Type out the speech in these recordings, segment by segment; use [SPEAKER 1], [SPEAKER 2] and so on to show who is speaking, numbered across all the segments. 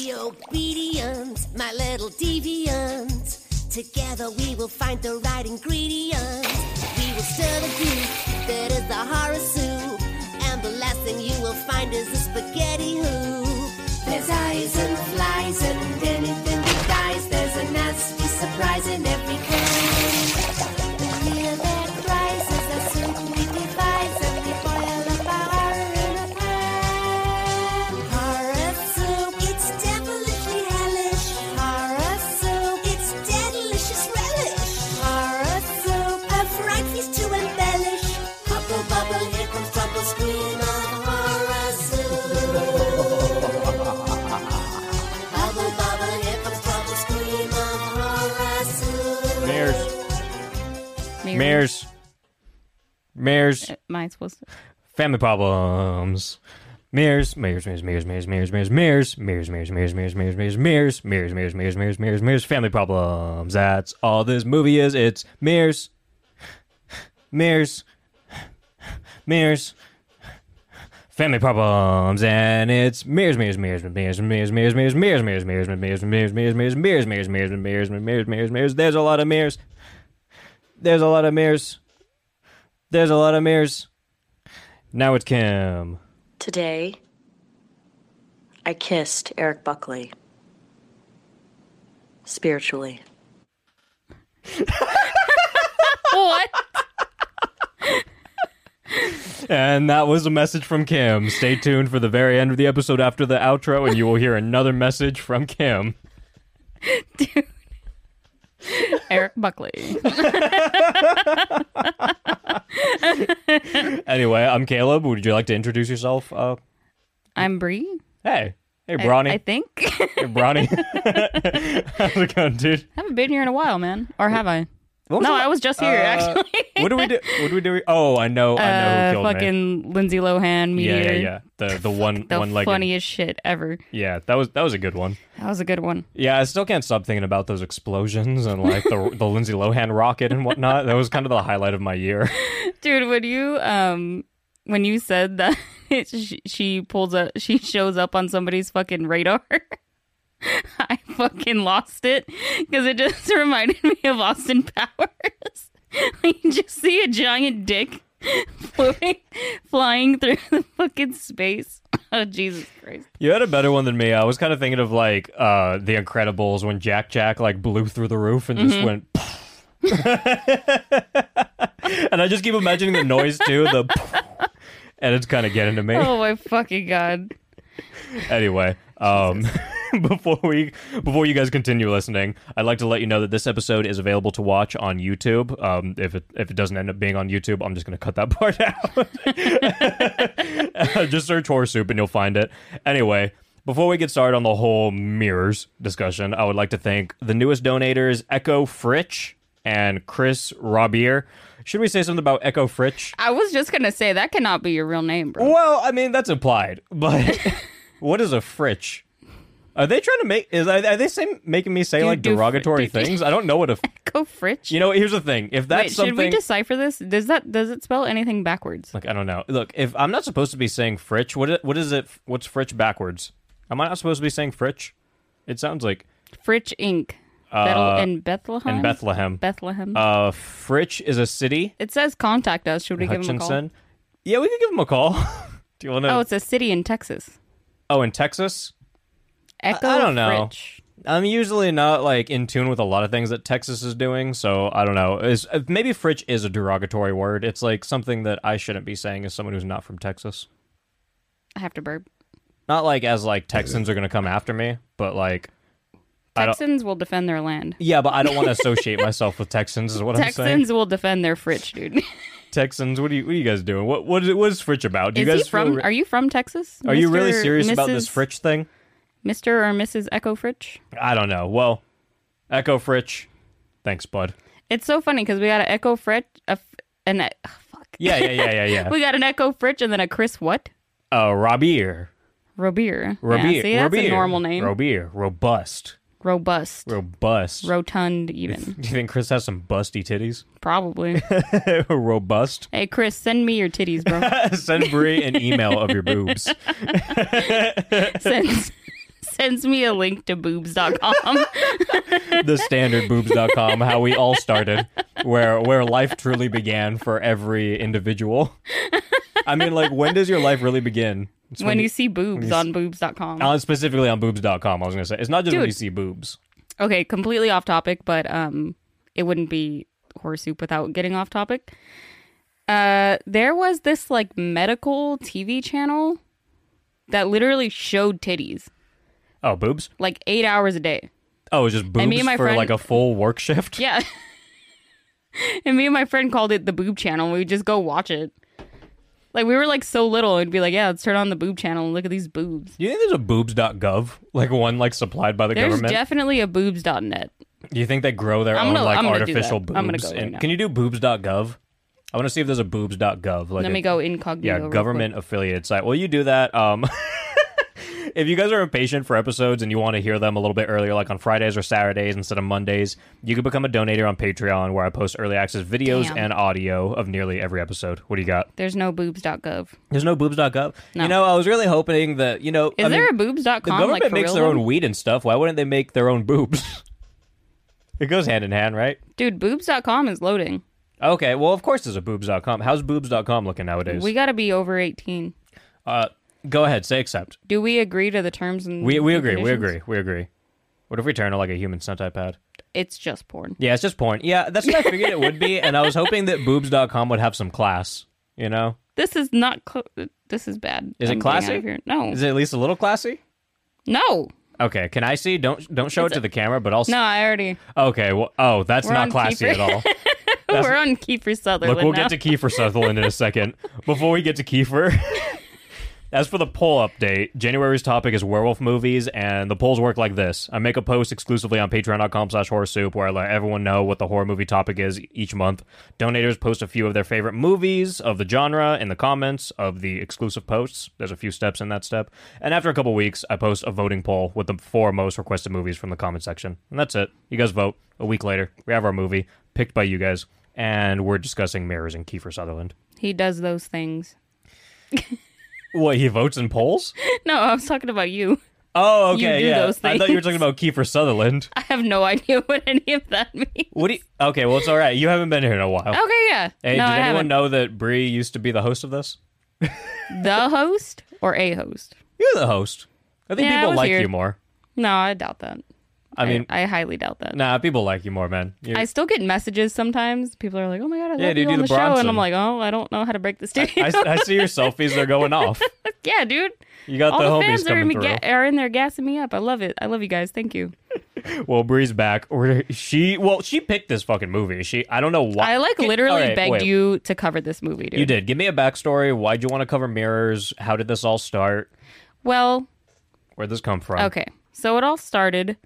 [SPEAKER 1] Be obedient, my little deviant. Together we will find the right ingredient. We will stir the goop that is the horror soup. And the last thing you will find is a spaghetti hoop. There's eyes and flies and anything that dies. There's a nasty surprise in every kind. The fear that rises, the soup we devise, and we boil up our horror in a pan. Horror soup, it's devilishly hellish. Horror soup, it's delicious relish. Horror soup, a fright feast to embellish. Hubble bubble, here comes trouble, scream of horror soup. Bubble bubble, here comes trouble, scream of horror soup.
[SPEAKER 2] Mares.
[SPEAKER 3] Mary.
[SPEAKER 2] Mares. Mares.
[SPEAKER 3] Am I supposed to?
[SPEAKER 2] Family problems. Mirrors, mirrors, mirrors, mirrors, mirrors, mirrors, mirrors, mirrors, mirrors, mirrors, mirrors, mirrors, mirrors, mirrors, mirrors, mirrors, mirrors, mirrors, mirrors, mirrors, mirrors, family problems. That's all this movie is. It's mirrors, mirrors, mirrors, family problems, and it's mirrors, mirrors, mirrors, mirrors, mirrors, mirrors, mirrors, mirrors, mirrors, mirrors, mirrors, mirrors, mirrors, mirrors, mirrors, mirrors, mirrors, mirrors, mirrors, mirrors, mirrors. There's a lot of mirrors. There's a lot of mirrors. There's a lot of mirrors. Now it's Kim.
[SPEAKER 4] Today, I kissed Eric Buckley. Spiritually.
[SPEAKER 3] What?
[SPEAKER 2] And that was a message from Kim. Stay tuned for the very end of the episode after the outro, and you will hear another message from Kim.
[SPEAKER 3] Eric Buckley.
[SPEAKER 2] Anyway, I'm Caleb. Would you like to introduce yourself? Uh,
[SPEAKER 3] I'm Bree.
[SPEAKER 2] hey. Hey,
[SPEAKER 3] I-
[SPEAKER 2] Bronny.
[SPEAKER 3] I, think. I
[SPEAKER 2] hey, Bronny. How's it going, dude?
[SPEAKER 3] haven't been here in a while, man. Or have I?
[SPEAKER 2] What was
[SPEAKER 3] No,
[SPEAKER 2] the-
[SPEAKER 3] I was just
[SPEAKER 2] Uh,
[SPEAKER 3] here, actually.
[SPEAKER 2] What do we do? What do we do? Oh, I know. I know who
[SPEAKER 3] Uh,
[SPEAKER 2] killed me.
[SPEAKER 3] fucking Lindsay Lohan
[SPEAKER 2] Yeah,
[SPEAKER 3] meteor.
[SPEAKER 2] yeah, yeah. The the one
[SPEAKER 3] The
[SPEAKER 2] one legged.
[SPEAKER 3] funniest shit ever.
[SPEAKER 2] Yeah, that was that was a good one.
[SPEAKER 3] That was a good one.
[SPEAKER 2] Yeah, I still can't stop thinking about those explosions and like the the Lindsay Lohan rocket and whatnot. That was kind of the highlight of my year.
[SPEAKER 3] Dude, when you um when you said that she, she pulls up she shows up on somebody's fucking radar. I fucking lost it because it just reminded me of Austin Powers. you just see a giant dick floating, flying through the fucking space. Oh Jesus Christ!
[SPEAKER 2] You had a better one than me. I was kind of thinking of like uh The Incredibles when Jack Jack like blew through the roof and just went. and I just keep imagining the noise too, the and it's kind of getting to me.
[SPEAKER 3] Oh my fucking god!
[SPEAKER 2] Anyway, um before we before you guys continue listening, I'd like to let you know that this episode is available to watch on YouTube. Um if it if it doesn't end up being on YouTube, I'm just going to cut that part out. just search horse soup and you'll find it. Anyway, before we get started on the whole mirrors discussion, I would like to thank the newest donators Echo Fritch and Chris Robier. Should we say something about Echo Fritch?
[SPEAKER 3] I was just gonna say that cannot be your real name, bro.
[SPEAKER 2] Well, I mean that's implied, but what is a fritch? Are they trying to make? Is are are they say, making me say
[SPEAKER 3] Do-
[SPEAKER 2] like
[SPEAKER 3] do fr-
[SPEAKER 2] derogatory
[SPEAKER 3] do- do-
[SPEAKER 2] things? I don't know what a.
[SPEAKER 3] Go Fritch.
[SPEAKER 2] You know, here's the thing. If that's
[SPEAKER 3] Wait, should we
[SPEAKER 2] something,
[SPEAKER 3] decipher this? Does that does it spell anything backwards?
[SPEAKER 2] like I don't know. Look, if I'm not supposed to be saying fritch, what it, what is it? What's fritch backwards? Am I not supposed to be saying fritch? It sounds like
[SPEAKER 3] Fritch Inc.
[SPEAKER 2] Uh,
[SPEAKER 3] Bethel- in Bethlehem.
[SPEAKER 2] in Bethlehem.
[SPEAKER 3] Bethlehem.
[SPEAKER 2] Uh, fritch is a city.
[SPEAKER 3] it says contact us. Should we give them a call?
[SPEAKER 2] Hutchinson. Yeah, we could give him a call. Do you want to?
[SPEAKER 3] Oh,
[SPEAKER 2] Oh,
[SPEAKER 3] it's a city in Texas.
[SPEAKER 2] in Texas.
[SPEAKER 3] Echo
[SPEAKER 2] I don't know.
[SPEAKER 3] Fritch.
[SPEAKER 2] I'm usually not like in tune with a lot of things that Texas is doing, so I don't know. Is uh, maybe fritch is a derogatory word. It's like something that I shouldn't be saying as someone who's not from Texas.
[SPEAKER 3] I have to burp.
[SPEAKER 2] Not like as like Texans are going to come after me, but like I don't
[SPEAKER 3] Texans will defend their land.
[SPEAKER 2] Yeah, but I don't want to associate myself with Texans is what I'm saying.
[SPEAKER 3] Texans will defend their Fritch, dude.
[SPEAKER 2] Texans, what are you what are you guys doing? What what is what is fritch about? Do
[SPEAKER 3] Is
[SPEAKER 2] you
[SPEAKER 3] he
[SPEAKER 2] guys
[SPEAKER 3] from?
[SPEAKER 2] feel
[SPEAKER 3] Are you from Texas?
[SPEAKER 2] are you really
[SPEAKER 3] Mr.,
[SPEAKER 2] serious about this
[SPEAKER 3] Mrs.
[SPEAKER 2] fritch thing?
[SPEAKER 3] Mr. or Mrs. Echo Fritch?
[SPEAKER 2] I don't know. Well, Echo Fritch. Thanks, bud.
[SPEAKER 3] It's so funny because we got an Echo Fritch, a f- an e- ugh, fuck.
[SPEAKER 2] Yeah, yeah, yeah, yeah, yeah.
[SPEAKER 3] We got an Echo Fritch and then a Chris what?
[SPEAKER 2] uh Robier.
[SPEAKER 3] Robier.
[SPEAKER 2] Robier.
[SPEAKER 3] Yeah, see, that's
[SPEAKER 2] Robier.
[SPEAKER 3] a normal name.
[SPEAKER 2] Robier. Robust.
[SPEAKER 3] Robust.
[SPEAKER 2] Robust.
[SPEAKER 3] Rotund,
[SPEAKER 2] Do
[SPEAKER 3] even.
[SPEAKER 2] you think Chris has some busty titties?
[SPEAKER 3] Probably.
[SPEAKER 2] Robust.
[SPEAKER 3] hey, Chris, send me your titties, bro.
[SPEAKER 2] Send Brie an email of your boobs.
[SPEAKER 3] Send, sends me a link to boobs.com.
[SPEAKER 2] the standard boobs.com, how we all started, where where life truly began for every individual. I mean, like, when does your life really begin? It's
[SPEAKER 3] when you see boobs on boobs.com.
[SPEAKER 2] uh, specifically on boobs.com, I was gonna say it's not just when
[SPEAKER 3] Dude.
[SPEAKER 2] you see boobs.
[SPEAKER 3] okay, completely off topic, but um, it wouldn't be horse soup without getting off topic. Uh, there was this like medical TV channel that literally showed titties
[SPEAKER 2] Oh, boobs!
[SPEAKER 3] like eight hours a day.
[SPEAKER 2] Oh, it's just boobs
[SPEAKER 3] and my
[SPEAKER 2] for
[SPEAKER 3] friend-
[SPEAKER 2] like a full work shift.
[SPEAKER 3] Yeah. and me and my friend called it the boob channel. We would just go watch it. Like we were like so little, it'd be like, yeah, let's turn on the boob channel and look at these boobs.
[SPEAKER 2] Do you think there's a boobs.gov like one like supplied by the
[SPEAKER 3] There's
[SPEAKER 2] government?
[SPEAKER 3] definitely a boobs.net.
[SPEAKER 2] do you think they grow their
[SPEAKER 3] I'm
[SPEAKER 2] own
[SPEAKER 3] gonna-
[SPEAKER 2] like
[SPEAKER 3] I'm gonna do
[SPEAKER 2] artificial
[SPEAKER 3] that.
[SPEAKER 2] boobs?
[SPEAKER 3] I'm gonna go right
[SPEAKER 2] And-
[SPEAKER 3] now.
[SPEAKER 2] can you do boobs.gov? I want to see if there's a boobs.gov. Like
[SPEAKER 3] Let
[SPEAKER 2] a-
[SPEAKER 3] me go incognito.
[SPEAKER 2] yeah,
[SPEAKER 3] real quick.
[SPEAKER 2] government affiliate site. Well, you do that. Um, if you guys are impatient for episodes and you want to hear them a little bit earlier, like on Fridays or Saturdays instead of Mondays, you can become a donator on Patreon, where I post early access videos
[SPEAKER 3] Damn.
[SPEAKER 2] and audio of nearly every episode. What do you got?
[SPEAKER 3] There's no boobs.gov.
[SPEAKER 2] There's no boobs.gov.
[SPEAKER 3] No.
[SPEAKER 2] You know, I was really hoping that you know.
[SPEAKER 3] Is
[SPEAKER 2] I
[SPEAKER 3] there
[SPEAKER 2] mean,
[SPEAKER 3] a boobs.com?
[SPEAKER 2] the government
[SPEAKER 3] like, for
[SPEAKER 2] makes
[SPEAKER 3] real
[SPEAKER 2] their
[SPEAKER 3] though?
[SPEAKER 2] own weed and stuff. Why wouldn't they make their own boobs? it goes hand in hand, right?
[SPEAKER 3] Dude, boobs.com is loading.
[SPEAKER 2] Okay, well, of course there's a boobs.com. How's boobs.com looking nowadays?
[SPEAKER 3] We got to be over 18.
[SPEAKER 2] uh, go ahead, say accept.
[SPEAKER 3] Do we agree to the terms and
[SPEAKER 2] We, we
[SPEAKER 3] and
[SPEAKER 2] agree, we agree,
[SPEAKER 3] conditions?
[SPEAKER 2] we agree. What if we turn to like a human centipede pad?
[SPEAKER 3] It's just porn.
[SPEAKER 2] Yeah, it's just porn. Yeah, that's what I figured it would be, and I was hoping that boobs.com would have some class, you know?
[SPEAKER 3] This is not cl- this is bad.
[SPEAKER 2] Is it
[SPEAKER 3] I'm getting out of
[SPEAKER 2] classy?
[SPEAKER 3] here. No.
[SPEAKER 2] Is it at least a little classy?
[SPEAKER 3] no.
[SPEAKER 2] Okay, can I see? Don't don't show it to the camera, but I'll.
[SPEAKER 3] No, I already
[SPEAKER 2] Okay, well, oh, that's
[SPEAKER 3] We're
[SPEAKER 2] not
[SPEAKER 3] on
[SPEAKER 2] classy
[SPEAKER 3] Keeper.
[SPEAKER 2] at all.
[SPEAKER 3] We're on Kiefer Sutherland
[SPEAKER 2] Look, we'll
[SPEAKER 3] now.
[SPEAKER 2] get to Kiefer Sutherland in a second. Before we get to Kiefer, as for the poll update, January's topic is werewolf movies, and the polls work like this. I make a post exclusively on patreon.com slash horror soup where I let everyone know what the horror movie topic is each month. Donators post a few of their favorite movies of the genre in the comments of the exclusive posts. There's a few steps in that step. And after a couple weeks, I post a voting poll with the four most requested movies from the comment section. And that's it. You guys vote. A week later, we have our movie picked by you guys and we're discussing mirrors and Kiefer Sutherland.
[SPEAKER 3] he does those things.
[SPEAKER 2] What he votes in polls?
[SPEAKER 3] No, I was talking about you.
[SPEAKER 2] Oh,
[SPEAKER 3] You
[SPEAKER 2] okay,
[SPEAKER 3] do
[SPEAKER 2] yeah.
[SPEAKER 3] those
[SPEAKER 2] I thought you were talking
[SPEAKER 3] things.
[SPEAKER 2] about Kiefer Sutherland.
[SPEAKER 3] I have no idea what any of that means.
[SPEAKER 2] What do you? Okay, well it's all right. You haven't been here in a while.
[SPEAKER 3] Okay, yeah.
[SPEAKER 2] Hey,
[SPEAKER 3] no,
[SPEAKER 2] did
[SPEAKER 3] I
[SPEAKER 2] anyone
[SPEAKER 3] haven't.
[SPEAKER 2] know that Bree used to be the host of this?
[SPEAKER 3] The host or a host?
[SPEAKER 2] You're the host. I think
[SPEAKER 3] Yeah, I
[SPEAKER 2] people
[SPEAKER 3] was
[SPEAKER 2] like
[SPEAKER 3] here.
[SPEAKER 2] you more.
[SPEAKER 3] No, I doubt that.
[SPEAKER 2] I mean,
[SPEAKER 3] I, highly doubt that.
[SPEAKER 2] nah, people like you more, man. You're-
[SPEAKER 3] I still get messages sometimes. People are like, "Oh my god, I love
[SPEAKER 2] Yeah, dude,
[SPEAKER 3] you
[SPEAKER 2] do
[SPEAKER 3] on
[SPEAKER 2] the
[SPEAKER 3] the, show," and
[SPEAKER 2] Bronson.
[SPEAKER 3] I'm like, "Oh, I don't know how to break this to you."
[SPEAKER 2] I, I see your selfies; they're going off.
[SPEAKER 3] yeah, dude.
[SPEAKER 2] You got
[SPEAKER 3] All
[SPEAKER 2] the,
[SPEAKER 3] the,
[SPEAKER 2] homies
[SPEAKER 3] fans are in,
[SPEAKER 2] coming
[SPEAKER 3] me
[SPEAKER 2] through.
[SPEAKER 3] ga- are in there gassing me up. I love it. I love you guys. Thank you.
[SPEAKER 2] Well, Bree's back. We're- She well, she picked this fucking movie. She I don't know why.
[SPEAKER 3] I like
[SPEAKER 2] All
[SPEAKER 3] literally
[SPEAKER 2] right,
[SPEAKER 3] begged
[SPEAKER 2] wait.
[SPEAKER 3] you to cover this movie, dude.
[SPEAKER 2] You did. Give me a backstory. Why'd you want to cover mirrors? How did this all start?
[SPEAKER 3] Well,
[SPEAKER 2] Where'd this come from?
[SPEAKER 3] Okay. So it all started.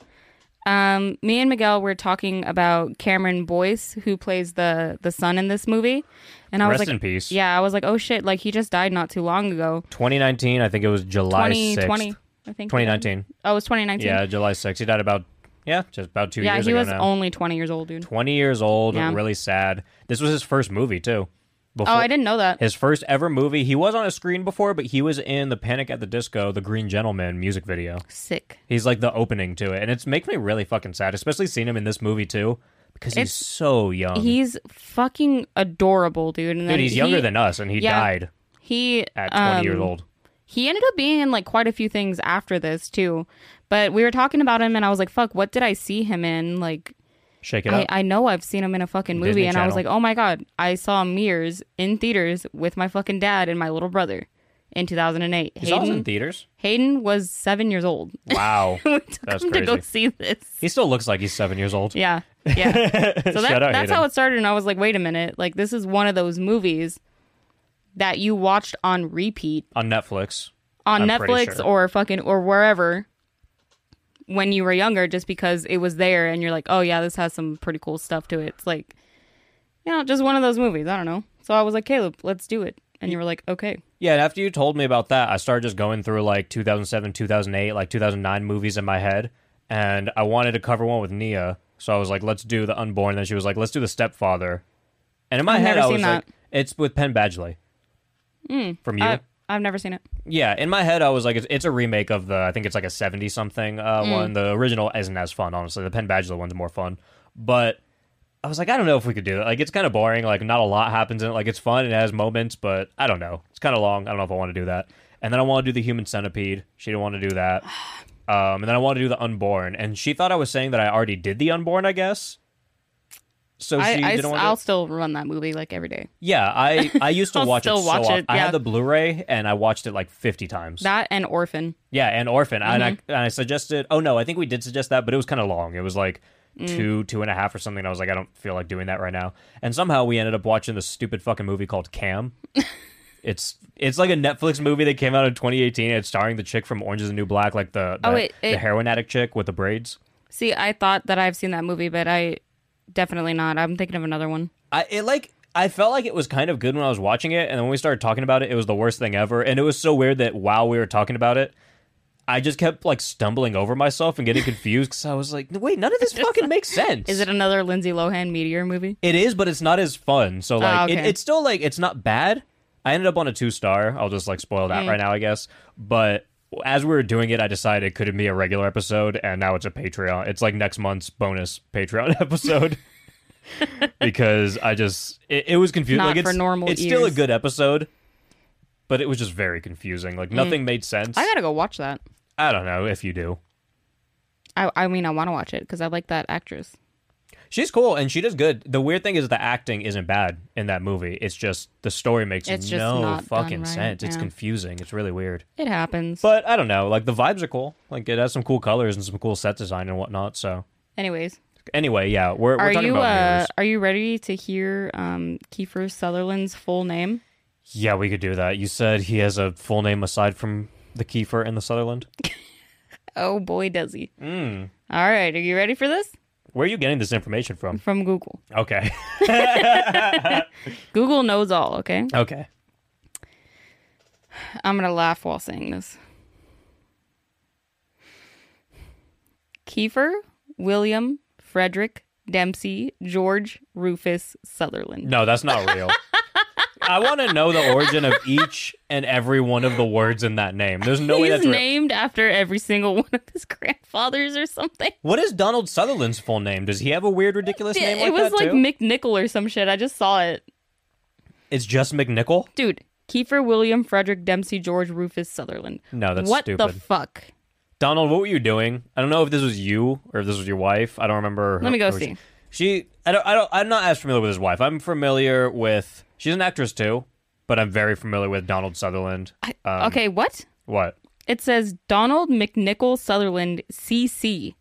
[SPEAKER 3] Um, me and Miguel were talking about Cameron Boyce, who plays the the son in this movie, and I was
[SPEAKER 2] Rest
[SPEAKER 3] like,
[SPEAKER 2] in peace.
[SPEAKER 3] Yeah, I was like, oh shit, like he just died not too long ago,
[SPEAKER 2] 2019. I think it was July 6th.
[SPEAKER 3] 2020, I think.
[SPEAKER 2] 2019.
[SPEAKER 3] Oh, it was 2019.
[SPEAKER 2] Yeah, July 6th. He died about yeah, just about two
[SPEAKER 3] Yeah,
[SPEAKER 2] years
[SPEAKER 3] he
[SPEAKER 2] ago
[SPEAKER 3] was
[SPEAKER 2] now.
[SPEAKER 3] only 20 years old, dude.
[SPEAKER 2] 20 years old.
[SPEAKER 3] Yeah.
[SPEAKER 2] Really sad. This was his first movie too. Before,
[SPEAKER 3] Oh, I didn't know that.
[SPEAKER 2] His first ever movie. He was on a screen before, but he was in the Panic at the Disco, the Green Gentleman music video.
[SPEAKER 3] Sick.
[SPEAKER 2] He's like the opening to it, and it's makes me really fucking sad, especially seeing him in this movie too, because he's
[SPEAKER 3] It's-
[SPEAKER 2] so young.
[SPEAKER 3] He's fucking adorable, dude. And
[SPEAKER 2] Dude,
[SPEAKER 3] then
[SPEAKER 2] he's
[SPEAKER 3] he-
[SPEAKER 2] younger than us, and he
[SPEAKER 3] yeah.
[SPEAKER 2] died
[SPEAKER 3] he
[SPEAKER 2] at 20 years
[SPEAKER 3] um,
[SPEAKER 2] old.
[SPEAKER 3] he ended up being in like quite a few things after this too. But we were talking about him, and I was like, "Fuck, what did I see him in?" Like,
[SPEAKER 2] Shake it
[SPEAKER 3] I,
[SPEAKER 2] up.
[SPEAKER 3] I know I've seen him in a fucking movie,
[SPEAKER 2] Disney
[SPEAKER 3] and I was like,
[SPEAKER 2] Channel.
[SPEAKER 3] oh my god, I saw Mirrors in theaters with my fucking dad and my little brother in 2008.
[SPEAKER 2] he's also in
[SPEAKER 3] Hayden,
[SPEAKER 2] theaters.
[SPEAKER 3] Hayden was seven years old.
[SPEAKER 2] Wow,
[SPEAKER 3] we took
[SPEAKER 2] That's
[SPEAKER 3] him to go
[SPEAKER 2] crazy.
[SPEAKER 3] see this.
[SPEAKER 2] he still looks like he's seven years old.
[SPEAKER 3] Yeah, yeah. So that,
[SPEAKER 2] Shout out
[SPEAKER 3] that's
[SPEAKER 2] Hayden.
[SPEAKER 3] how it started, and I was like, wait a minute, like this is one of those movies that you watched on repeat
[SPEAKER 2] on Netflix.
[SPEAKER 3] on
[SPEAKER 2] I'm pretty
[SPEAKER 3] Netflix
[SPEAKER 2] sure.
[SPEAKER 3] or fucking or wherever when you were younger just because it was there and you're like, "Oh yeah, this has some pretty cool stuff to it." It's like you know, just one of those movies, I don't know. So I was like, "Caleb, let's do it." And you were like, "Okay."
[SPEAKER 2] Yeah, and after you told me about that, I started just going through like 2007, 2008, like 2009 movies in my head, and I wanted to cover one with Nia, so I was like, "Let's do the Unborn." Then she was like, "Let's do the Stepfather," and in my
[SPEAKER 3] I've
[SPEAKER 2] head,
[SPEAKER 3] never
[SPEAKER 2] I was
[SPEAKER 3] seen Hmm.
[SPEAKER 2] like, "It's with Penn Badgley." From you,
[SPEAKER 3] I, I've never seen it.
[SPEAKER 2] Yeah, in my head, I was like, it's, it's a remake of the, I think it's like a 70 something uh,
[SPEAKER 3] Hmm.
[SPEAKER 2] one. The original isn't as fun, honestly. The Penn Badgley one's more fun. But I was like, I don't know if we could do it. Like, it's kind of boring. Like, not a lot happens in it. Like, it's fun. It has moments, but I don't know. It's kind of long. I don't know if I want to do that. And then I want to do the Human Centipede. She didn't want to do that. Um, and then I want to do the Unborn. And she thought I was saying that I already did the Unborn, I guess. Oh, So she
[SPEAKER 3] I, I,
[SPEAKER 2] didn't want to.
[SPEAKER 3] will still run that movie like every day.
[SPEAKER 2] Yeah, I, I used to
[SPEAKER 3] I'll
[SPEAKER 2] watch it
[SPEAKER 3] still
[SPEAKER 2] so
[SPEAKER 3] watch
[SPEAKER 2] often.
[SPEAKER 3] it,
[SPEAKER 2] I
[SPEAKER 3] yeah.
[SPEAKER 2] had the Blu-ray and I watched it like 50 times.
[SPEAKER 3] That and Orphan.
[SPEAKER 2] Yeah, and Orphan. And, I,
[SPEAKER 3] Mm-hmm.
[SPEAKER 2] and I suggested, oh no, I think we did suggest that, but it was kind of long. It was like
[SPEAKER 3] Mm.
[SPEAKER 2] two, two and a half or something. I was like, I don't feel like doing that right now. And somehow we ended up watching this stupid fucking movie called Cam. it's it's like a Netflix movie that came out in 2018. It's starring the chick from Orange is the New Black, like the, the,
[SPEAKER 3] Oh, it-
[SPEAKER 2] the
[SPEAKER 3] it-
[SPEAKER 2] heroin addict chick with the braids.
[SPEAKER 3] See, I thought that I've seen that movie, but I definitely not. I'm thinking of another one.
[SPEAKER 2] I it like I felt like it was kind of good when I was watching it, and then when we started talking about it, it was the worst thing ever. And it was so weird that while we were talking about it, I just kept like stumbling over myself and getting confused because I was like, "Wait, none of this fucking makes sense."
[SPEAKER 3] Is it another Lindsay Lohan meteor movie?
[SPEAKER 2] It is, but it's not as fun. So like, it,
[SPEAKER 3] Oh, okay.
[SPEAKER 2] it's still like it's not bad. I ended up on a two star. I'll just like spoil
[SPEAKER 3] Mm.
[SPEAKER 2] that right now, I guess. But as we were doing it, I decided it couldn't be a regular episode, and now it's a Patreon. It's like next month's bonus Patreon episode. because I just it, it was confusing.
[SPEAKER 3] Not
[SPEAKER 2] like it's,
[SPEAKER 3] for normal
[SPEAKER 2] It's still a
[SPEAKER 3] ears.
[SPEAKER 2] good episode, but it was just very confusing. Like nothing made sense.
[SPEAKER 3] Mm. I gotta go watch that.
[SPEAKER 2] I don't know if you do.
[SPEAKER 3] I, I mean, I want to watch it because I like that actress.
[SPEAKER 2] She's cool and she does good. The weird thing is the acting isn't bad in that movie. It's just the story makes
[SPEAKER 3] It's just
[SPEAKER 2] no
[SPEAKER 3] not
[SPEAKER 2] fucking
[SPEAKER 3] done right,
[SPEAKER 2] sense. It's
[SPEAKER 3] yeah.
[SPEAKER 2] confusing. It's really weird.
[SPEAKER 3] It happens.
[SPEAKER 2] But I don't know. Like the vibes are cool. Like it has some cool colors and some cool set design and whatnot. So
[SPEAKER 3] Anyways,
[SPEAKER 2] anyway, yeah, we're, we're
[SPEAKER 3] are
[SPEAKER 2] talking
[SPEAKER 3] you
[SPEAKER 2] about
[SPEAKER 3] uh,
[SPEAKER 2] mirrors.
[SPEAKER 3] are you ready to hear um, Kiefer Sutherland's full name?
[SPEAKER 2] Yeah, we could do that. You said he has a full name aside from the Kiefer and the Sutherland.
[SPEAKER 3] Oh boy, does he!
[SPEAKER 2] Mm.
[SPEAKER 3] All right, are you ready for this?
[SPEAKER 2] Where are you getting this information from?
[SPEAKER 3] From Google.
[SPEAKER 2] Okay.
[SPEAKER 3] Google knows all. Okay,
[SPEAKER 2] okay.
[SPEAKER 3] I'm gonna laugh while saying this. Kiefer William Frederick Dempsey George Rufus Sutherland.
[SPEAKER 2] No, that's not real. I want to know the origin of each and every one of the words in that name. There's no way
[SPEAKER 3] He's
[SPEAKER 2] that's real.
[SPEAKER 3] named after every single one of his grandfathers or something.
[SPEAKER 2] What is Donald Sutherland's full name? Does he have a weird, ridiculous
[SPEAKER 3] Yeah,
[SPEAKER 2] name like
[SPEAKER 3] it was
[SPEAKER 2] that
[SPEAKER 3] like
[SPEAKER 2] too?
[SPEAKER 3] McNichol or some shit. I just saw it.
[SPEAKER 2] it's just McNichol.
[SPEAKER 3] Dude, Kiefer William Frederick Dempsey George Rufus Sutherland.
[SPEAKER 2] No, that's
[SPEAKER 3] what
[SPEAKER 2] stupid.
[SPEAKER 3] the fuck?
[SPEAKER 2] Donald, what were you doing? I don't know if this was you or if this was your wife. I don't remember. her-
[SPEAKER 3] Let me go
[SPEAKER 2] her-
[SPEAKER 3] see.
[SPEAKER 2] She. I don't. I don't. I'm not as familiar with his wife. I'm familiar with. She's an actress too, but I'm very familiar with Donald Sutherland. Um,
[SPEAKER 3] okay, what?
[SPEAKER 2] What?
[SPEAKER 3] It says Donald McNichol Sutherland CC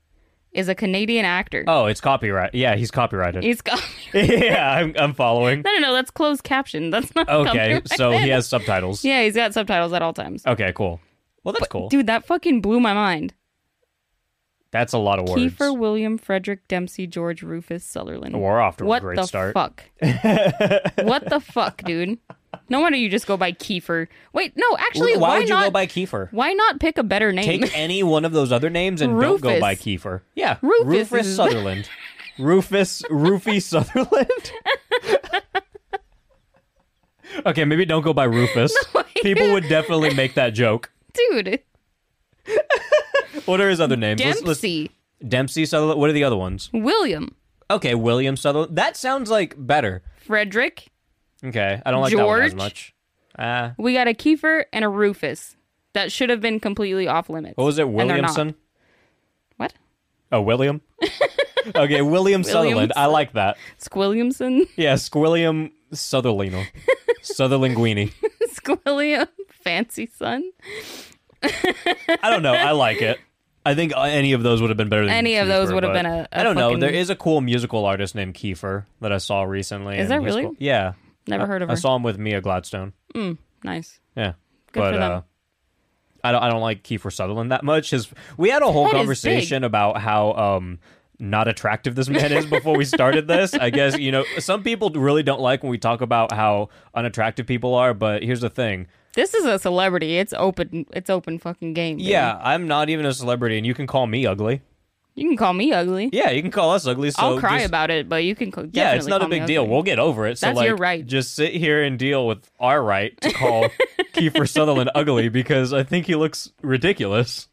[SPEAKER 3] is a Canadian actor.
[SPEAKER 2] Oh, it's copyright. Yeah, he's copyrighted.
[SPEAKER 3] He's got
[SPEAKER 2] yeah, I'm, I'm following.
[SPEAKER 3] No, no, no, that's closed caption. That's not
[SPEAKER 2] Okay,
[SPEAKER 3] copyrighted.
[SPEAKER 2] so he has subtitles.
[SPEAKER 3] Yeah, he's got subtitles at all times.
[SPEAKER 2] Okay, cool. Well, that's cool.
[SPEAKER 3] Dude, that fucking blew my mind.
[SPEAKER 2] that's a lot of words.
[SPEAKER 3] Kiefer William Frederick Dempsey George Rufus Sutherland.
[SPEAKER 2] We're off to a
[SPEAKER 3] what
[SPEAKER 2] great
[SPEAKER 3] the
[SPEAKER 2] start.
[SPEAKER 3] fuck? what the fuck, dude? No wonder you just go by Kiefer. Wait, no, actually,
[SPEAKER 2] why,
[SPEAKER 3] why,
[SPEAKER 2] would you
[SPEAKER 3] not?
[SPEAKER 2] go by Kiefer?
[SPEAKER 3] why not pick a better name?
[SPEAKER 2] Take any one of those other names and don't go
[SPEAKER 3] Rufus.
[SPEAKER 2] by Kiefer. Yeah,
[SPEAKER 3] Rufus is-
[SPEAKER 2] Sutherland. Rufus Rufy Sutherland. okay, maybe don't go by Rufus. People would definitely make that joke.
[SPEAKER 3] Dude,
[SPEAKER 2] What are his other names? Let's- let's-
[SPEAKER 3] Dempsey,
[SPEAKER 2] Dempsey Sutherland. What are the other ones?
[SPEAKER 3] William,
[SPEAKER 2] Okay, William Sutherland. That sounds like better.
[SPEAKER 3] Frederick.
[SPEAKER 2] Okay, I don't like that one as
[SPEAKER 3] George?
[SPEAKER 2] much. Uh,
[SPEAKER 3] We got a Kiefer and a Rufus. That should have been completely off limits.
[SPEAKER 2] what was it?
[SPEAKER 3] And they're not.
[SPEAKER 2] Williamson.
[SPEAKER 3] What?
[SPEAKER 2] Oh, William. okay, William Sutherland. I like that.
[SPEAKER 3] Squilliamson?
[SPEAKER 2] Yeah, Squilliam Sutherlino. Sutherlinguini.
[SPEAKER 3] Squilliam? Fancy son?
[SPEAKER 2] I don't know. I like it. I think uh, any of those would have been better than
[SPEAKER 3] Any of those
[SPEAKER 2] Kiefer,
[SPEAKER 3] would have
[SPEAKER 2] but-
[SPEAKER 3] been a- a
[SPEAKER 2] I don't know.
[SPEAKER 3] fucking-
[SPEAKER 2] There is a cool musical artist named Kiefer that I saw recently.
[SPEAKER 3] Is
[SPEAKER 2] and
[SPEAKER 3] there
[SPEAKER 2] he's
[SPEAKER 3] really?
[SPEAKER 2] cool. Yeah.
[SPEAKER 3] Never heard of her.
[SPEAKER 2] I saw him with Mia Gladstone.
[SPEAKER 3] nice.
[SPEAKER 2] Yeah.
[SPEAKER 3] Good
[SPEAKER 2] but
[SPEAKER 3] for them.
[SPEAKER 2] uh I don't I don't like Kiefer Sutherland that much. His we had a whole
[SPEAKER 3] head is
[SPEAKER 2] conversation about how um not attractive this man is before we started this. I guess, you know, some people really don't like when we talk about how unattractive people are, but here's the thing.
[SPEAKER 3] This is a celebrity. It's open. It's open fucking game. dude.
[SPEAKER 2] Yeah, I'm not even a celebrity, and you can call me ugly.
[SPEAKER 3] You can call me ugly.
[SPEAKER 2] Yeah, you can call us ugly. So
[SPEAKER 3] I'll cry
[SPEAKER 2] just-
[SPEAKER 3] about it, but you can co-
[SPEAKER 2] Yeah, it's
[SPEAKER 3] definitely
[SPEAKER 2] not a
[SPEAKER 3] call me
[SPEAKER 2] big deal.
[SPEAKER 3] ugly.
[SPEAKER 2] We'll get over it. So
[SPEAKER 3] That's
[SPEAKER 2] like,
[SPEAKER 3] your right.
[SPEAKER 2] just sit here and deal with our right to call Kiefer Sutherland ugly because I think he looks ridiculous.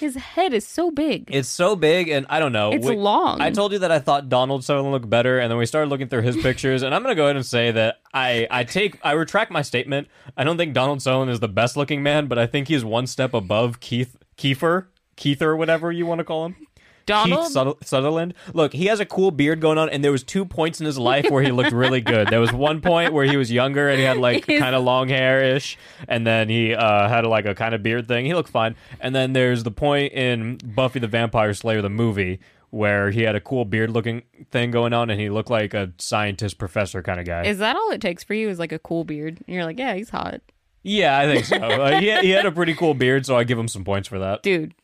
[SPEAKER 3] His head is so big.
[SPEAKER 2] It's so big, and I don't know.
[SPEAKER 3] It's long.
[SPEAKER 2] I told you that I thought Donald Sutherland looked better, and then we started looking through his pictures. And I'm gonna go ahead and say that I I take I retract my statement. I don't think Donald Sutherland is the best looking man, but I think he's one step above Keith Kiefer Keith or whatever you want to call him.
[SPEAKER 3] Donald,
[SPEAKER 2] Keith Suther- Sutherland. Look, he has a cool beard going on, and there was two points in his life where he looked really good. There was one point where he was younger and he had like
[SPEAKER 3] His-
[SPEAKER 2] kind of long hair ish, and then he uh, had like a kind of beard thing. He looked fine. And then there's the point in Buffy the Vampire Slayer the movie where he had a cool beard looking thing going on, and he looked like a scientist professor kind of guy.
[SPEAKER 3] is that all it takes for you? Is like a cool beard, and you're like, yeah, he's hot,
[SPEAKER 2] yeah, I think so. Uh, he, he had a pretty cool beard, so I give him some points for that.
[SPEAKER 3] dude.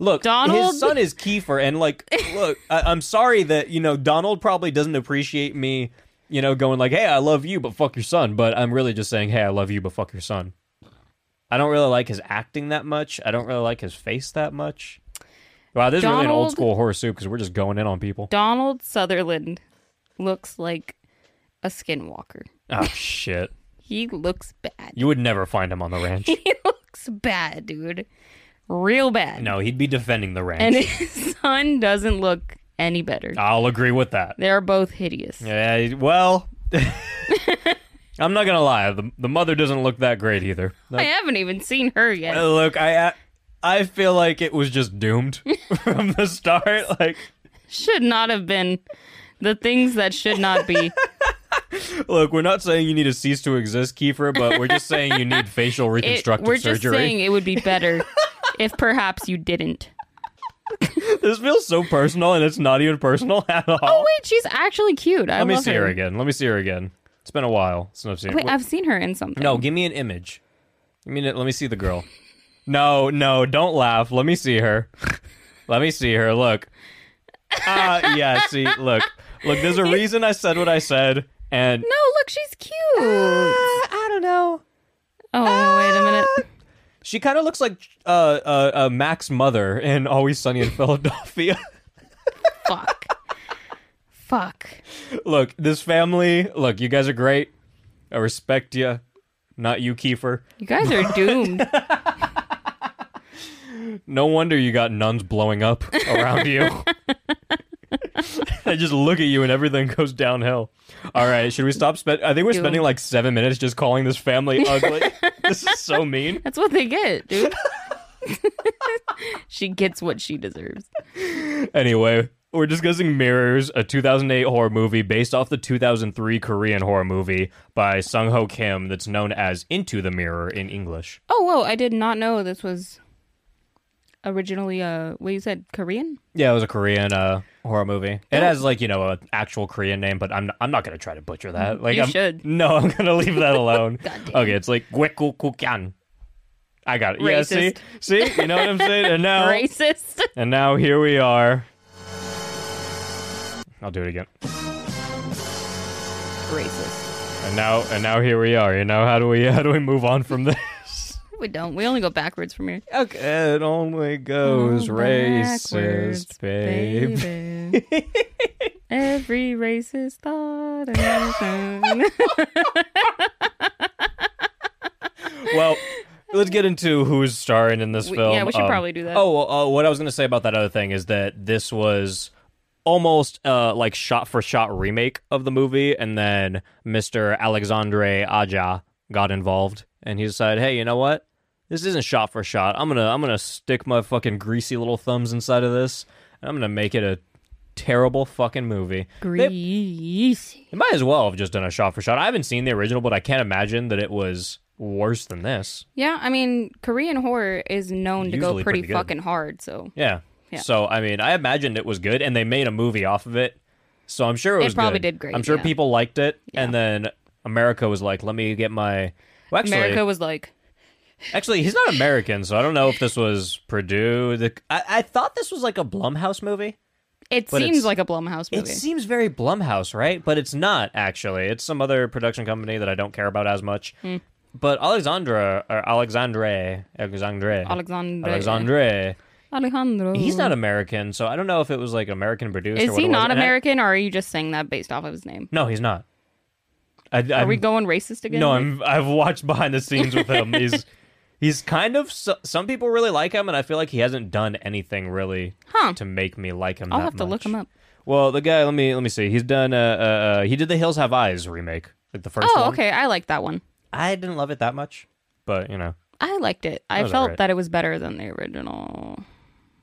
[SPEAKER 2] Look,
[SPEAKER 3] Donald-
[SPEAKER 2] his son is Kiefer, and like, look, I, I'm sorry that you know Donald probably doesn't appreciate me, you know, going like, "Hey, I love you, but fuck your son." But I'm really just saying, "Hey, I love you, but fuck your son." I don't really like his acting that much. I don't really like his face that much. Wow, this is really an old
[SPEAKER 3] Donald-
[SPEAKER 2] school horror soup because we're just going in on people.
[SPEAKER 3] Donald Sutherland looks like a skinwalker.
[SPEAKER 2] Oh shit!
[SPEAKER 3] He looks bad.
[SPEAKER 2] You would never find him on the ranch.
[SPEAKER 3] He looks bad, dude. Real bad.
[SPEAKER 2] No, he'd be defending the ranch.
[SPEAKER 3] And his son doesn't look any better.
[SPEAKER 2] I'll agree with that.
[SPEAKER 3] They're both hideous.
[SPEAKER 2] Yeah, well, I'm not gonna lie. The, the mother doesn't look that great either.
[SPEAKER 3] I haven't even seen her yet.
[SPEAKER 2] Uh, Look, I I feel like it was just doomed from the start. Like,
[SPEAKER 3] should not have been the things that should not be.
[SPEAKER 2] look, we're not saying you need to cease to exist, Kiefer, but we're just saying you need facial
[SPEAKER 3] It,
[SPEAKER 2] reconstructive
[SPEAKER 3] we're just
[SPEAKER 2] surgery.
[SPEAKER 3] saying it would be better if perhaps you didn't.
[SPEAKER 2] This feels so personal, and it's not even personal at all.
[SPEAKER 3] Oh wait, she's actually cute. I
[SPEAKER 2] Let me
[SPEAKER 3] love
[SPEAKER 2] see her. again. Let me see her again. It's been a while since I've seen.
[SPEAKER 3] Wait,
[SPEAKER 2] her.
[SPEAKER 3] I've seen her in something.
[SPEAKER 2] no, give me an image. Give me. An, let me see the girl. No, no, don't laugh. Let me see her. Let me see her. Look. Uh, yeah. See, look, look. There's a reason I said what I said, and
[SPEAKER 3] No, look, she's cute. Oh,
[SPEAKER 2] Uh, I don't know.
[SPEAKER 3] wait a minute.
[SPEAKER 2] She kind of looks like uh, uh, uh, Mac's mother in Always Sunny in Philadelphia.
[SPEAKER 3] Fuck. Fuck.
[SPEAKER 2] look, this family. Look, you guys are great. I respect you. Not you, Kiefer.
[SPEAKER 3] You guys are doomed.
[SPEAKER 2] No wonder you got nuns blowing up around you. I just look at you and everything goes downhill. All right, should we stop? Spend- I think we're spending like seven minutes just calling this family ugly. this is so mean.
[SPEAKER 3] That's what they get, dude. she gets what she deserves.
[SPEAKER 2] Anyway, we're discussing Mirrors, a 2008 horror movie based off the 2003 Korean horror movie by Sung Ho Kim that's known as Into the Mirror in English.
[SPEAKER 3] Oh, whoa, I did not know this was originally uh what you said, Korean?
[SPEAKER 2] Yeah, it was a Korean uh, horror movie.
[SPEAKER 3] Oh.
[SPEAKER 2] It has like you know an actual Korean name, but I'm not, I'm not gonna try to butcher that. Like
[SPEAKER 3] Mm, You
[SPEAKER 2] I'm,
[SPEAKER 3] should.
[SPEAKER 2] No, I'm gonna leave that alone.
[SPEAKER 3] God damn.
[SPEAKER 2] Okay, it's like Gwekukukyan. I got it. Yeah, see,
[SPEAKER 3] Racist.
[SPEAKER 2] see, you know what I'm saying. And now,
[SPEAKER 3] Racist.
[SPEAKER 2] and now here we are. I'll do it again.
[SPEAKER 3] Racist.
[SPEAKER 2] And now, and now here we are. You know, how do we how do we move on from this?
[SPEAKER 3] We don't. We only go backwards from here.
[SPEAKER 2] Okay, it only goes
[SPEAKER 3] Backwards,
[SPEAKER 2] racist, babe.
[SPEAKER 3] baby. Every racist thought. and-
[SPEAKER 2] well, let's get into who's starring in this
[SPEAKER 3] We-
[SPEAKER 2] film.
[SPEAKER 3] yeah, we should probably do that.
[SPEAKER 2] Oh, well, uh, what I was going to say about that other thing is that this was almost uh, like shot for shot remake of the movie, and then Mr. Alexandre Aja got involved, and he decided, hey, you know what? This isn't shot for shot. I'm gonna I'm gonna stick my fucking greasy little thumbs inside of this, and I'm gonna make it a terrible fucking movie. They-
[SPEAKER 3] Greasy.
[SPEAKER 2] it might as well have just done a shot for shot. I haven't seen the original, but I can't imagine that it was worse than this.
[SPEAKER 3] Yeah, I mean, Korean horror is known to
[SPEAKER 2] Usually
[SPEAKER 3] go pretty,
[SPEAKER 2] pretty good.
[SPEAKER 3] fucking hard, so
[SPEAKER 2] Yeah.
[SPEAKER 3] Yeah.
[SPEAKER 2] So I mean, I imagined it was good, and they made a movie off of it. So I'm sure it
[SPEAKER 3] It
[SPEAKER 2] was.
[SPEAKER 3] probably
[SPEAKER 2] good.
[SPEAKER 3] did great,
[SPEAKER 2] I'm sure
[SPEAKER 3] yeah.
[SPEAKER 2] people liked it, and then America was like, "Let me get my." Well, actually,
[SPEAKER 3] America was like,
[SPEAKER 2] actually, he's not American, so I don't know if this was Purdue. The, I, I thought this was like a Blumhouse movie.
[SPEAKER 3] it
[SPEAKER 2] But
[SPEAKER 3] seems
[SPEAKER 2] it's-
[SPEAKER 3] like a Blumhouse movie.
[SPEAKER 2] It seems very Blumhouse, right? But it's not actually. It's some other production company that I don't care about as much.
[SPEAKER 3] Hmm.
[SPEAKER 2] But Alexandra or Alexandre, Alexandre,
[SPEAKER 3] Alexandre.
[SPEAKER 2] Alexandre,
[SPEAKER 3] Alejandro.
[SPEAKER 2] He's not American, so I don't know if it was like American produced. or
[SPEAKER 3] Mm. Is
[SPEAKER 2] what
[SPEAKER 3] he
[SPEAKER 2] it was.
[SPEAKER 3] not
[SPEAKER 2] And I-
[SPEAKER 3] American, or are you just saying that based off of his name?
[SPEAKER 2] no, he's not. I,
[SPEAKER 3] Are we going racist again?
[SPEAKER 2] No, I'm, I've watched behind the scenes with him. He's he's kind of so, some people really like him, and I feel like he hasn't done anything really
[SPEAKER 3] Huh.
[SPEAKER 2] to make me like him.
[SPEAKER 3] I'll
[SPEAKER 2] that
[SPEAKER 3] have to look
[SPEAKER 2] much.
[SPEAKER 3] him up.
[SPEAKER 2] Well, the guy, let me let me see. He's done. Uh, uh, uh, he did the Hills Have Eyes remake, like the first one.
[SPEAKER 3] Oh, okay. I like that one.
[SPEAKER 2] I didn't love it that much, but you know,
[SPEAKER 3] I liked it. I
[SPEAKER 2] was
[SPEAKER 3] felt
[SPEAKER 2] alright.
[SPEAKER 3] that it was better than the original.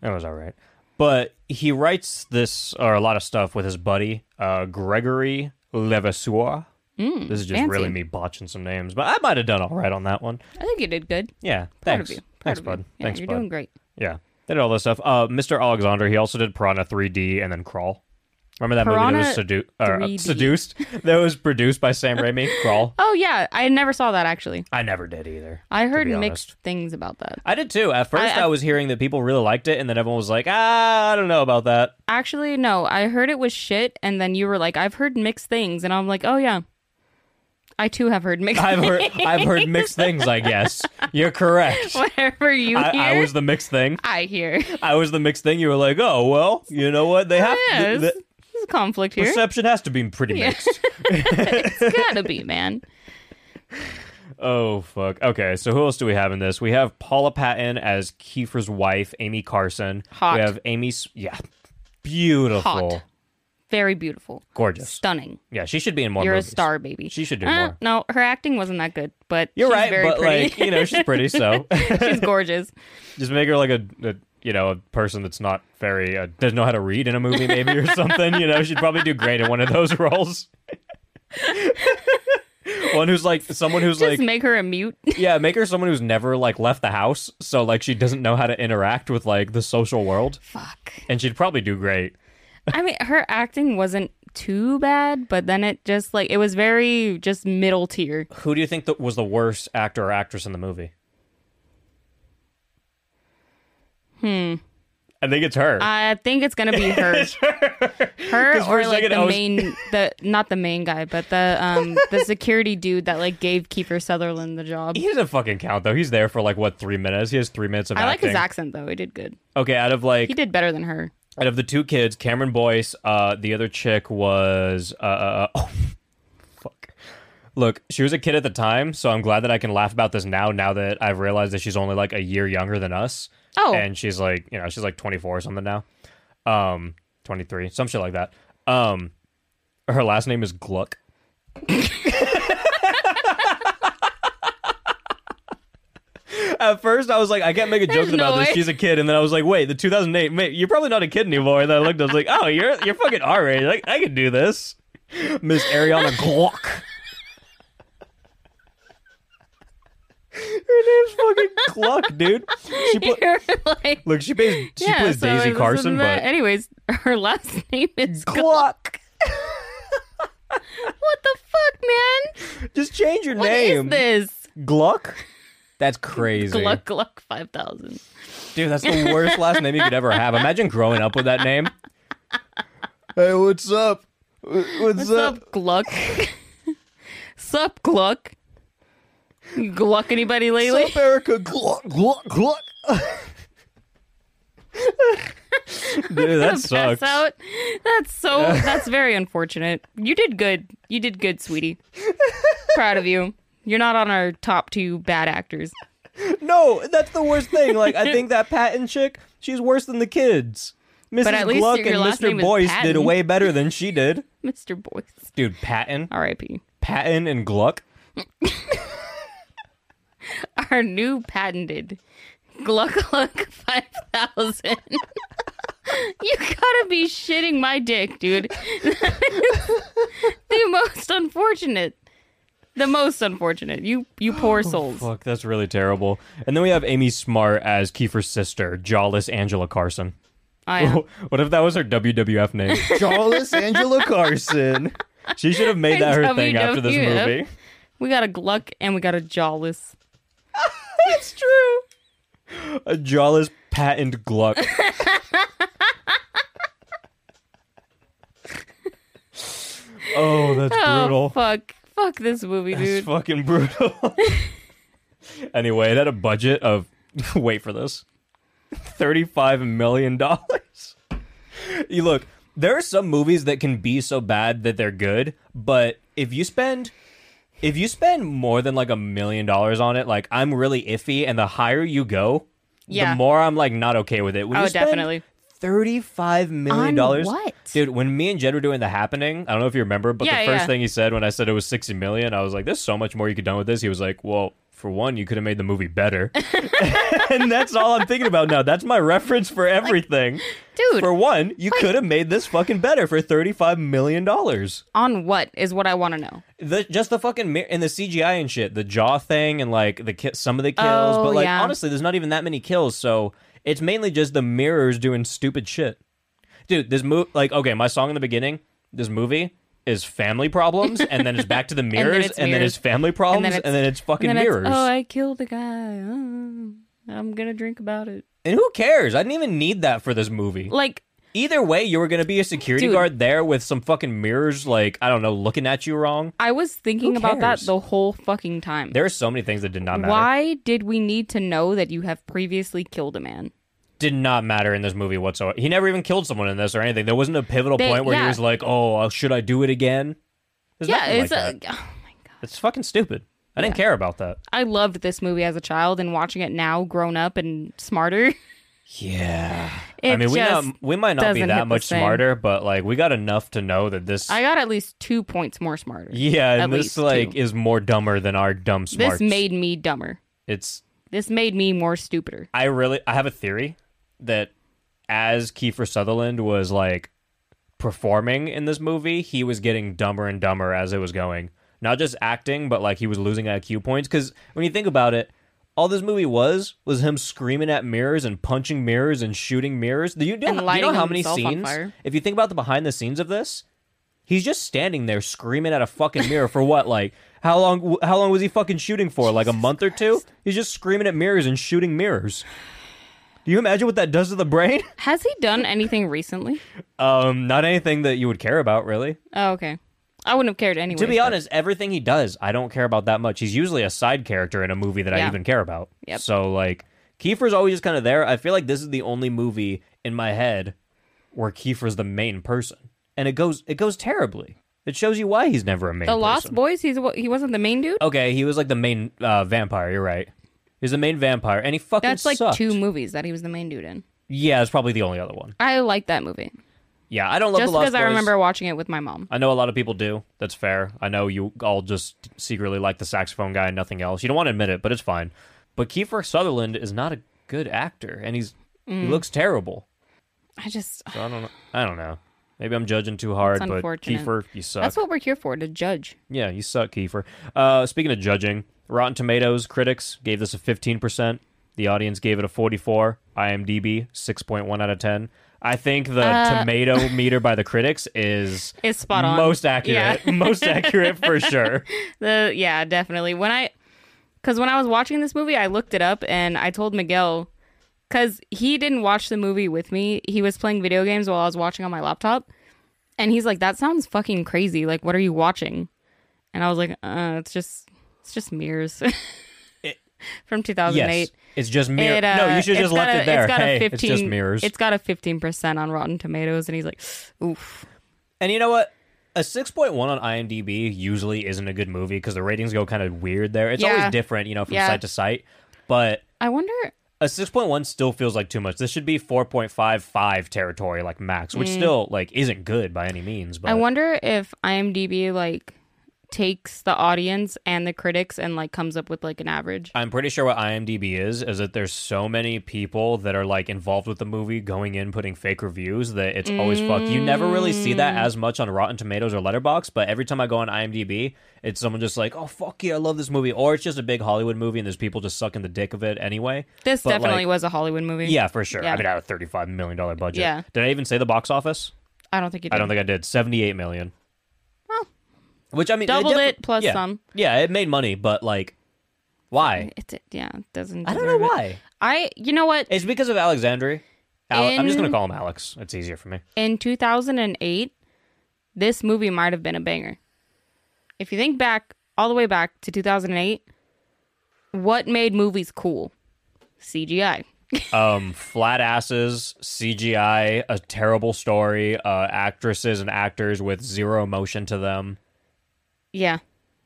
[SPEAKER 2] it was all right. But he writes this or a lot of stuff with his buddy uh, Gregory Levasseur. this is just
[SPEAKER 3] Mm, fancy.
[SPEAKER 2] really me botching some names, but I might have done all right on that one.
[SPEAKER 3] I think you did good.
[SPEAKER 2] Yeah,
[SPEAKER 3] Proud
[SPEAKER 2] thanks,
[SPEAKER 3] of you. Proud
[SPEAKER 2] thanks,
[SPEAKER 3] of you.
[SPEAKER 2] bud.
[SPEAKER 3] Yeah,
[SPEAKER 2] thanks,
[SPEAKER 3] you're
[SPEAKER 2] bud.
[SPEAKER 3] doing great.
[SPEAKER 2] Yeah, they did all this stuff. Uh, Mr. Alexander, he also did Piranha 3D and then Crawl. Remember that movie that was
[SPEAKER 3] Piranha
[SPEAKER 2] sedu- or, uh,
[SPEAKER 3] 3D.
[SPEAKER 2] seduced? That was produced by Sam Raimi. Crawl.
[SPEAKER 3] Oh yeah, I never saw that actually.
[SPEAKER 2] I never did either.
[SPEAKER 3] I heard
[SPEAKER 2] be honest.
[SPEAKER 3] mixed things about that.
[SPEAKER 2] I did too. At first, I,
[SPEAKER 3] I-
[SPEAKER 2] was hearing that people really liked it, and then everyone was like, "Ah, I don't know about that."
[SPEAKER 3] Actually, no, I heard it was shit, and then you were like, "I've heard mixed things," and I'm like, "Oh yeah, I too have heard mixed."
[SPEAKER 2] I've heard I've heard mixed things. I guess you're correct.
[SPEAKER 3] Whatever you
[SPEAKER 2] I,
[SPEAKER 3] hear,
[SPEAKER 2] I was the mixed thing.
[SPEAKER 3] I hear.
[SPEAKER 2] I was the mixed thing. You were like, "Oh well, you know what? They have
[SPEAKER 3] Yeah,
[SPEAKER 2] th-
[SPEAKER 3] there's,
[SPEAKER 2] th-
[SPEAKER 3] there's a conflict here.
[SPEAKER 2] perception has to be pretty mixed."
[SPEAKER 3] It's gotta be, man.
[SPEAKER 2] Oh fuck. Okay, so who else do we have in this? We have Paula Patton as Kiefer's wife, Amy Carson.
[SPEAKER 3] Hot.
[SPEAKER 2] We have Amy. S- Yeah, beautiful,
[SPEAKER 3] Hot. Very beautiful,
[SPEAKER 2] gorgeous.
[SPEAKER 3] stunning.
[SPEAKER 2] yeah, she should be in more.
[SPEAKER 3] You're
[SPEAKER 2] movies.
[SPEAKER 3] a star, baby.
[SPEAKER 2] She should do
[SPEAKER 3] Uh,
[SPEAKER 2] more.
[SPEAKER 3] No, her acting wasn't that good, but
[SPEAKER 2] You're
[SPEAKER 3] she's
[SPEAKER 2] right,
[SPEAKER 3] Very
[SPEAKER 2] but
[SPEAKER 3] pretty.
[SPEAKER 2] like you know, she's pretty. So
[SPEAKER 3] she's gorgeous.
[SPEAKER 2] just make her like a, a you know a person that's not very uh, doesn't know how to read in a movie maybe or something. You know, she'd probably do great in one of those roles. one who's like someone who's
[SPEAKER 3] Just
[SPEAKER 2] like
[SPEAKER 3] make her a mute.
[SPEAKER 2] yeah, make her someone who's never like left the house, so like she doesn't know how to interact with like the social world.
[SPEAKER 3] Fuck.
[SPEAKER 2] and she'd probably do great.
[SPEAKER 3] I mean, her acting wasn't too bad, but then it just like it was very just middle tier.
[SPEAKER 2] Who do you think that was the worst actor or actress in the movie? Hmm. I think it's her.
[SPEAKER 3] I think it's gonna be her, her
[SPEAKER 2] for
[SPEAKER 3] or
[SPEAKER 2] a
[SPEAKER 3] like
[SPEAKER 2] second I
[SPEAKER 3] the
[SPEAKER 2] was-
[SPEAKER 3] main, the not the main guy, but the um the security dude that like gave Kiefer Sutherland the job.
[SPEAKER 2] he doesn't fucking count though. He's there for like what three minutes? He has three minutes of
[SPEAKER 3] I like
[SPEAKER 2] acting.
[SPEAKER 3] his accent though; he did good.
[SPEAKER 2] okay, out of like
[SPEAKER 3] He did better than her.
[SPEAKER 2] out of the two kids, Cameron Boyce, uh, the other chick was uh, uh, uh, oh, fuck. Look, she was a kid at the time, so I'm glad that I can laugh about this now. Now that I've realized that she's only like a year younger than us,
[SPEAKER 3] Oh.
[SPEAKER 2] and she's like, you know, she's like 24 or something now, um, 23, some shit like that. Um, her last name is Gluck. At first, I was like, I can't make a joke
[SPEAKER 3] There's no
[SPEAKER 2] about this.
[SPEAKER 3] way.
[SPEAKER 2] She's a kid, and then I was like, wait, the 2008, mate, you're probably not a kid anymore. And then I looked, I was like, oh, you're you're fucking all right. Like, I can do this, Miss Ariana Gluck. Her name's fucking Gluck, dude. She pla-
[SPEAKER 3] You're like,
[SPEAKER 2] look, she plays she
[SPEAKER 3] yeah,
[SPEAKER 2] plays
[SPEAKER 3] so
[SPEAKER 2] Daisy
[SPEAKER 3] it was-
[SPEAKER 2] Carson,
[SPEAKER 3] wasn't that-
[SPEAKER 2] but
[SPEAKER 3] anyways, her last name is
[SPEAKER 2] Gluck.
[SPEAKER 3] What the fuck, man?
[SPEAKER 2] Just change your
[SPEAKER 3] What is
[SPEAKER 2] name,
[SPEAKER 3] this?
[SPEAKER 2] Gluck. That's crazy,
[SPEAKER 3] Gluck Gluck five thousand.
[SPEAKER 2] dude. That's the worst last name you could ever have. Imagine growing up with that name. Hey, what's up? What's,
[SPEAKER 3] Sup, Gluck? Sup, Gluck? Gluck anybody lately?
[SPEAKER 2] Erica? Gluck, gluck, gluck. Dude, that
[SPEAKER 3] Pass
[SPEAKER 2] sucks.
[SPEAKER 3] out. That's so. That's very unfortunate. You did good. You did good, sweetie. Proud of you. You're not on our top two bad actors.
[SPEAKER 2] No, that's the worst thing. Like, I think that Patton chick, she's worse than the kids. Mrs.
[SPEAKER 3] at least
[SPEAKER 2] Gluck
[SPEAKER 3] your
[SPEAKER 2] and
[SPEAKER 3] last
[SPEAKER 2] Mr.
[SPEAKER 3] name is
[SPEAKER 2] Boyce did
[SPEAKER 3] Patton.
[SPEAKER 2] way better than she did.
[SPEAKER 3] Mr. Boyce.
[SPEAKER 2] Dude, Patton,
[SPEAKER 3] R.I.P.
[SPEAKER 2] Patton, and Gluck.
[SPEAKER 3] Our new patented Gluck Gluck 5000. you gotta be shitting my dick, dude. the most unfortunate. The most unfortunate. You you poor souls.
[SPEAKER 2] Oh, Fuck, that's really terrible. And then we have Amy Smart as Kiefer's sister, Jawless Angela Carson.
[SPEAKER 3] I am.
[SPEAKER 2] What if that was her WWF name? Jawless Angela Carson. She should have made that her thing after this
[SPEAKER 3] WWF.
[SPEAKER 2] movie.
[SPEAKER 3] We got a Gluck and we got a Jawless.
[SPEAKER 2] That's true. A jawless patent gluck. oh, that's
[SPEAKER 3] Oh,
[SPEAKER 2] brutal.
[SPEAKER 3] fuck. Fuck this movie, dude.
[SPEAKER 2] That's fucking brutal. anyway, it had a budget of wait for this. thirty-five million dollars. You look. There are some movies that can be so bad that they're good, but if you spend if you spend more than like a million dollars on it, like I'm really iffy. And the higher you go,
[SPEAKER 3] Yeah.
[SPEAKER 2] the more I'm like not okay with it. When
[SPEAKER 3] Oh,
[SPEAKER 2] you spend
[SPEAKER 3] definitely.
[SPEAKER 2] Thirty-five million
[SPEAKER 3] On
[SPEAKER 2] dollars.
[SPEAKER 3] what?
[SPEAKER 2] dude? When me and Jed were doing the happening, I don't know if you remember, but
[SPEAKER 3] Yeah,
[SPEAKER 2] the first
[SPEAKER 3] yeah.
[SPEAKER 2] thing he said when I said it was sixty million, I was like, "There's so much more you could done with this." He was like, "Well, for one, you could have made the movie better," and that's all I'm thinking about now. That's my reference for everything.
[SPEAKER 3] dude.
[SPEAKER 2] for one, you could have made this fucking better for thirty-five million dollars
[SPEAKER 3] on what is what I want to know.
[SPEAKER 2] the just the fucking mi- and the CGI and shit, the jaw thing and like the ki- some of the kills,
[SPEAKER 3] Oh,
[SPEAKER 2] but like
[SPEAKER 3] yeah.
[SPEAKER 2] honestly, there's not even that many kills, so it's mainly just the mirrors doing stupid shit. Dude, this move like okay, my song in the beginning, this movie is family problems, and then it's back to the mirrors,
[SPEAKER 3] it's
[SPEAKER 2] and then
[SPEAKER 3] mirrors.
[SPEAKER 2] it's family problems, and then
[SPEAKER 3] it's-
[SPEAKER 2] it's, fucking
[SPEAKER 3] And then it's,
[SPEAKER 2] mirrors.
[SPEAKER 3] oh, I killed a guy. Oh, I'm gonna drink about it.
[SPEAKER 2] and who cares? I didn't even need that for this movie.
[SPEAKER 3] Like,
[SPEAKER 2] Either way, you were gonna be a security
[SPEAKER 3] Dude.
[SPEAKER 2] guard there with some fucking mirrors, like I don't know, looking at you wrong.
[SPEAKER 3] I was thinking
[SPEAKER 2] Who
[SPEAKER 3] about that
[SPEAKER 2] cares?
[SPEAKER 3] the whole fucking time.
[SPEAKER 2] There are so many things that did not matter.
[SPEAKER 3] Why did we need to know that you have previously killed a man?
[SPEAKER 2] did not matter in this movie whatsoever. He never even killed someone in this or anything. There wasn't a pivotal
[SPEAKER 3] They-
[SPEAKER 2] point where he
[SPEAKER 3] yeah.
[SPEAKER 2] was like, "Oh, uh, should I do it again?" There's
[SPEAKER 3] yeah,
[SPEAKER 2] nothing
[SPEAKER 3] it's
[SPEAKER 2] like that.
[SPEAKER 3] a, oh my god.
[SPEAKER 2] It's fucking stupid. I didn't care about that.
[SPEAKER 3] I loved this movie as a child, and watching it now, grown up and smarter.
[SPEAKER 2] Yeah, I
[SPEAKER 3] It
[SPEAKER 2] mean, we
[SPEAKER 3] just
[SPEAKER 2] not, we might not be
[SPEAKER 3] doesn't hit
[SPEAKER 2] that
[SPEAKER 3] the
[SPEAKER 2] much
[SPEAKER 3] same.
[SPEAKER 2] smarter, but like we got enough to know that this.
[SPEAKER 3] I got at least two points more smarter.
[SPEAKER 2] yeah,
[SPEAKER 3] at
[SPEAKER 2] and this
[SPEAKER 3] least
[SPEAKER 2] like
[SPEAKER 3] two.
[SPEAKER 2] is more dumber than our dumb smarts.
[SPEAKER 3] This made me dumber.
[SPEAKER 2] it's.
[SPEAKER 3] This made me more stupider.
[SPEAKER 2] I really I have a theory that as Kiefer Sutherland was like performing in this movie, he was getting dumber and dumber as it was going. Not just acting, but like he was losing IQ points. Because when you think about it, all this movie was was him screaming at mirrors and punching mirrors and shooting mirrors. Do you, do you
[SPEAKER 3] And
[SPEAKER 2] know
[SPEAKER 3] lighting
[SPEAKER 2] how many
[SPEAKER 3] himself on
[SPEAKER 2] scenes?
[SPEAKER 3] fire.
[SPEAKER 2] If you think about the behind the scenes of this, he's just standing there screaming at a fucking mirror for what? Like how long? How long was he fucking shooting for? like a month or two? He's just screaming at mirrors and shooting mirrors. Do you imagine what that does to the brain?
[SPEAKER 3] Has he done anything recently?
[SPEAKER 2] Um, not anything that you would care about, really.
[SPEAKER 3] Oh, okay. I wouldn't have cared anyway.
[SPEAKER 2] To be honest, everything he does, I don't care about that much. He's usually a side character in a movie that I
[SPEAKER 3] Yeah.
[SPEAKER 2] even care about.
[SPEAKER 3] Yep.
[SPEAKER 2] So like Kiefer's always just kind of there. I feel like this is the only movie in my head where Kiefer's the main person. And it goes it goes terribly. It shows you why he's never a main
[SPEAKER 3] The
[SPEAKER 2] person. Oh,
[SPEAKER 3] Lost Boys. He's wa- he wasn't the main dude.
[SPEAKER 2] Okay, he was like the main uh, vampire, you're right. He's the main vampire and he fucking
[SPEAKER 3] That's like
[SPEAKER 2] sucked.
[SPEAKER 3] two movies that he was the main dude in.
[SPEAKER 2] Yeah, it's probably the only other one.
[SPEAKER 3] I like that movie
[SPEAKER 2] Yeah, I don't love
[SPEAKER 3] just
[SPEAKER 2] the Lost
[SPEAKER 3] because I
[SPEAKER 2] Boys.
[SPEAKER 3] remember watching it with my mom.
[SPEAKER 2] I know a lot of people do. That's fair. I know you all just secretly like the saxophone guy and nothing else. You don't want to admit it, but it's fine. But Kiefer Sutherland is not a good actor, and he's
[SPEAKER 3] Mm.
[SPEAKER 2] he looks terrible.
[SPEAKER 3] I just
[SPEAKER 2] So I don't know. I don't know. Maybe I'm judging too hard,
[SPEAKER 3] That's
[SPEAKER 2] but
[SPEAKER 3] unfortunate.
[SPEAKER 2] Kiefer, you suck.
[SPEAKER 3] that's what we're here for to judge.
[SPEAKER 2] yeah, you suck, Kiefer. Uh, speaking of judging, Rotten Tomatoes critics gave this a 15%. The audience gave it a 44. IMDb 6.1 out of 10. I think the tomato meter by the critics is
[SPEAKER 3] Uh, Is spot on.
[SPEAKER 2] Most accurate.
[SPEAKER 3] Yeah.
[SPEAKER 2] most accurate for sure.
[SPEAKER 3] The yeah, definitely. When I because when I was watching this movie, I looked it up and I told Miguel because he didn't watch the movie with me. He was playing video games while I was watching on my laptop, and he's like, "That sounds fucking crazy. Like, what are you watching?" And I was like, "Uh, it's just it's just mirrors." From 2008.
[SPEAKER 2] Yes. It's just mirrors.
[SPEAKER 3] It, uh,
[SPEAKER 2] no, you should
[SPEAKER 3] it's
[SPEAKER 2] just
[SPEAKER 3] got
[SPEAKER 2] left
[SPEAKER 3] a-
[SPEAKER 2] it there.
[SPEAKER 3] It's got
[SPEAKER 2] hey,
[SPEAKER 3] a 15,
[SPEAKER 2] it's just mirrors.
[SPEAKER 3] It's got a 15% on Rotten Tomatoes. And he's like, oof.
[SPEAKER 2] and you know what? A 6.1 on IMDb usually isn't a good movie because the ratings go kind of weird there. It's
[SPEAKER 3] Yeah.
[SPEAKER 2] always different, you know, from
[SPEAKER 3] Yeah.
[SPEAKER 2] site to site. But
[SPEAKER 3] I wonder.
[SPEAKER 2] a 6.1 still feels like too much. This should be 4.55 territory, like max, which still like isn't good by any means. But
[SPEAKER 3] Mm. I wonder if IMDb like takes the audience and the critics and like comes up with like an average.
[SPEAKER 2] I'm pretty sure what IMDb is is that there's so many people that are like involved with the movie going in putting fake reviews that it's always fucked. You never really see that as much on Rotten Tomatoes or Letterboxd, but every time I go on IMDb, it's someone just like, "Oh fuck yeah, I love this movie," or it's just a big Hollywood movie and there's people just sucking the dick of it anyway.
[SPEAKER 3] This
[SPEAKER 2] But,
[SPEAKER 3] definitely
[SPEAKER 2] like,
[SPEAKER 3] was a Hollywood movie.
[SPEAKER 2] Yeah, for sure. I
[SPEAKER 3] Yeah.
[SPEAKER 2] mean, out of thirty-five million dollar budget.
[SPEAKER 3] Yeah.
[SPEAKER 2] Did I even say the box office?
[SPEAKER 3] I don't think you did.
[SPEAKER 2] I don't think I did. Seventy-eight million.
[SPEAKER 3] Well,
[SPEAKER 2] Which I mean,
[SPEAKER 3] doubled
[SPEAKER 2] defi-
[SPEAKER 3] it plus
[SPEAKER 2] yeah.
[SPEAKER 3] some.
[SPEAKER 2] Yeah, it made money, but like, why?
[SPEAKER 3] It's, it, yeah, it doesn't.
[SPEAKER 2] I don't know
[SPEAKER 3] deserve it.
[SPEAKER 2] why.
[SPEAKER 3] I, you know what?
[SPEAKER 2] It's because of Alexandria. Al- I'm just
[SPEAKER 3] In-
[SPEAKER 2] gonna call him Alex. It's easier for me.
[SPEAKER 3] in 2008, this movie might have been a banger. If you think back all the way back to 2008, what made movies cool? CGI.
[SPEAKER 2] um, flat asses, CGI, a terrible story, uh, actresses and actors with zero emotion to them.
[SPEAKER 3] Yeah.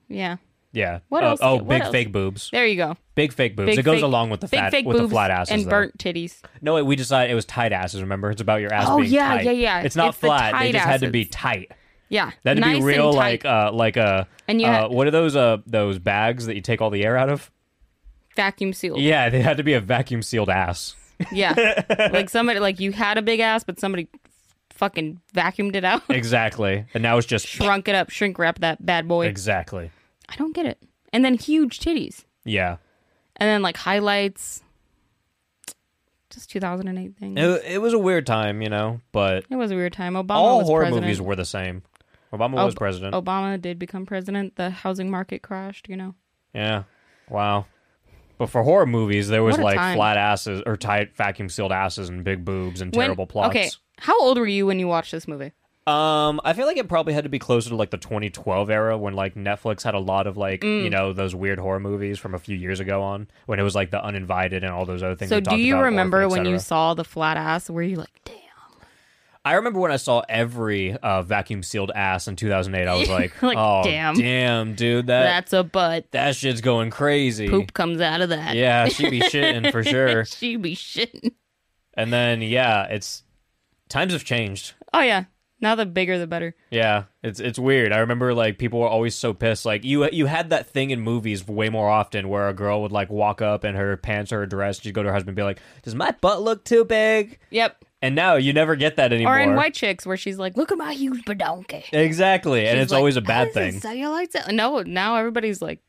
[SPEAKER 3] Yeah.
[SPEAKER 2] Yeah.
[SPEAKER 3] What
[SPEAKER 2] Uh,
[SPEAKER 3] else-
[SPEAKER 2] Oh,
[SPEAKER 3] what
[SPEAKER 2] big
[SPEAKER 3] else?
[SPEAKER 2] fake boobs.
[SPEAKER 3] There you go.
[SPEAKER 2] Big fake boobs.
[SPEAKER 3] Big
[SPEAKER 2] it goes
[SPEAKER 3] fake-
[SPEAKER 2] along with the
[SPEAKER 3] big
[SPEAKER 2] fat
[SPEAKER 3] fake
[SPEAKER 2] with the
[SPEAKER 3] boobs
[SPEAKER 2] flat asses
[SPEAKER 3] and
[SPEAKER 2] though.
[SPEAKER 3] burnt titties.
[SPEAKER 2] No, wait, we decided it was tight asses. Remember, it's about your ass
[SPEAKER 3] Oh,
[SPEAKER 2] being
[SPEAKER 3] yeah,
[SPEAKER 2] tight.
[SPEAKER 3] yeah, yeah.
[SPEAKER 2] It's not
[SPEAKER 3] It's the
[SPEAKER 2] flat. they
[SPEAKER 3] tight
[SPEAKER 2] just had to be
[SPEAKER 3] asses.
[SPEAKER 2] tight.
[SPEAKER 3] Yeah.
[SPEAKER 2] That'd
[SPEAKER 3] nice
[SPEAKER 2] be real,
[SPEAKER 3] and tight.
[SPEAKER 2] like uh, like a
[SPEAKER 3] And you
[SPEAKER 2] uh,
[SPEAKER 3] had-
[SPEAKER 2] what are those uh those bags that you take all the air out of?
[SPEAKER 3] vacuum sealed. Yeah.
[SPEAKER 2] Yeah, they had to be a vacuum sealed ass.
[SPEAKER 3] like somebody like you had a big ass, but somebody fucking vacuumed it out,
[SPEAKER 2] Exactly, and now it's just
[SPEAKER 3] shrunk it up, shrink wrap that bad boy.
[SPEAKER 2] exactly.
[SPEAKER 3] I don't get it. And then huge titties.
[SPEAKER 2] Yeah,
[SPEAKER 3] And then like highlights. Just 2008 thing.
[SPEAKER 2] it, it was a weird time, you know, but
[SPEAKER 3] It was a weird time. Obama
[SPEAKER 2] all
[SPEAKER 3] was
[SPEAKER 2] horror
[SPEAKER 3] president. Oh,
[SPEAKER 2] movies were the same. Obama
[SPEAKER 3] Ob-
[SPEAKER 2] was president.
[SPEAKER 3] Obama did become president. The housing market crashed, you know.
[SPEAKER 2] Yeah, wow. But for horror movies, there was
[SPEAKER 3] What a
[SPEAKER 2] like
[SPEAKER 3] time.
[SPEAKER 2] flat asses or tight vacuum sealed asses and big boobs and
[SPEAKER 3] When-
[SPEAKER 2] terrible plots.
[SPEAKER 3] Okay, how old were you when you watched this movie?
[SPEAKER 2] Um, I feel like it probably had to be closer to like the 2012 era when like Netflix had a lot of like
[SPEAKER 3] Mm.
[SPEAKER 2] you know those weird horror movies from a few years ago on when it was like the Uninvited and all those other things.
[SPEAKER 3] So
[SPEAKER 2] we
[SPEAKER 3] do
[SPEAKER 2] talked
[SPEAKER 3] you
[SPEAKER 2] about,
[SPEAKER 3] remember
[SPEAKER 2] Orphan,
[SPEAKER 3] when you
[SPEAKER 2] etc..
[SPEAKER 3] saw the flat ass? Were you like, damn?
[SPEAKER 2] I remember when I saw every uh, vacuum sealed ass in 2008. I was like,
[SPEAKER 3] Like,
[SPEAKER 2] oh
[SPEAKER 3] damn.
[SPEAKER 2] damn, dude, that
[SPEAKER 3] That's a butt.
[SPEAKER 2] that shit's going crazy.
[SPEAKER 3] Poop comes out of that.
[SPEAKER 2] Yeah, she be shitting for sure.
[SPEAKER 3] she be shitting.
[SPEAKER 2] And then yeah, it's times have changed.
[SPEAKER 3] Oh yeah. Now the bigger the better.
[SPEAKER 2] Yeah, it's it's weird. I remember like people were always so pissed. Like you you had that thing in movies way more often where a girl would like walk up in her pants or her dress, she'd go to her husband and be like, "Does my butt look too big?"
[SPEAKER 3] Yep.
[SPEAKER 2] And now you never get that anymore.
[SPEAKER 3] Or in White Chicks where she's like, look at my huge badonky.
[SPEAKER 2] Exactly, and
[SPEAKER 3] She's
[SPEAKER 2] it's
[SPEAKER 3] like,
[SPEAKER 2] always a
[SPEAKER 3] "Oh,
[SPEAKER 2] bad
[SPEAKER 3] this is
[SPEAKER 2] thing.
[SPEAKER 3] Cellulite. cell-" No, now everybody's like,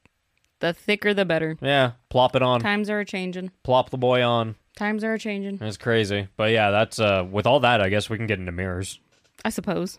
[SPEAKER 3] the thicker the better.
[SPEAKER 2] Yeah, plop it on,
[SPEAKER 3] Times are changing.
[SPEAKER 2] plop the boy on.
[SPEAKER 3] Times are changing.
[SPEAKER 2] It's crazy, but yeah, that's uh with all that, I guess we can get into mirrors.
[SPEAKER 3] I suppose.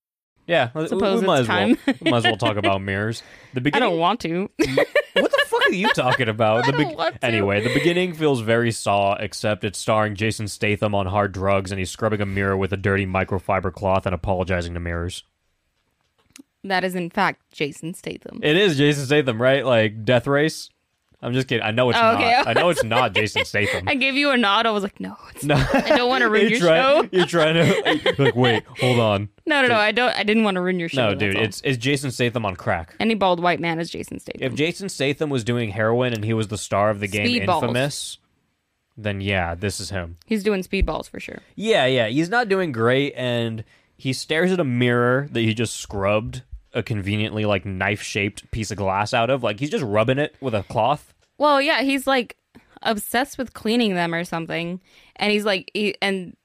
[SPEAKER 2] Yeah, we- we
[SPEAKER 3] Suppose
[SPEAKER 2] might as
[SPEAKER 3] it's
[SPEAKER 2] well
[SPEAKER 3] time.
[SPEAKER 2] we might as well talk about mirrors. The
[SPEAKER 3] I
[SPEAKER 2] beginning.
[SPEAKER 3] don't want to.
[SPEAKER 2] what the fuck are you talking about? The
[SPEAKER 3] don't want to.
[SPEAKER 2] Anyway, the beginning feels very Saw, except it's starring Jason Statham on hard drugs and he's scrubbing a mirror with a dirty microfiber cloth and apologizing to mirrors.
[SPEAKER 3] that is in fact Jason Statham.
[SPEAKER 2] It is Jason Statham, right? Like Death Race. I'm just kidding. I know it's
[SPEAKER 3] Oh, okay.
[SPEAKER 2] not. I know it's not Jason Statham.
[SPEAKER 3] I gave you a nod. I was like, no, it's
[SPEAKER 2] No.
[SPEAKER 3] I don't want to ruin
[SPEAKER 2] you're,
[SPEAKER 3] your
[SPEAKER 2] trying,
[SPEAKER 3] show.
[SPEAKER 2] you're trying to like wait, hold on.
[SPEAKER 3] No, no, no. I don't. I didn't want to ruin your show.
[SPEAKER 2] No,
[SPEAKER 3] that's
[SPEAKER 2] dude,
[SPEAKER 3] all.
[SPEAKER 2] it's it's Jason Statham on crack.
[SPEAKER 3] any bald white man is Jason Statham.
[SPEAKER 2] If Jason Statham was doing heroin and he was the star of the game
[SPEAKER 3] Speedballs.
[SPEAKER 2] Infamous, then yeah, this is him.
[SPEAKER 3] He's doing speedballs for sure.
[SPEAKER 2] Yeah, yeah. He's not doing great, and he stares at a mirror that he just scrubbed a conveniently like knife shaped piece of glass out of. Like he's just rubbing it with a cloth.
[SPEAKER 3] Well, yeah, he's like obsessed with cleaning them or something, and he's like, he, and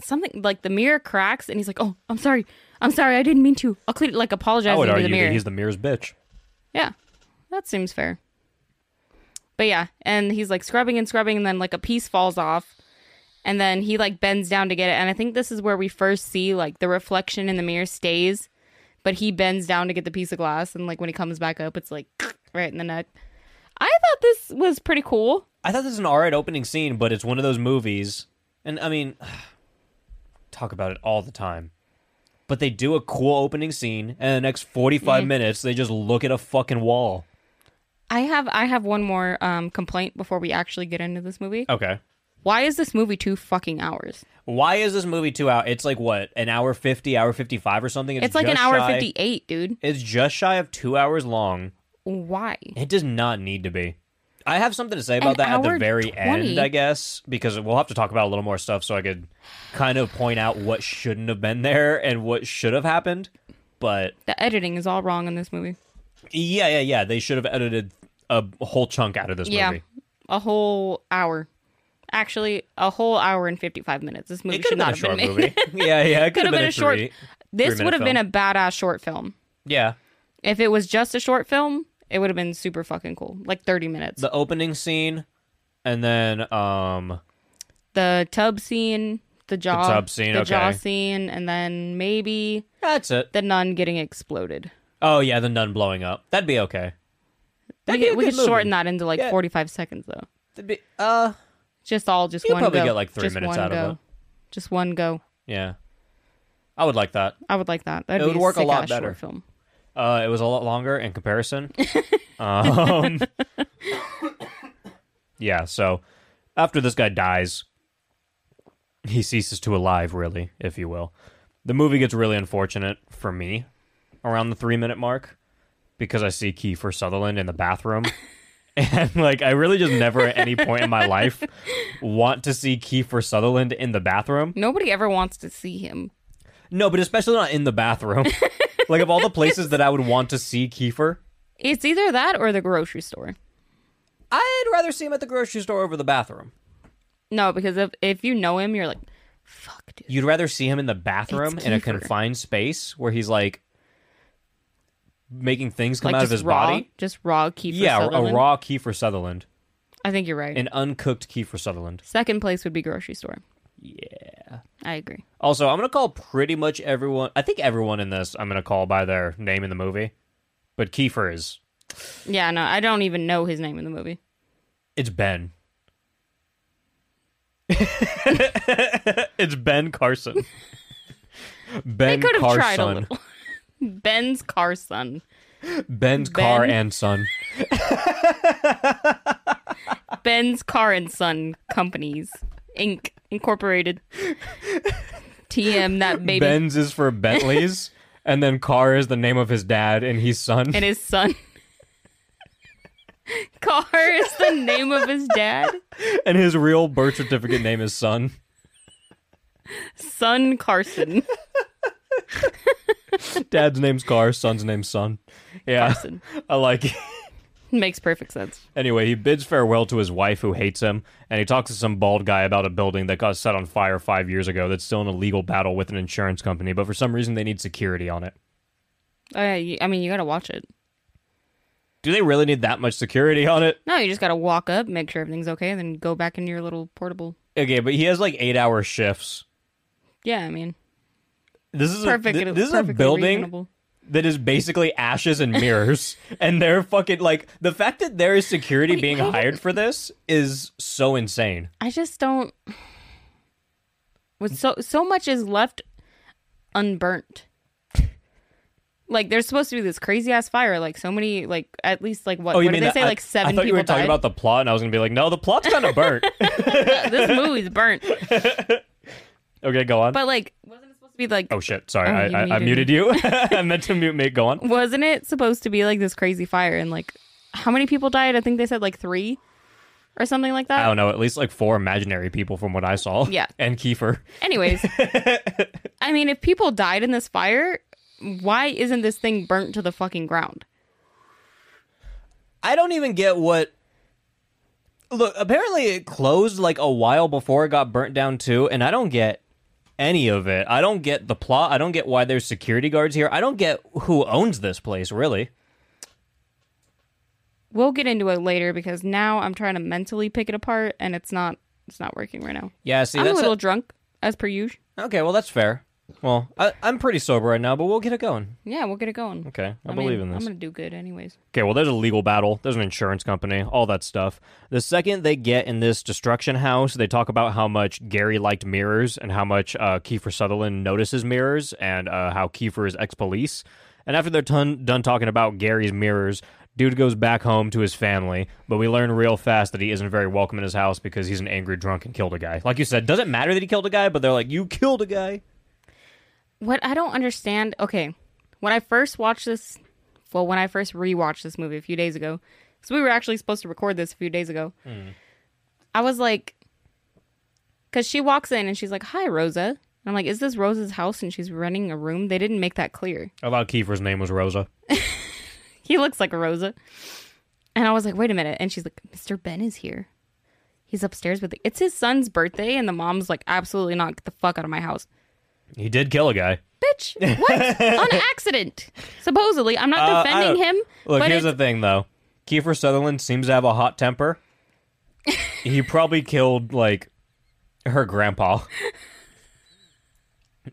[SPEAKER 3] something like the mirror cracks, and he's like, oh, I'm sorry, I'm sorry, I didn't mean to. I'll clean it. Like
[SPEAKER 2] I
[SPEAKER 3] apologizing
[SPEAKER 2] would
[SPEAKER 3] to
[SPEAKER 2] argue
[SPEAKER 3] the mirror.
[SPEAKER 2] that he's the mirror's bitch.
[SPEAKER 3] Yeah, that seems fair. But yeah, and he's like scrubbing and scrubbing, and then like a piece falls off, and then he like bends down to get it. And I think this is where we first see like the reflection in the mirror stays, but he bends down to get the piece of glass, and like when he comes back up, it's like right in the neck. I thought this was pretty cool.
[SPEAKER 2] I thought this was an alright opening scene, but it's one of those movies, and I mean, talk about it all the time. But they do a cool opening scene, and the next forty
[SPEAKER 3] Mm-hmm.
[SPEAKER 2] minutes they just look at a fucking wall.
[SPEAKER 3] I have I have one more um, complaint before we actually get into this movie.
[SPEAKER 2] Okay.
[SPEAKER 3] Why is this movie two fucking hours?
[SPEAKER 2] Why is this movie two hours? It's like what an hour fifty, hour fifty five, or something.
[SPEAKER 3] It's, like an
[SPEAKER 2] just
[SPEAKER 3] hour
[SPEAKER 2] shy-
[SPEAKER 3] fifty eight, dude.
[SPEAKER 2] It's just shy of two hours long.
[SPEAKER 3] Why?
[SPEAKER 2] It does not need to be. I have something to say about
[SPEAKER 3] An
[SPEAKER 2] that at the
[SPEAKER 3] hour
[SPEAKER 2] very
[SPEAKER 3] 20?
[SPEAKER 2] end, I guess, because we'll have to talk about a little more stuff so I could kind of point out what shouldn't have been there and what should have happened. But
[SPEAKER 3] The editing is all wrong in this movie.
[SPEAKER 2] yeah, yeah, yeah. They should have edited a whole chunk out of this
[SPEAKER 3] yeah,
[SPEAKER 2] movie.
[SPEAKER 3] a whole hour. Actually, a whole hour and fifty-five minutes. This movie
[SPEAKER 2] It could
[SPEAKER 3] should
[SPEAKER 2] have been
[SPEAKER 3] not
[SPEAKER 2] a short
[SPEAKER 3] made.
[SPEAKER 2] movie. yeah, yeah. It
[SPEAKER 3] could have been a short.
[SPEAKER 2] three-
[SPEAKER 3] This
[SPEAKER 2] three-minute
[SPEAKER 3] would have been a
[SPEAKER 2] film.
[SPEAKER 3] badass short film.
[SPEAKER 2] Yeah.
[SPEAKER 3] If it was just a short film, it would have been super fucking cool, like thirty minutes.
[SPEAKER 2] The opening scene and then um
[SPEAKER 3] the tub scene, the jaw,
[SPEAKER 2] tub scene,
[SPEAKER 3] the jaw
[SPEAKER 2] okay.
[SPEAKER 3] scene, and then maybe
[SPEAKER 2] That's it.
[SPEAKER 3] the nun getting exploded.
[SPEAKER 2] Oh yeah, the nun blowing up. That'd be okay. That'd be
[SPEAKER 3] we could,
[SPEAKER 2] a
[SPEAKER 3] we
[SPEAKER 2] good
[SPEAKER 3] could
[SPEAKER 2] movie.
[SPEAKER 3] shorten that into like
[SPEAKER 2] Yeah.
[SPEAKER 3] 45 seconds though.
[SPEAKER 2] That'd be, uh,
[SPEAKER 3] Just all just
[SPEAKER 2] You'd
[SPEAKER 3] one
[SPEAKER 2] probably
[SPEAKER 3] go.
[SPEAKER 2] get, like, three
[SPEAKER 3] Just
[SPEAKER 2] minutes
[SPEAKER 3] one
[SPEAKER 2] out of
[SPEAKER 3] go.
[SPEAKER 2] it.
[SPEAKER 3] Just one go.
[SPEAKER 2] yeah. I would like that.
[SPEAKER 3] I would like that. That'd
[SPEAKER 2] It
[SPEAKER 3] be
[SPEAKER 2] would work a lot
[SPEAKER 3] sick-ass short
[SPEAKER 2] better.
[SPEAKER 3] film.
[SPEAKER 2] Uh, it was a lot longer in comparison. um, yeah, so after this guy dies, he ceases to alive, really, if you will. The movie gets really unfortunate for me around the three minute mark because I see Kiefer Sutherland in the bathroom. and, like, I really just never at any point in my life want to see Kiefer Sutherland in the bathroom.
[SPEAKER 3] Nobody ever wants to see him.
[SPEAKER 2] No, but especially not in the bathroom. like, of all the places that I would want to see Kiefer,
[SPEAKER 3] It's either that or the grocery store.
[SPEAKER 2] I'd rather see him at the grocery store over the bathroom.
[SPEAKER 3] No, because if if you know him, you're like, fuck, dude.
[SPEAKER 2] You'd rather see him in the bathroom
[SPEAKER 3] It's
[SPEAKER 2] in a
[SPEAKER 3] Kiefer.
[SPEAKER 2] confined space where he's like making things come
[SPEAKER 3] Like
[SPEAKER 2] out of
[SPEAKER 3] just
[SPEAKER 2] his
[SPEAKER 3] raw,
[SPEAKER 2] body.
[SPEAKER 3] just raw Kiefer
[SPEAKER 2] yeah,
[SPEAKER 3] Sutherland.
[SPEAKER 2] a raw Kiefer Sutherland,
[SPEAKER 3] I think you're right.
[SPEAKER 2] an uncooked Kiefer Sutherland.
[SPEAKER 3] Second place would be grocery store. Yeah, I agree.
[SPEAKER 2] Also, I'm gonna call pretty much everyone. I think everyone in this, I'm gonna call by their name in the movie, but Kiefer is
[SPEAKER 3] Yeah, no, I don't even know his name in the movie.
[SPEAKER 2] it's Ben. it's Ben Carson. Ben
[SPEAKER 3] They could have
[SPEAKER 2] Carson.
[SPEAKER 3] tried a little. Ben's car son.
[SPEAKER 2] Ben's car
[SPEAKER 3] Ben.
[SPEAKER 2] and son.
[SPEAKER 3] Ben's Car and Son Companies Inc. Incorporated. TM that baby
[SPEAKER 2] Ben's is for Bentleys, and then Carr is the name of his dad and his son.
[SPEAKER 3] and his son. Car is the name of his dad.
[SPEAKER 2] And his real birth certificate name is Son.
[SPEAKER 3] Son Carson.
[SPEAKER 2] Dad's name's Carr, son's name's Son. Yeah,
[SPEAKER 3] Carson.
[SPEAKER 2] I like it.
[SPEAKER 3] Makes perfect sense.
[SPEAKER 2] Anyway, he bids farewell to his wife who hates him, and he talks to some bald guy about a building that got set on fire five years ago that's still in a legal battle with an insurance company, but for some reason they need security on it.
[SPEAKER 3] Uh, you- I mean, you gotta watch it.
[SPEAKER 2] Do they really need that much security on it?
[SPEAKER 3] No, you just gotta walk up, make sure everything's okay, and then go back into your little portable.
[SPEAKER 2] Okay, but he has like eight hour shifts.
[SPEAKER 3] Yeah, I mean,
[SPEAKER 2] This is
[SPEAKER 3] perfect.
[SPEAKER 2] a, thi- this is a
[SPEAKER 3] perfectly
[SPEAKER 2] building
[SPEAKER 3] reasonable.
[SPEAKER 2] that is basically ashes and mirrors and they're fucking like the fact that there is security being hired for this is so insane
[SPEAKER 3] I just don't. With so so much is left unburnt. Like there's supposed to be this crazy ass fire. Like so many, like at least like what?
[SPEAKER 2] oh you
[SPEAKER 3] what
[SPEAKER 2] mean
[SPEAKER 3] did they
[SPEAKER 2] that-
[SPEAKER 3] say?
[SPEAKER 2] I,
[SPEAKER 3] like seven
[SPEAKER 2] i thought
[SPEAKER 3] people
[SPEAKER 2] you were talking
[SPEAKER 3] died.
[SPEAKER 2] about the plot and i was gonna be like no the plot's kind of burnt
[SPEAKER 3] this movie's burnt.
[SPEAKER 2] okay go on
[SPEAKER 3] But like, wasn't it supposed to be like?
[SPEAKER 2] oh shit sorry
[SPEAKER 3] Oh,
[SPEAKER 2] I,
[SPEAKER 3] you
[SPEAKER 2] I, I muted
[SPEAKER 3] muted
[SPEAKER 2] you i meant to mute me go on
[SPEAKER 3] Wasn't it supposed to be like this crazy fire and like how many people died? I think they said like three or something like
[SPEAKER 2] I
[SPEAKER 3] that.
[SPEAKER 2] don't know, at least like four imaginary people from what I saw.
[SPEAKER 3] Yeah.
[SPEAKER 2] And Kiefer.
[SPEAKER 3] Anyways, I mean, if people died in this fire, why isn't this thing burnt to the fucking ground?
[SPEAKER 2] I don't even get what. Look, apparently it closed like a while before it got burnt down too, and I don't get any of it. I don't get the plot. I don't get why there's security guards here. I don't get who owns this place really.
[SPEAKER 3] we'll get into it later because now I'm trying to mentally pick it apart and it's not it's not working right now.
[SPEAKER 2] Yeah, see,
[SPEAKER 3] I'm a
[SPEAKER 2] that's
[SPEAKER 3] little drunk as per usual.
[SPEAKER 2] okay. Well, that's fair. Well, I, I'm pretty sober right now, but we'll get it going.
[SPEAKER 3] Yeah, we'll get it going.
[SPEAKER 2] Okay, I,
[SPEAKER 3] I mean,
[SPEAKER 2] believe in
[SPEAKER 3] I'm
[SPEAKER 2] this.
[SPEAKER 3] gonna do good anyways.
[SPEAKER 2] Okay, well, there's a legal battle. There's an insurance company, all that stuff. The second they get in this destruction house, they talk about how much Gary liked mirrors and how much uh, Kiefer Sutherland notices mirrors and uh, how Kiefer is ex police. And after they're ton- done talking about Gary's mirrors, dude goes back home to his family, but we learn real fast that he isn't very welcome in his house because he's an angry drunk and killed a guy. Like you said, doesn't matter that he killed a guy, but they're like, you killed a guy.
[SPEAKER 3] What I don't understand okay. When I first watched this well, when I first rewatched this movie a few days ago, because we were actually supposed to record this a few days ago, I was like, because she walks in and she's like, "Hi, Rosa." And I'm like, "Is this Rosa's house?" And she's renting a room. They didn't make that clear.
[SPEAKER 2] I thought Kiefer's name was Rosa.
[SPEAKER 3] he looks like a Rosa. And I was like, wait a minute. And she's like, Mr. Ben is here. He's upstairs with it's his son's birthday, and the mom's like, absolutely not get the fuck out of my house.
[SPEAKER 2] He did kill a guy.
[SPEAKER 3] Bitch, what? On accident. Supposedly. I'm not
[SPEAKER 2] Uh, I
[SPEAKER 3] defending
[SPEAKER 2] don't-
[SPEAKER 3] him.
[SPEAKER 2] Look,
[SPEAKER 3] but
[SPEAKER 2] here's the
[SPEAKER 3] it's,
[SPEAKER 2] thing, though. Kiefer Sutherland seems to have a hot temper. he probably killed like her grandpa.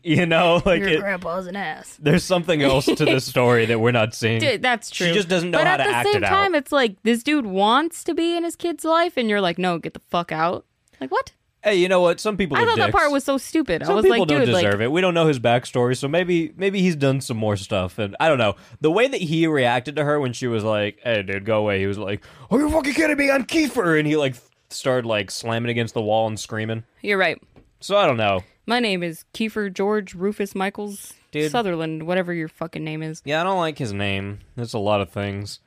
[SPEAKER 2] you know, like
[SPEAKER 3] Your
[SPEAKER 2] it,
[SPEAKER 3] grandpa's an ass.
[SPEAKER 2] there's something else to this story that we're not seeing.
[SPEAKER 3] Dude, that's
[SPEAKER 2] She
[SPEAKER 3] true.
[SPEAKER 2] just doesn't know
[SPEAKER 3] but
[SPEAKER 2] how
[SPEAKER 3] at
[SPEAKER 2] to
[SPEAKER 3] the
[SPEAKER 2] act
[SPEAKER 3] same
[SPEAKER 2] it out.
[SPEAKER 3] time, it's like this dude wants to be in his kid's life, and you're like, no, get the fuck out. Like what?
[SPEAKER 2] hey, you know what? Some people
[SPEAKER 3] I
[SPEAKER 2] are
[SPEAKER 3] thought that
[SPEAKER 2] dicks.
[SPEAKER 3] part was so stupid. I
[SPEAKER 2] Some
[SPEAKER 3] was
[SPEAKER 2] people
[SPEAKER 3] like,
[SPEAKER 2] don't
[SPEAKER 3] dude, like
[SPEAKER 2] deserve it. We don't know his backstory, so maybe maybe he's done some more stuff. And I don't know the way that he reacted to her when she was like, "Hey, dude, go away." He was like, "Are you fucking kidding me? I'm Kiefer," and he like started like slamming against the wall and screaming.
[SPEAKER 3] you're right.
[SPEAKER 2] So I don't know.
[SPEAKER 3] My name is Kiefer George Rufus Michaels
[SPEAKER 2] Dude.
[SPEAKER 3] Sutherland, whatever your fucking name is.
[SPEAKER 2] Yeah, I don't like his name. That's a lot of things.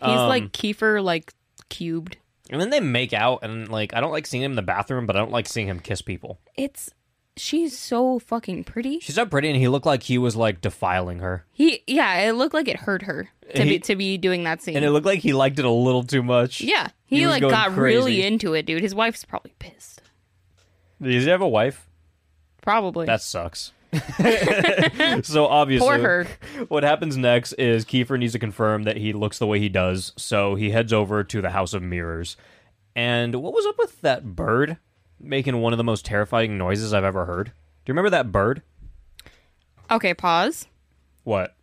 [SPEAKER 3] He's
[SPEAKER 2] Um.
[SPEAKER 3] like Kiefer, like cubed.
[SPEAKER 2] And then they make out, and like I don't like seeing him in the bathroom, but I don't like seeing him kiss people.
[SPEAKER 3] It's she's so fucking pretty.
[SPEAKER 2] She's so pretty, and he looked like he was like defiling her,
[SPEAKER 3] He, yeah, it looked like it hurt her to
[SPEAKER 2] He-
[SPEAKER 3] be to be doing that scene.
[SPEAKER 2] and it looked like he liked it a little too much.
[SPEAKER 3] yeah,
[SPEAKER 2] he
[SPEAKER 3] he,
[SPEAKER 2] was
[SPEAKER 3] like
[SPEAKER 2] going
[SPEAKER 3] got
[SPEAKER 2] crazy.
[SPEAKER 3] really into it, dude. His wife's probably pissed.
[SPEAKER 2] Does he have a wife?
[SPEAKER 3] Probably.
[SPEAKER 2] That sucks. so obviously,
[SPEAKER 3] Poor her.
[SPEAKER 2] what happens next is Kiefer needs to confirm that he looks the way he does, so he heads over to the House of Mirrors. And what was up with that bird making one of the most terrifying noises I've ever heard? Do you remember that bird?
[SPEAKER 3] Okay, pause.
[SPEAKER 2] What?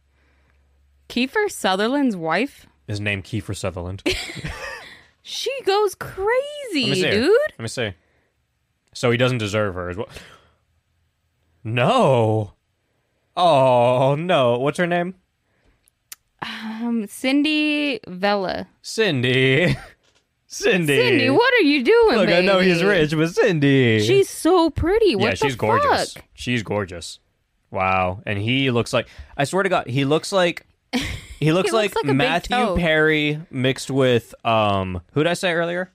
[SPEAKER 3] Kiefer Sutherland's wife.
[SPEAKER 2] His name Kiefer Sutherland.
[SPEAKER 3] She goes
[SPEAKER 2] Let me
[SPEAKER 3] crazy,
[SPEAKER 2] see.
[SPEAKER 3] dude.
[SPEAKER 2] Let me see. So he doesn't deserve her as well. No. Oh no. What's her name?
[SPEAKER 3] Um, Cindy Vella.
[SPEAKER 2] Cindy. Cindy.
[SPEAKER 3] Cindy, what are you doing?
[SPEAKER 2] Look, I know he's
[SPEAKER 3] baby?
[SPEAKER 2] rich, but Cindy.
[SPEAKER 3] She's so pretty. What
[SPEAKER 2] yeah,
[SPEAKER 3] the
[SPEAKER 2] she's gorgeous.
[SPEAKER 3] fuck?
[SPEAKER 2] She's gorgeous. Wow. And he looks like I swear to God, he looks like he looks,
[SPEAKER 3] looks like a big
[SPEAKER 2] Matthew
[SPEAKER 3] toe.
[SPEAKER 2] Perry mixed with um who did I say earlier?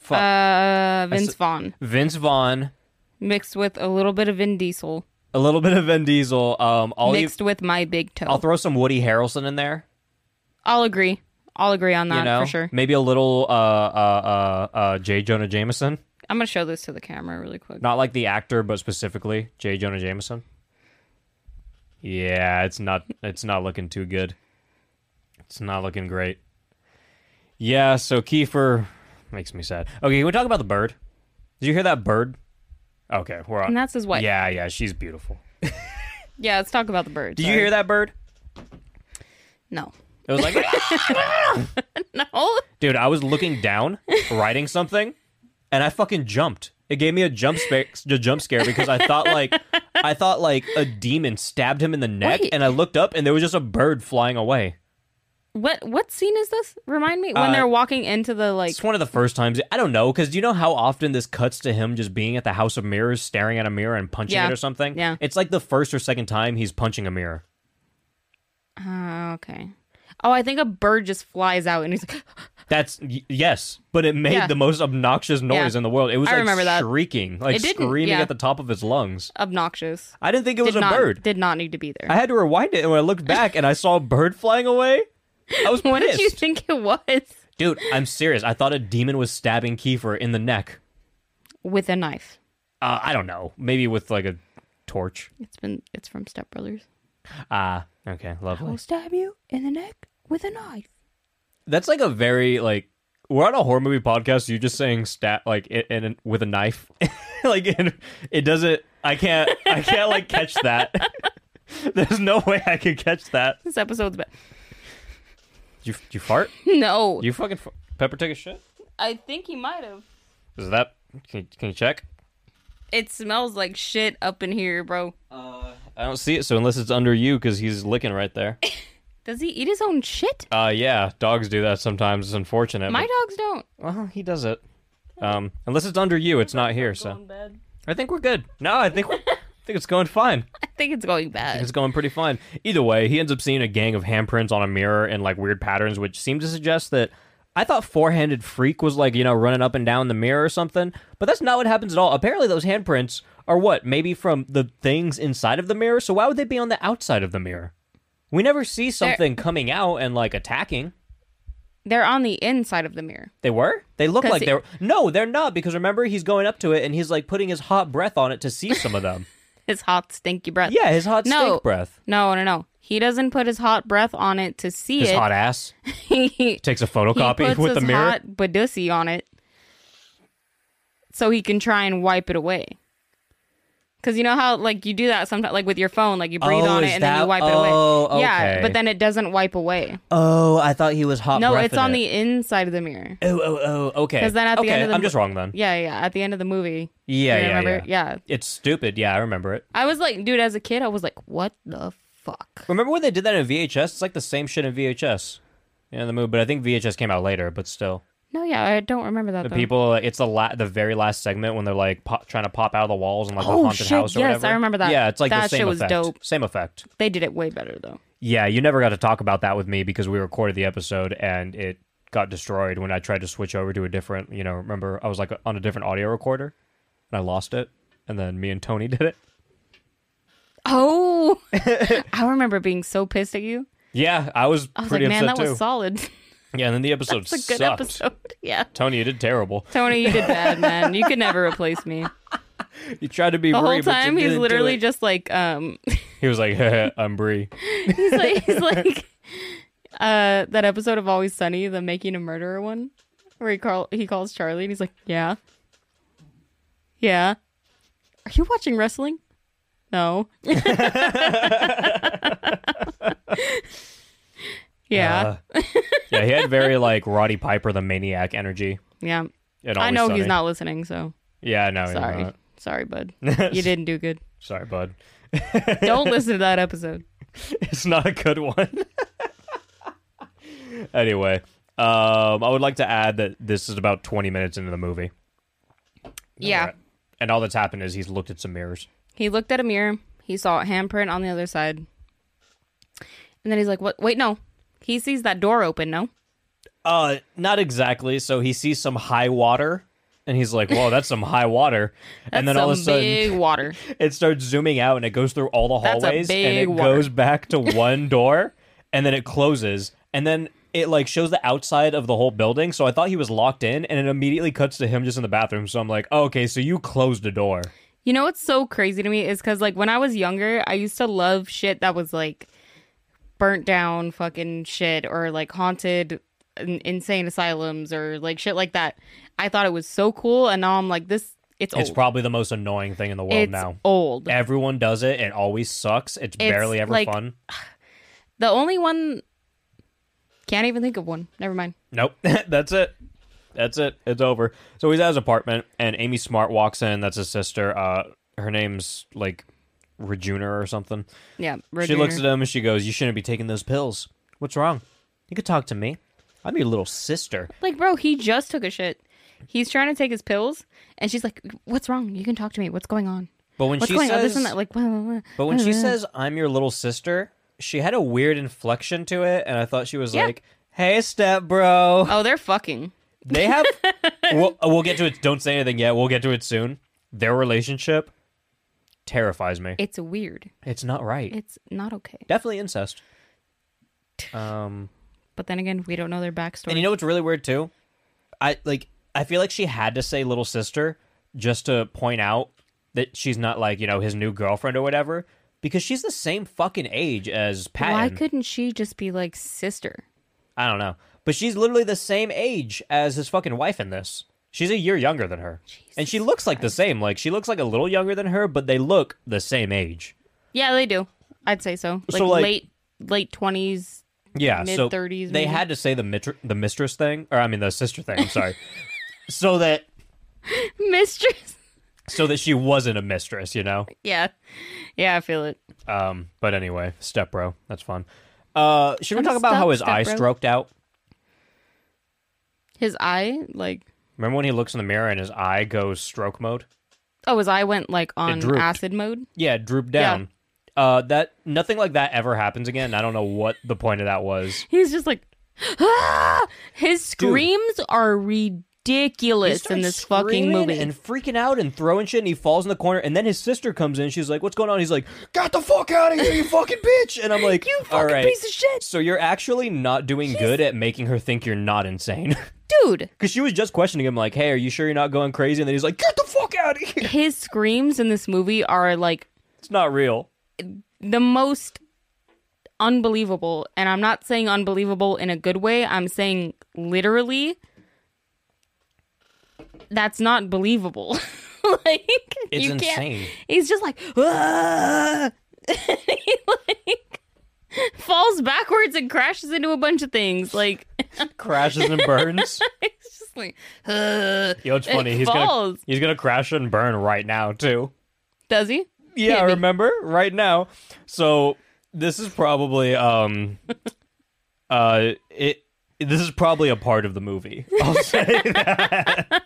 [SPEAKER 2] Fuck.
[SPEAKER 3] Uh, Vince
[SPEAKER 2] s-
[SPEAKER 3] Vaughn
[SPEAKER 2] Vince Vaughn,
[SPEAKER 3] mixed with a little bit of Vin Diesel
[SPEAKER 2] a little bit of Vin Diesel. Um, I'll ev-
[SPEAKER 3] mixed with my big toe.
[SPEAKER 2] I'll
[SPEAKER 3] I'll,
[SPEAKER 2] throw some Woody Harrelson in there.
[SPEAKER 3] agree. I'll agree on that
[SPEAKER 2] You know,
[SPEAKER 3] for sure.
[SPEAKER 2] maybe a little uh uh uh uh J Jonah Jameson.
[SPEAKER 3] I'm gonna show this to the camera really quick.
[SPEAKER 2] Not like the actor, but specifically J Jonah Jameson. Yeah, it's not it's not looking too good. It's not looking great. Yeah, so Kiefer makes me sad. Okay, can we talk about the bird? Did you hear that bird? Okay, we're on.
[SPEAKER 3] And that's his wife.
[SPEAKER 2] Yeah, yeah, she's beautiful.
[SPEAKER 3] Yeah, let's talk about the birds.
[SPEAKER 2] Did you hear that bird?
[SPEAKER 3] No.
[SPEAKER 2] It was like
[SPEAKER 3] No.
[SPEAKER 2] Dude, I was looking down, writing something, and I fucking jumped. It gave me a jump spa- a jump scare because I thought like I thought like a demon stabbed him in the neck,
[SPEAKER 3] Wait.
[SPEAKER 2] and I looked up and there was just a bird flying away.
[SPEAKER 3] What what scene is this? Remind me when
[SPEAKER 2] Uh,
[SPEAKER 3] they're walking into the like.
[SPEAKER 2] It's one of the first times I don't know because you know how often this cuts to him just being at the House of Mirrors, staring at a mirror and punching
[SPEAKER 3] Yeah.
[SPEAKER 2] it or something.
[SPEAKER 3] Yeah.
[SPEAKER 2] it's like the first or second time he's punching a mirror.
[SPEAKER 3] Oh, okay. Oh, I think a bird just flies out and he's like,
[SPEAKER 2] That's y- yes, but it made
[SPEAKER 3] Yeah.
[SPEAKER 2] the most obnoxious noise
[SPEAKER 3] Yeah.
[SPEAKER 2] in the world. It was
[SPEAKER 3] I
[SPEAKER 2] like
[SPEAKER 3] remember that.
[SPEAKER 2] shrieking, like
[SPEAKER 3] It didn't,
[SPEAKER 2] screaming
[SPEAKER 3] yeah.
[SPEAKER 2] at the top of his lungs.
[SPEAKER 3] obnoxious.
[SPEAKER 2] I didn't think it was
[SPEAKER 3] did
[SPEAKER 2] a
[SPEAKER 3] not,
[SPEAKER 2] bird.
[SPEAKER 3] Did not need to be there.
[SPEAKER 2] I had to rewind it, and when I looked back and I saw a bird flying away, I was
[SPEAKER 3] what
[SPEAKER 2] pissed.
[SPEAKER 3] did you think it was?
[SPEAKER 2] Dude, I'm serious. I thought a demon was stabbing Kiefer in the neck.
[SPEAKER 3] With a knife.
[SPEAKER 2] Uh, I don't know. Maybe with like a torch.
[SPEAKER 3] It's been. It's from Step Brothers.
[SPEAKER 2] Ah, okay, lovely.
[SPEAKER 3] stab you in the neck with a knife.
[SPEAKER 2] That's like a very like we're on a horror movie podcast. You just saying stat like in, in with a knife, like it, it doesn't. I can't. I can't like catch that. There's no way I could catch that.
[SPEAKER 3] This episode's bad.
[SPEAKER 2] You you fart?
[SPEAKER 3] No,
[SPEAKER 2] You fucking f- pepper take a shit?
[SPEAKER 3] I think he might have.
[SPEAKER 2] Is that? Can you, can you check?
[SPEAKER 3] It smells like shit up in here, bro.
[SPEAKER 2] I don't see it, so unless it's under you, because he's licking right there.
[SPEAKER 3] Does he eat his own shit?
[SPEAKER 2] Uh, yeah, dogs do that sometimes. It's unfortunate.
[SPEAKER 3] My
[SPEAKER 2] but-
[SPEAKER 3] dogs don't.
[SPEAKER 2] well, he does it. Um, unless it's under you, it's not here. So I think we're good. No, I think we're, I think it's going fine.
[SPEAKER 3] I think it's going bad.
[SPEAKER 2] It's going pretty fine. Either way, he ends up seeing a gang of handprints on a mirror and like weird patterns, which seem to suggest that. I thought four-handed freak was like you know running up and down the mirror or something, but that's not what happens at all. Apparently, those handprints are what maybe from the things inside of the mirror. So why would they be on the outside of the mirror? We never see something coming out and like attacking.
[SPEAKER 3] They're on the inside of the mirror.
[SPEAKER 2] They were. They look
[SPEAKER 3] 'Cause
[SPEAKER 2] like
[SPEAKER 3] it-
[SPEAKER 2] they're. No, they're not. Because remember, he's going up to it and he's like putting his hot breath on it to see some of them.
[SPEAKER 3] His hot stinky breath.
[SPEAKER 2] yeah, his hot
[SPEAKER 3] No.
[SPEAKER 2] stink breath.
[SPEAKER 3] No, no, no. He doesn't put his hot breath on it to see
[SPEAKER 2] His
[SPEAKER 3] it.
[SPEAKER 2] hot ass
[SPEAKER 3] he
[SPEAKER 2] takes a
[SPEAKER 3] he
[SPEAKER 2] photocopy
[SPEAKER 3] puts
[SPEAKER 2] with the
[SPEAKER 3] his
[SPEAKER 2] mirror.
[SPEAKER 3] hot badussy on it so he can try and wipe it away. Because you know how like you do that sometimes, like with your phone, like you breathe
[SPEAKER 5] Oh,
[SPEAKER 3] on it
[SPEAKER 5] is
[SPEAKER 3] and then you
[SPEAKER 5] that-
[SPEAKER 3] wipe
[SPEAKER 5] oh,
[SPEAKER 3] it away. Yeah,
[SPEAKER 5] okay.
[SPEAKER 3] but then it doesn't wipe away.
[SPEAKER 5] Oh, I thought he was hot.
[SPEAKER 3] no,
[SPEAKER 5] breathing
[SPEAKER 3] it's on
[SPEAKER 5] it.
[SPEAKER 3] the inside of the mirror.
[SPEAKER 5] Oh, oh, oh. Okay.
[SPEAKER 3] 'Cause then at the
[SPEAKER 5] okay,
[SPEAKER 3] end of the
[SPEAKER 5] I'm just
[SPEAKER 3] mo-
[SPEAKER 5] wrong then.
[SPEAKER 3] Yeah, yeah. At the end of the movie.
[SPEAKER 5] Yeah,
[SPEAKER 3] You
[SPEAKER 5] yeah,
[SPEAKER 3] remember?
[SPEAKER 5] yeah.
[SPEAKER 3] yeah.
[SPEAKER 5] It's stupid. Yeah, I remember it.
[SPEAKER 3] I was like, dude, as a kid, I was like, what the fuck?
[SPEAKER 2] Remember when they did that in VHS? It's like the same shit in VHS. Yeah, the movie, but I think VHS came out later. But still,
[SPEAKER 3] No, yeah, I don't remember that.
[SPEAKER 2] the
[SPEAKER 3] though.
[SPEAKER 2] people, like, it's the la- the very last segment when they're like pop- trying to pop out of the walls and like the
[SPEAKER 3] Oh,
[SPEAKER 2] haunted
[SPEAKER 3] shit,
[SPEAKER 2] house or
[SPEAKER 3] yes,
[SPEAKER 2] whatever.
[SPEAKER 3] I remember that.
[SPEAKER 2] Yeah, it's like the
[SPEAKER 3] That
[SPEAKER 2] same
[SPEAKER 3] shit was
[SPEAKER 2] effect.
[SPEAKER 3] dope.
[SPEAKER 2] Same effect.
[SPEAKER 3] They did it way better though.
[SPEAKER 2] Yeah, you never got to talk about that with me because we recorded the episode and it got destroyed when I tried to switch over to a different. You know, remember I was like on a different audio recorder and I lost it, and then me and Tony did it.
[SPEAKER 3] Oh, I remember being so pissed at you.
[SPEAKER 2] Yeah, I was,
[SPEAKER 3] I was
[SPEAKER 2] pretty
[SPEAKER 3] like, man, that
[SPEAKER 2] upset too.
[SPEAKER 3] was solid.
[SPEAKER 2] yeah, and then the episode
[SPEAKER 3] It's a good
[SPEAKER 2] sucked.
[SPEAKER 3] episode. Yeah.
[SPEAKER 2] Tony, you did terrible.
[SPEAKER 3] Tony, you did bad, man. You could never replace me.
[SPEAKER 2] You tried to be
[SPEAKER 3] The
[SPEAKER 2] Brie,
[SPEAKER 3] whole
[SPEAKER 2] but you
[SPEAKER 3] time he's
[SPEAKER 2] didn't do
[SPEAKER 3] literally
[SPEAKER 2] it.
[SPEAKER 3] just like, um,
[SPEAKER 2] He was like, "Heh, "I'm Brie."
[SPEAKER 3] he's like, he's like, uh, that episode of Always Sunny, the Making a Murderer one, where he call he calls Charlie and he's like, yeah, yeah. Are you watching wrestling? No.
[SPEAKER 2] Uh.
[SPEAKER 3] yeah,
[SPEAKER 2] Yeah, he had very like Roddy Piper the Maniac energy.
[SPEAKER 3] yeah.
[SPEAKER 2] And
[SPEAKER 3] I
[SPEAKER 2] Always
[SPEAKER 3] know
[SPEAKER 2] Sunny.
[SPEAKER 3] he's not listening, so
[SPEAKER 2] Yeah, no, he's
[SPEAKER 3] sorry,
[SPEAKER 2] not.
[SPEAKER 3] sorry, bud. You didn't do good.
[SPEAKER 2] Sorry, bud.
[SPEAKER 3] Don't listen to that episode.
[SPEAKER 2] It's not a good one. anyway, um, I would like to add that this is about 20 minutes into the movie,
[SPEAKER 3] Yeah.
[SPEAKER 2] Alright. and all that's happened is he's looked at some mirrors.
[SPEAKER 3] He looked at a mirror. He saw a handprint on the other side. And then he's like, "What? Wait, no." He sees that door open. No.
[SPEAKER 2] Uh, not exactly. So he sees some high water, and he's like, "Whoa, that's some high water!" and then
[SPEAKER 3] Some
[SPEAKER 2] all of a sudden,
[SPEAKER 3] big water.
[SPEAKER 2] it starts zooming out and it goes through all the
[SPEAKER 3] That's a
[SPEAKER 2] hallways and
[SPEAKER 3] big
[SPEAKER 2] it
[SPEAKER 3] water.
[SPEAKER 2] goes back to one door and then it closes and then it like shows the outside of the whole building so i thought he was locked in and it immediately cuts to him just in the bathroom so i'm like oh, okay so you closed the door
[SPEAKER 3] You know what's so crazy to me is because like when I was younger, I used to love shit that was like burnt down fucking shit or like haunted in- insane asylums or like shit like that. I thought it was so cool, and now I'm like, this. It's old.
[SPEAKER 2] it's probably the most annoying thing in the world
[SPEAKER 3] Oh. it's
[SPEAKER 2] now
[SPEAKER 3] old.
[SPEAKER 2] everyone does it it always sucks it's, barely ever
[SPEAKER 3] like-
[SPEAKER 2] fun
[SPEAKER 3] The only one. Can't even think of one. Never mind.
[SPEAKER 2] Nope. That's it. That's it. It's over. So he's at his apartment, and Amy Smart walks in. That's his sister. Uh, her name's like Regina or something.
[SPEAKER 3] Yeah.
[SPEAKER 2] She looks
[SPEAKER 3] Roadrunner.
[SPEAKER 2] at him and she goes, "You shouldn't be taking those pills. What's wrong? You could talk to me. I'm your little sister."
[SPEAKER 3] Like, bro, he just took a shit. He's trying to take his pills, and she's like, "What's wrong? You can talk to me. What's going on?
[SPEAKER 2] But when
[SPEAKER 3] What's
[SPEAKER 2] she
[SPEAKER 3] going on?
[SPEAKER 2] says,
[SPEAKER 3] This and that." Like, blah, blah, blah.
[SPEAKER 2] but when she
[SPEAKER 3] Blah, blah.
[SPEAKER 2] says, "I'm your little sister," she had a weird inflection to it, and I thought she was
[SPEAKER 3] Yeah.
[SPEAKER 2] like, "Hey, step bro."
[SPEAKER 3] "Oh, they're fucking."
[SPEAKER 2] They have. we'll, we'll get to it. Don't say anything yet. We'll get to it soon. Their relationship terrifies me.
[SPEAKER 3] It's weird.
[SPEAKER 2] It's not right.
[SPEAKER 3] It's not okay.
[SPEAKER 2] Definitely incest. Um,
[SPEAKER 3] But then again, we don't know their backstory.
[SPEAKER 2] and you know what's really weird too? I like. I feel like she had to say little sister just to point out that she's not like you know his new girlfriend or whatever because she's the same fucking age as Patton.
[SPEAKER 3] Why couldn't she just be like sister?
[SPEAKER 2] I don't know, but she's literally the same age as his fucking wife in this. She's a year younger than her, and she looks like the same. Like she looks like a little younger than her, but they look the same age.
[SPEAKER 3] Yeah, they do. I'd say so. Like,
[SPEAKER 2] So, like-
[SPEAKER 3] late late twenties.
[SPEAKER 2] Yeah, so
[SPEAKER 3] mid-thirties,
[SPEAKER 2] They
[SPEAKER 3] maybe.
[SPEAKER 2] had to say the mitr- the mistress thing, or I mean the sister thing. I'm sorry, so that
[SPEAKER 3] Mistress.
[SPEAKER 2] so that she wasn't a mistress, you know.
[SPEAKER 3] Yeah. Yeah, I feel it.
[SPEAKER 2] Um, but anyway, step bro, that's fun. Uh, should we
[SPEAKER 3] I'm
[SPEAKER 2] talk
[SPEAKER 3] a
[SPEAKER 2] about
[SPEAKER 3] step-
[SPEAKER 2] how his
[SPEAKER 3] step
[SPEAKER 2] eye
[SPEAKER 3] bro.
[SPEAKER 2] stroked out?
[SPEAKER 3] His eye, like
[SPEAKER 2] Remember when he looks in the mirror and his eye goes stroke mode?
[SPEAKER 3] oh, his eye went like on
[SPEAKER 2] drooped.
[SPEAKER 3] acid mode.
[SPEAKER 2] Yeah, it drooped
[SPEAKER 3] Yeah.
[SPEAKER 2] down. Uh, that nothing like that ever happens again. I don't know what the point of that was.
[SPEAKER 3] He's just like, ah! his screams are
[SPEAKER 2] He
[SPEAKER 3] ridiculous in
[SPEAKER 2] starts
[SPEAKER 3] this fucking
[SPEAKER 2] screaming
[SPEAKER 3] movie.
[SPEAKER 2] and freaking out and throwing shit, and he falls in the corner. And then his sister comes in. She's like, "What's going on?" He's like, "Got the fuck out of here, you fucking bitch!" And I'm like,
[SPEAKER 3] You
[SPEAKER 2] "All
[SPEAKER 3] fucking
[SPEAKER 2] right,
[SPEAKER 3] piece of shit."
[SPEAKER 2] So you're actually not doing good at making her think you're not insane.
[SPEAKER 3] Dude,
[SPEAKER 2] Because she was just questioning him, like, "Hey, are you sure you're not going crazy?" And then he's like, "Get the fuck out of here!
[SPEAKER 3] his screams in this movie are like
[SPEAKER 2] It's not real."
[SPEAKER 3] the most unbelievable. And I'm not saying unbelievable in a good way, I'm saying literally that's not believable. like
[SPEAKER 5] It's
[SPEAKER 3] you
[SPEAKER 5] insane.
[SPEAKER 3] Can't, he's just like, "Ah!" he like falls backwards and crashes into a bunch of things. Like
[SPEAKER 2] crashes and burns.
[SPEAKER 3] it's just like, "Ugh."
[SPEAKER 2] Yo, it's
[SPEAKER 3] It
[SPEAKER 2] funny. he's gonna
[SPEAKER 3] falls.
[SPEAKER 2] he's gonna crash and burn right now too.
[SPEAKER 3] does he?
[SPEAKER 2] Yeah,
[SPEAKER 3] Hit me.
[SPEAKER 2] remember right now. So this is probably um uh it this is probably a part of the movie. I'll say that.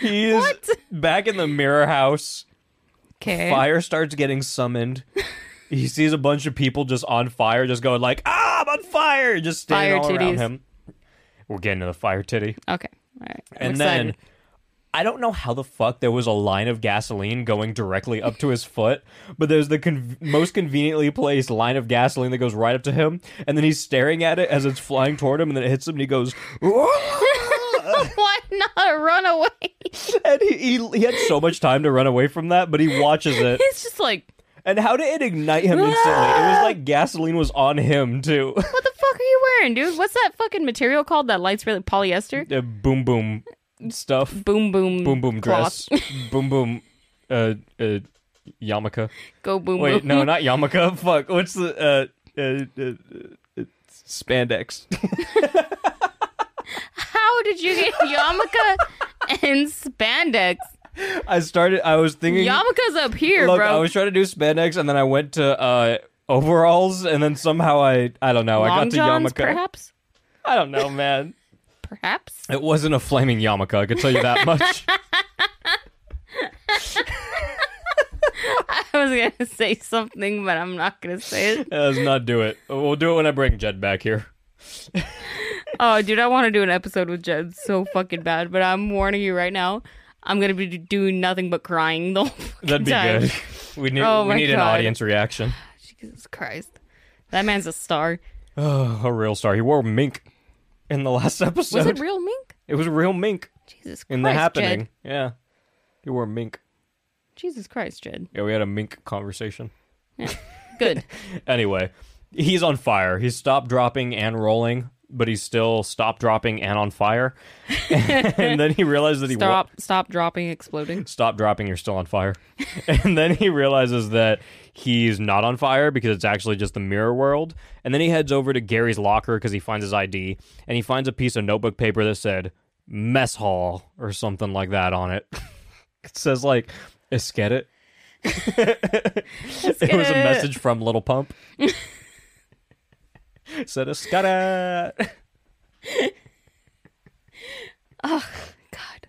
[SPEAKER 2] he is back in the mirror house.
[SPEAKER 3] Okay.
[SPEAKER 2] Fire starts getting summoned. He sees a bunch of people just on fire, just going like, "Ah, I'm on fire!" Just standing
[SPEAKER 3] Fire
[SPEAKER 2] all around
[SPEAKER 3] titties.
[SPEAKER 2] him. We're getting to the fire titty,
[SPEAKER 3] Okay. All right. I'm
[SPEAKER 2] and
[SPEAKER 3] excited.
[SPEAKER 2] then I don't know how the fuck there was a line of gasoline going directly up to his foot, but there's the con- most conveniently placed line of gasoline that goes right up to him, and then he's staring at it as it's flying toward him, and then it hits him, and he goes,
[SPEAKER 3] why not run away?
[SPEAKER 2] and he, he he had so much time to run away from that, but he watches it.
[SPEAKER 3] He's just like,
[SPEAKER 2] And how did it ignite him instantly? It was like gasoline was on him too.
[SPEAKER 3] what the fuck are you wearing, dude? What's that fucking material called that lights really polyester?
[SPEAKER 2] The boom boom stuff.
[SPEAKER 3] Boom boom.
[SPEAKER 2] Boom boom
[SPEAKER 3] cloth.
[SPEAKER 2] dress. boom boom uh uh yarmulke.
[SPEAKER 3] Go boom
[SPEAKER 2] Wait,
[SPEAKER 3] boom.
[SPEAKER 2] no, not yarmulke. Fuck. What's the uh uh, uh, uh spandex?
[SPEAKER 3] How did you get yarmulke and spandex?
[SPEAKER 2] I started I was thinking
[SPEAKER 3] Yarmulke's up here,
[SPEAKER 2] Look,
[SPEAKER 3] bro.
[SPEAKER 2] I was trying to do spandex and then I went to uh overalls and then somehow I I don't know, oh, I
[SPEAKER 3] Long
[SPEAKER 2] got to
[SPEAKER 3] johns,
[SPEAKER 2] yarmulke.
[SPEAKER 3] perhaps,
[SPEAKER 2] I don't know, man.
[SPEAKER 3] perhaps.
[SPEAKER 2] It wasn't a flaming yarmulke, I could tell you that much.
[SPEAKER 3] I was gonna say something, but I'm not gonna say it.
[SPEAKER 2] Yeah, Let's not do it. We'll do it when I bring Jed back here.
[SPEAKER 3] Oh, dude, I want to do an episode with Jed so fucking bad, but I'm warning you right now. I'm gonna be doing nothing but crying the whole fucking
[SPEAKER 2] That'd be
[SPEAKER 3] time.
[SPEAKER 2] good. We need
[SPEAKER 3] Oh
[SPEAKER 2] we
[SPEAKER 3] my
[SPEAKER 2] need an
[SPEAKER 3] God.
[SPEAKER 2] audience reaction.
[SPEAKER 3] Jesus Christ, that man's a star.
[SPEAKER 2] A real star. He wore mink in the last episode.
[SPEAKER 3] Was it real mink?
[SPEAKER 2] It was a real mink
[SPEAKER 3] Jesus Christ,
[SPEAKER 2] in the happening.
[SPEAKER 3] Jed.
[SPEAKER 2] Yeah. He wore mink.
[SPEAKER 3] Jesus Christ, Jed.
[SPEAKER 2] Yeah, we had a mink conversation.
[SPEAKER 3] Good.
[SPEAKER 2] Anyway, he's on fire. He's stopped dropping and rolling, but he's still stopped dropping and on fire. and then he realized that he wa-
[SPEAKER 3] Stop. Stop dropping. Exploding.
[SPEAKER 2] stop dropping you're still on fire and then he realizes that he's not on fire because it's actually just the mirror world and then he heads over to gary's locker because he finds his id and he finds a piece of notebook paper that said mess hall or something like that on it it says like escadet it was a
[SPEAKER 3] Escadet.
[SPEAKER 2] message from little pump It said escadet
[SPEAKER 3] God,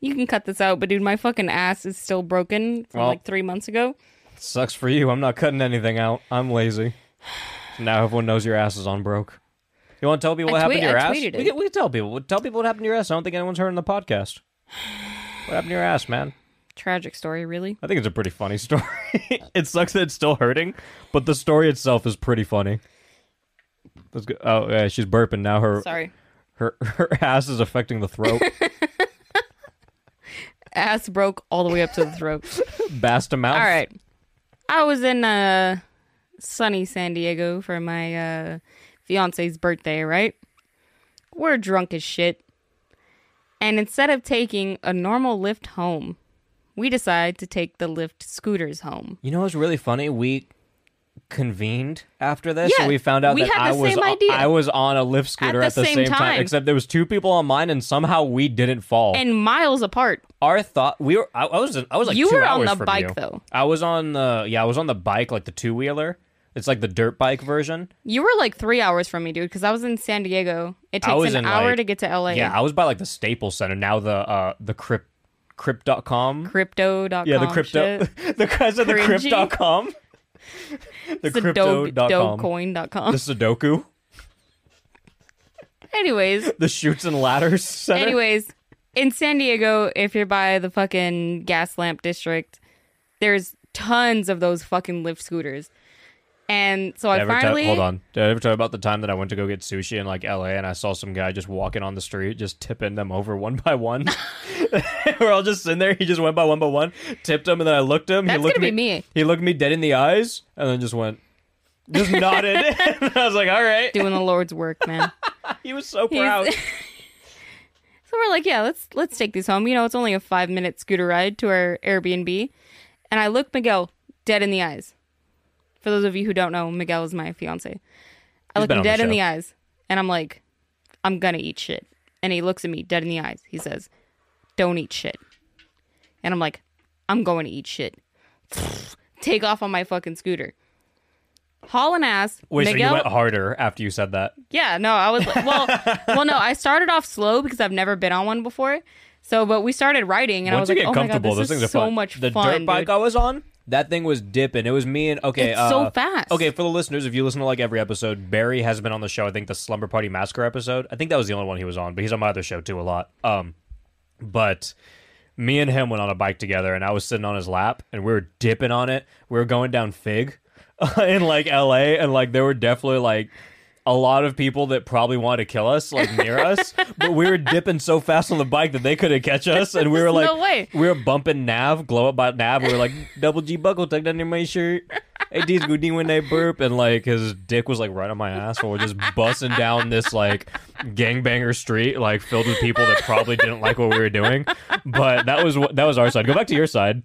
[SPEAKER 3] you can cut this out, but dude, my fucking ass is still broken from
[SPEAKER 2] Well.
[SPEAKER 3] like three months ago.
[SPEAKER 2] sucks for you i'm not cutting anything out i'm lazy now everyone knows your ass is on broke you want to tell people what
[SPEAKER 3] I
[SPEAKER 2] happened
[SPEAKER 3] tweet-
[SPEAKER 2] to your
[SPEAKER 3] I
[SPEAKER 2] ass?
[SPEAKER 3] tweeted
[SPEAKER 2] We
[SPEAKER 3] it.
[SPEAKER 2] can, we can tell people. Well, Tell people what happened to your ass. I don't think anyone's heard in the podcast. What happened to your ass, man?
[SPEAKER 3] Tragic story, really.
[SPEAKER 2] I think it's a pretty funny story. it sucks that it's still hurting, but the story itself is pretty funny. Let's go. Oh, yeah, she's burping now. Her
[SPEAKER 3] Sorry,
[SPEAKER 2] her her ass is affecting the throat.
[SPEAKER 3] ass broke all the way up to the throat.
[SPEAKER 2] Bass to mouth.
[SPEAKER 3] all right, I was in uh sunny San Diego for my uh fiance's birthday. Right, we're drunk as shit, and instead of taking a normal lift home, we decide to take the lift scooters home.
[SPEAKER 2] You know what's really funny? We convened after this,
[SPEAKER 3] Yeah,
[SPEAKER 2] and we found out
[SPEAKER 3] we
[SPEAKER 2] that
[SPEAKER 3] had
[SPEAKER 2] I
[SPEAKER 3] the
[SPEAKER 2] was
[SPEAKER 3] same
[SPEAKER 2] o-
[SPEAKER 3] idea.
[SPEAKER 2] I was on a lift scooter at the, same, time. Except there was two people on mine, and somehow we didn't fall.
[SPEAKER 3] And miles apart.
[SPEAKER 2] our thought we were I, I was I was like
[SPEAKER 3] You
[SPEAKER 2] two
[SPEAKER 3] were on
[SPEAKER 2] hours
[SPEAKER 3] the
[SPEAKER 2] from
[SPEAKER 3] bike,
[SPEAKER 2] you.
[SPEAKER 3] though.
[SPEAKER 2] I was on the yeah I was on the bike like the two wheeler. It's like the dirt bike version.
[SPEAKER 3] You were like three hours from me, dude, because I was in San Diego. It
[SPEAKER 2] I was
[SPEAKER 3] takes an
[SPEAKER 2] in,
[SPEAKER 3] hour
[SPEAKER 2] like-
[SPEAKER 3] to get to LA.
[SPEAKER 2] Yeah, I was by like the Staples Center. Now the uh the crypt crypt.com.
[SPEAKER 3] Crypto.com.
[SPEAKER 2] Yeah, the crypto
[SPEAKER 3] Shit.
[SPEAKER 2] the guys of the
[SPEAKER 3] Cringy.
[SPEAKER 2] crypt.com. The
[SPEAKER 3] It's a dope-
[SPEAKER 2] crypto.com.
[SPEAKER 3] dogecoin.com.
[SPEAKER 2] The Sudoku,
[SPEAKER 3] Anyways,
[SPEAKER 2] the shoots and ladders center.
[SPEAKER 3] anyways, in San Diego, if you're by the fucking gas lamp district, there's tons of those fucking lift scooters. And so I
[SPEAKER 2] Did I ever tell-
[SPEAKER 3] finally
[SPEAKER 2] hold on. Did I ever tell you about the time that I went to go get sushi in like LA and I saw some guy just walking on the street, just tipping them over one by one? We're all just sitting there. He just went by one by one, tipped them, and then I looked him.
[SPEAKER 3] That's
[SPEAKER 2] he looked
[SPEAKER 3] gonna
[SPEAKER 2] me,
[SPEAKER 3] be me.
[SPEAKER 2] He looked me dead in the eyes, and then just went, just nodded. And I was like, all right.
[SPEAKER 3] doing the Lord's work, man.
[SPEAKER 2] he was so
[SPEAKER 3] He's-
[SPEAKER 2] proud.
[SPEAKER 3] so So we're like, yeah, let's let's take these home. You know, it's only a five minute scooter ride to our Airbnb. And I look Miguel dead in the eyes. For those of you who don't know, Miguel is my fiance. I look
[SPEAKER 2] been
[SPEAKER 3] him
[SPEAKER 2] on the
[SPEAKER 3] dead in
[SPEAKER 2] show.
[SPEAKER 3] the eyes, and I'm like, I'm gonna eat shit. And he looks at me dead in the eyes. He says, Don't eat shit. And I'm like, I'm going to eat shit. Take off on my fucking scooter. Hauling ass.
[SPEAKER 2] Wait, so
[SPEAKER 3] Miguel-
[SPEAKER 2] you went harder after you said that?
[SPEAKER 3] yeah, no, I was like, well, well, no, I started off slow because I've never been on one before. So, but we started riding, and
[SPEAKER 2] Once
[SPEAKER 3] I was
[SPEAKER 2] you
[SPEAKER 3] like,
[SPEAKER 2] get
[SPEAKER 3] oh my god,
[SPEAKER 2] comfortable,
[SPEAKER 3] this
[SPEAKER 2] those
[SPEAKER 3] is
[SPEAKER 2] things are
[SPEAKER 3] so
[SPEAKER 2] fun.
[SPEAKER 3] much
[SPEAKER 2] the
[SPEAKER 3] fun.
[SPEAKER 2] dirt bike
[SPEAKER 3] dude.
[SPEAKER 2] I was on, that thing was dipping. It was me and okay,
[SPEAKER 3] It's
[SPEAKER 2] uh,
[SPEAKER 3] so fast.
[SPEAKER 2] Okay, for the listeners, if you listen to like every episode, Barry has been on the show. I think the Slumber Party Massacre episode. I think that was the only one he was on, but he's on my other show too a lot. Um, but me and him went on a bike together, and I was sitting on his lap, and we were dipping on it. We were going down Fig in like L.A., and like there were definitely like. A lot of people that probably wanted to kill us, like near us, but we were dipping so fast on the bike that they couldn't catch us, and we were like,
[SPEAKER 3] There's no way.
[SPEAKER 2] we were bumping Nav, glow up by Nav. We were like, double G buckle, tucked under my shirt. Hey, D's Goody when they burp. And like his dick was like right on my asshole. We're just busting down this like gangbanger street, like filled with people that probably didn't like what we were doing. But that was what that was our side. Go back to your side.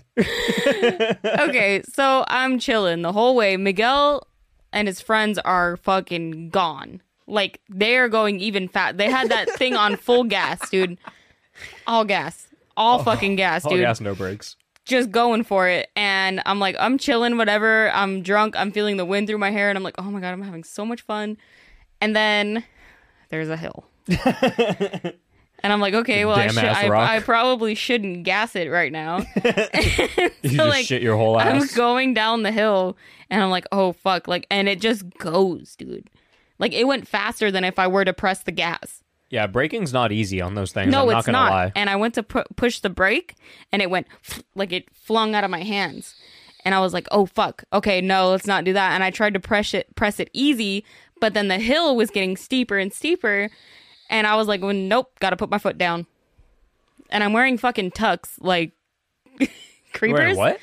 [SPEAKER 3] okay, so I'm chilling the whole way. Miguel and his friends are fucking gone. Like they are going even fat. They had that thing on full gas, dude. All gas, all fucking gas,
[SPEAKER 2] Oh, All
[SPEAKER 3] dude.
[SPEAKER 2] gas, no brakes.
[SPEAKER 3] just going for it. And I'm like, I'm chilling, whatever. I'm drunk. I'm feeling the wind through my hair. And I'm like, oh my God, I'm having so much fun. And then there's a hill. and I'm like, okay, well, I,
[SPEAKER 2] Damn
[SPEAKER 3] should-
[SPEAKER 2] ass
[SPEAKER 3] I,
[SPEAKER 2] rock.
[SPEAKER 3] I probably shouldn't gas it right now.
[SPEAKER 2] You just
[SPEAKER 3] like,
[SPEAKER 2] shit your whole
[SPEAKER 3] I'm
[SPEAKER 2] ass.
[SPEAKER 3] going down the hill and I'm like, oh fuck. Like, and it just goes, dude. Like, it went faster than if I were to press the gas.
[SPEAKER 2] yeah, braking's not easy on those things.
[SPEAKER 3] No,
[SPEAKER 2] I'm not
[SPEAKER 3] it's
[SPEAKER 2] gonna
[SPEAKER 3] not.
[SPEAKER 2] lie.
[SPEAKER 3] And I went to pu- push the brake, and it went like it flung out of my hands, and I was like, "Oh fuck! Okay, no, let's not do that." And I tried to press it, press it easy, but then the hill was getting steeper and steeper, and I was like, well, "Nope, got to put my foot down." And I'm wearing fucking tux, like
[SPEAKER 2] You wearing
[SPEAKER 3] creepers,
[SPEAKER 2] what?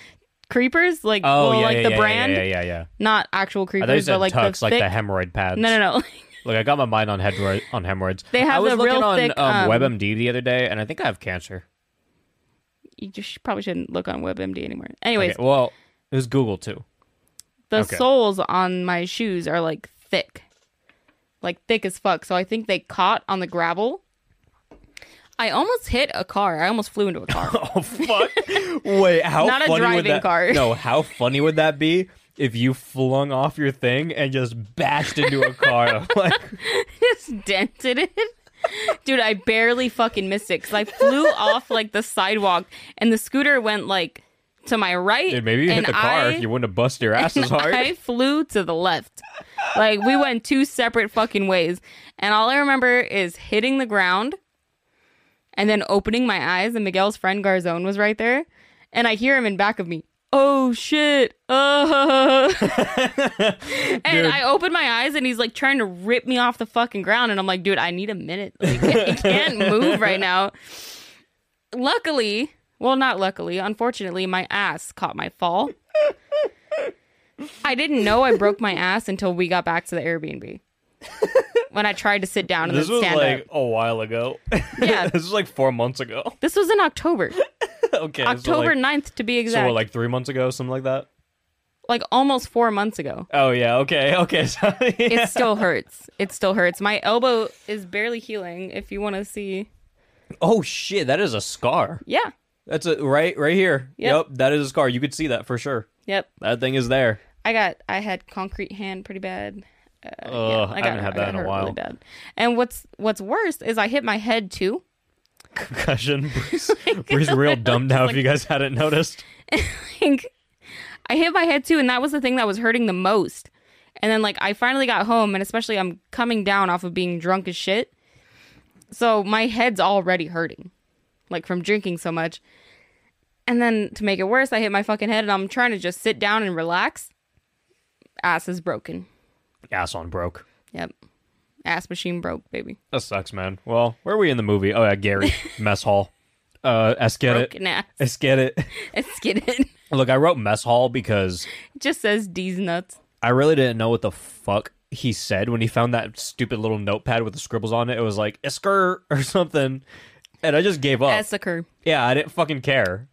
[SPEAKER 3] creepers, like
[SPEAKER 2] Oh,
[SPEAKER 3] well,
[SPEAKER 2] yeah,
[SPEAKER 3] like
[SPEAKER 2] yeah,
[SPEAKER 3] the
[SPEAKER 2] yeah,
[SPEAKER 3] brand,
[SPEAKER 2] Yeah, yeah, yeah. yeah.
[SPEAKER 3] not actual
[SPEAKER 2] I thought you
[SPEAKER 3] creepers,
[SPEAKER 2] said
[SPEAKER 3] but like
[SPEAKER 2] tucks,
[SPEAKER 3] the
[SPEAKER 2] like
[SPEAKER 3] thick.
[SPEAKER 2] the hemorrhoid pads.
[SPEAKER 3] no, no, no.
[SPEAKER 2] Look, I got my mind on hemorrhoid, on hemorrhoids.
[SPEAKER 3] They have
[SPEAKER 2] I was
[SPEAKER 3] the
[SPEAKER 2] looking
[SPEAKER 3] real
[SPEAKER 2] on
[SPEAKER 3] thick,
[SPEAKER 2] um,
[SPEAKER 3] um,
[SPEAKER 2] WebMD the other day, and I think I have cancer.
[SPEAKER 3] you just probably shouldn't look on WebMD anymore. Anyways,
[SPEAKER 2] Okay, well, it was Google too.
[SPEAKER 3] the
[SPEAKER 2] Okay.
[SPEAKER 3] soles on my shoes are like thick, like thick as fuck. So I think they caught on the gravel. I almost hit a car. I almost flew into a car.
[SPEAKER 2] Oh fuck! Wait, how
[SPEAKER 3] Not a
[SPEAKER 2] funny would
[SPEAKER 3] driving
[SPEAKER 2] that?
[SPEAKER 3] car.
[SPEAKER 2] No, how funny would that be if you flung off your thing and just bashed into a car? like,
[SPEAKER 3] Just dented it. Dude, I barely fucking missed it because I flew off like the sidewalk and the scooter went like to my right.
[SPEAKER 2] dude, maybe you hit
[SPEAKER 3] and
[SPEAKER 2] the car,
[SPEAKER 3] I-
[SPEAKER 2] you wouldn't have busted your ass as hard.
[SPEAKER 3] I flew to the left. Like we went two separate fucking ways. And all I remember is hitting the ground and then opening my eyes and Miguel's friend Garzone was right there. And I hear him in back of me. Oh shit. Uh. and I open my eyes and he's like trying to rip me off the fucking ground and I'm like, dude, I need a minute. Like, I can't move right now. Luckily, well not luckily, unfortunately, my ass caught my fall. I didn't know I broke my ass until we got back to the Airbnb. when I tried to sit down and
[SPEAKER 2] this
[SPEAKER 3] then
[SPEAKER 2] was
[SPEAKER 3] stand
[SPEAKER 2] like
[SPEAKER 3] up.
[SPEAKER 2] a while ago.
[SPEAKER 3] Yeah.
[SPEAKER 2] this was like four months ago.
[SPEAKER 3] This was in October.
[SPEAKER 2] okay, so
[SPEAKER 3] October
[SPEAKER 2] like,
[SPEAKER 3] 9th to be
[SPEAKER 2] so
[SPEAKER 3] exact.
[SPEAKER 2] what,
[SPEAKER 3] like,
[SPEAKER 2] like three months ago, something like that.
[SPEAKER 3] almost 4 months ago.
[SPEAKER 2] Oh yeah, okay, okay. So,
[SPEAKER 3] It still hurts. It still hurts. My elbow is barely healing if you want to see.
[SPEAKER 2] Oh shit, that is a scar.
[SPEAKER 3] Yeah.
[SPEAKER 2] That's a right right here.
[SPEAKER 3] Yep.
[SPEAKER 2] Yep. that is a scar. You could see that for sure.
[SPEAKER 3] Yep.
[SPEAKER 2] That thing is there.
[SPEAKER 3] I got I had concrete hand pretty bad. Uh, yeah,
[SPEAKER 2] Ugh, I haven't had that
[SPEAKER 3] got
[SPEAKER 2] in a
[SPEAKER 3] hurt
[SPEAKER 2] while.
[SPEAKER 3] Really bad. And what's what's worse is I hit my head too.
[SPEAKER 2] Concussion. Bree's, Bree's real dumb now if you guys hadn't noticed.
[SPEAKER 3] think I hit my head too, and that was the thing that was hurting the most. And then like I finally got home, and especially I'm coming down off of being drunk as shit, so my head's already hurting, like from drinking so much. And then to make it worse, I hit my fucking head, and I'm trying to just sit down and relax. Ass is broken.
[SPEAKER 2] Ass on broke.
[SPEAKER 3] Yep, ass machine broke, baby.
[SPEAKER 2] That sucks, man. Well, where are we in the movie? Oh yeah, Gary. mess hall. Uh Esket it.
[SPEAKER 3] Broken ass.
[SPEAKER 2] Esket it.
[SPEAKER 3] Let's get it.
[SPEAKER 2] Look, I wrote mess hall because
[SPEAKER 3] Just says D's nuts.
[SPEAKER 2] I really didn't know what the fuck he said when he found that stupid little notepad with the scribbles on it. It was like Esker or something. and I just gave up.
[SPEAKER 3] Essaker.
[SPEAKER 2] yeah, I didn't fucking care.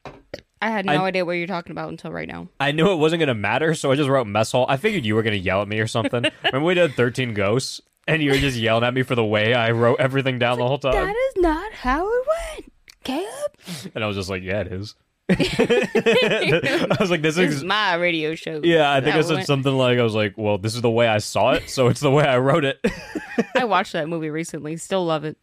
[SPEAKER 3] I had no
[SPEAKER 2] I-
[SPEAKER 3] idea what you're talking about until right now.
[SPEAKER 2] I knew it wasn't gonna matter, so I just wrote mess hall. I figured you were gonna yell at me or something. Remember we did thirteen ghosts, and you were just yelling at me for the way I wrote everything down the whole time,
[SPEAKER 3] That is not how it went, Caleb.
[SPEAKER 2] and I was just like, yeah, it is. I was like, this
[SPEAKER 3] This
[SPEAKER 2] is
[SPEAKER 3] is my radio show.
[SPEAKER 2] Yeah, I think I
[SPEAKER 3] That
[SPEAKER 2] said
[SPEAKER 3] went-
[SPEAKER 2] something like I was like, "Well, this is the way I saw it, so it's the way I wrote it."
[SPEAKER 3] I watched that movie recently. Still love it.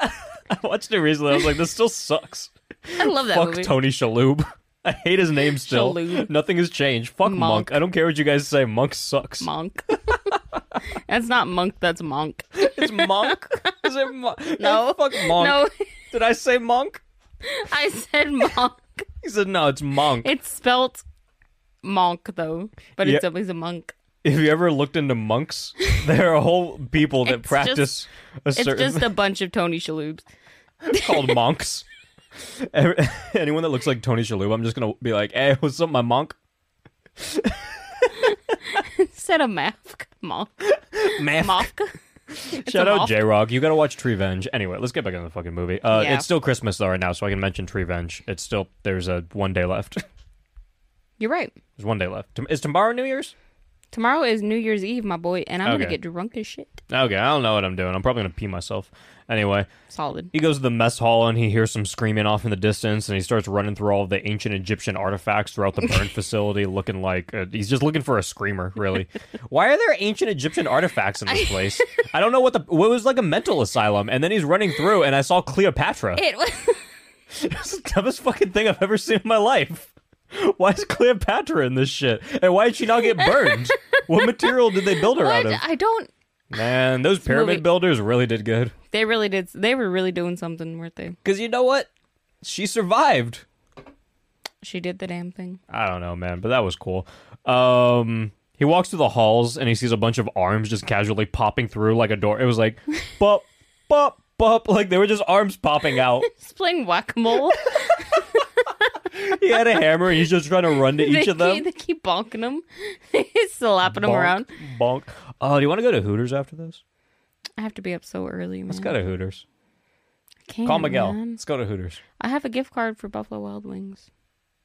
[SPEAKER 2] I watched it recently. I was like, "This still sucks."
[SPEAKER 3] I love that
[SPEAKER 2] Fuck
[SPEAKER 3] movie.
[SPEAKER 2] Tony Shalhoub. I hate his name still.
[SPEAKER 3] Shalhoub.
[SPEAKER 2] Nothing has changed. Fuck Monk.
[SPEAKER 3] Monk.
[SPEAKER 2] I don't care what you guys say. Monk sucks.
[SPEAKER 3] Monk. that's not monk. That's monk.
[SPEAKER 2] It's Monk. Is it Monk?
[SPEAKER 3] No.
[SPEAKER 2] fuck Monk.
[SPEAKER 3] No,
[SPEAKER 2] Did I say Monk?
[SPEAKER 3] I said monk.
[SPEAKER 2] He said, "No, it's Monk."
[SPEAKER 3] It's spelt monk though, but it's
[SPEAKER 2] Yeah.
[SPEAKER 3] always a monk.
[SPEAKER 2] Have you ever looked into monks? There are whole people that
[SPEAKER 3] It's
[SPEAKER 2] practice a
[SPEAKER 3] It's
[SPEAKER 2] certain
[SPEAKER 3] just a bunch of Tony Shalhoubs.
[SPEAKER 2] called monks. Every- Anyone that looks like Tony Shalhoub, I'm just gonna be like, "Hey, what's up, my monk?"
[SPEAKER 3] Said a mask. Monk. Monk.
[SPEAKER 2] Shout
[SPEAKER 3] a
[SPEAKER 2] out
[SPEAKER 3] moth.
[SPEAKER 2] J Rock. You gotta watch Treevenge. Anyway, let's get back on the fucking movie. Uh,
[SPEAKER 3] Yeah.
[SPEAKER 2] It's still Christmas though right now, so I can mention Treevenge. It's still there's a one day left.
[SPEAKER 3] You're right.
[SPEAKER 2] there's one day left. Tom- Is tomorrow New Year's?
[SPEAKER 3] Tomorrow is New Year's Eve, my boy, and I'm
[SPEAKER 2] Okay.
[SPEAKER 3] gonna get drunk as shit.
[SPEAKER 2] Okay, I don't know what I'm doing. I'm probably gonna pee myself. Anyway,
[SPEAKER 3] Solid.
[SPEAKER 2] he goes to the mess hall and he hears some screaming off in the distance, and he starts running through all of the ancient Egyptian artifacts throughout the burn facility, looking like uh he's just looking for a screamer. Really, why are there ancient Egyptian artifacts in this place? I don't know what the what was like a mental asylum, and then he's running through, and I saw Cleopatra.
[SPEAKER 3] It was.
[SPEAKER 2] It's the dumbest fucking thing I've ever seen in my life. Why is Cleopatra in this shit? And why did she not get burned? what material did they build her out
[SPEAKER 3] What?
[SPEAKER 2] of?
[SPEAKER 3] I don't.
[SPEAKER 2] Man, those pyramid
[SPEAKER 3] movie-
[SPEAKER 2] builders really did good.
[SPEAKER 3] They really did. They were really doing something, weren't they?
[SPEAKER 2] Because you know what? She survived.
[SPEAKER 3] She did the damn thing.
[SPEAKER 2] I don't know, man, but that was cool. Um, he walks through the halls and he sees a bunch of arms just casually popping through like a door. It was like, bop, bop, bop. Like they were just arms popping out.
[SPEAKER 3] He's playing whack a mole.
[SPEAKER 2] he had a hammer and he's just trying to run to each of them.
[SPEAKER 3] They keep bonking him. He's slapping him
[SPEAKER 2] Bonk,
[SPEAKER 3] around.
[SPEAKER 2] Bonk. Oh, do you want to go to Hooters after this?
[SPEAKER 3] I have to be up so early, man.
[SPEAKER 2] Let's go to Hooters.
[SPEAKER 3] I can't,
[SPEAKER 2] Call Miguel.
[SPEAKER 3] man.
[SPEAKER 2] Let's go to Hooters.
[SPEAKER 3] I have a gift card for Buffalo Wild Wings.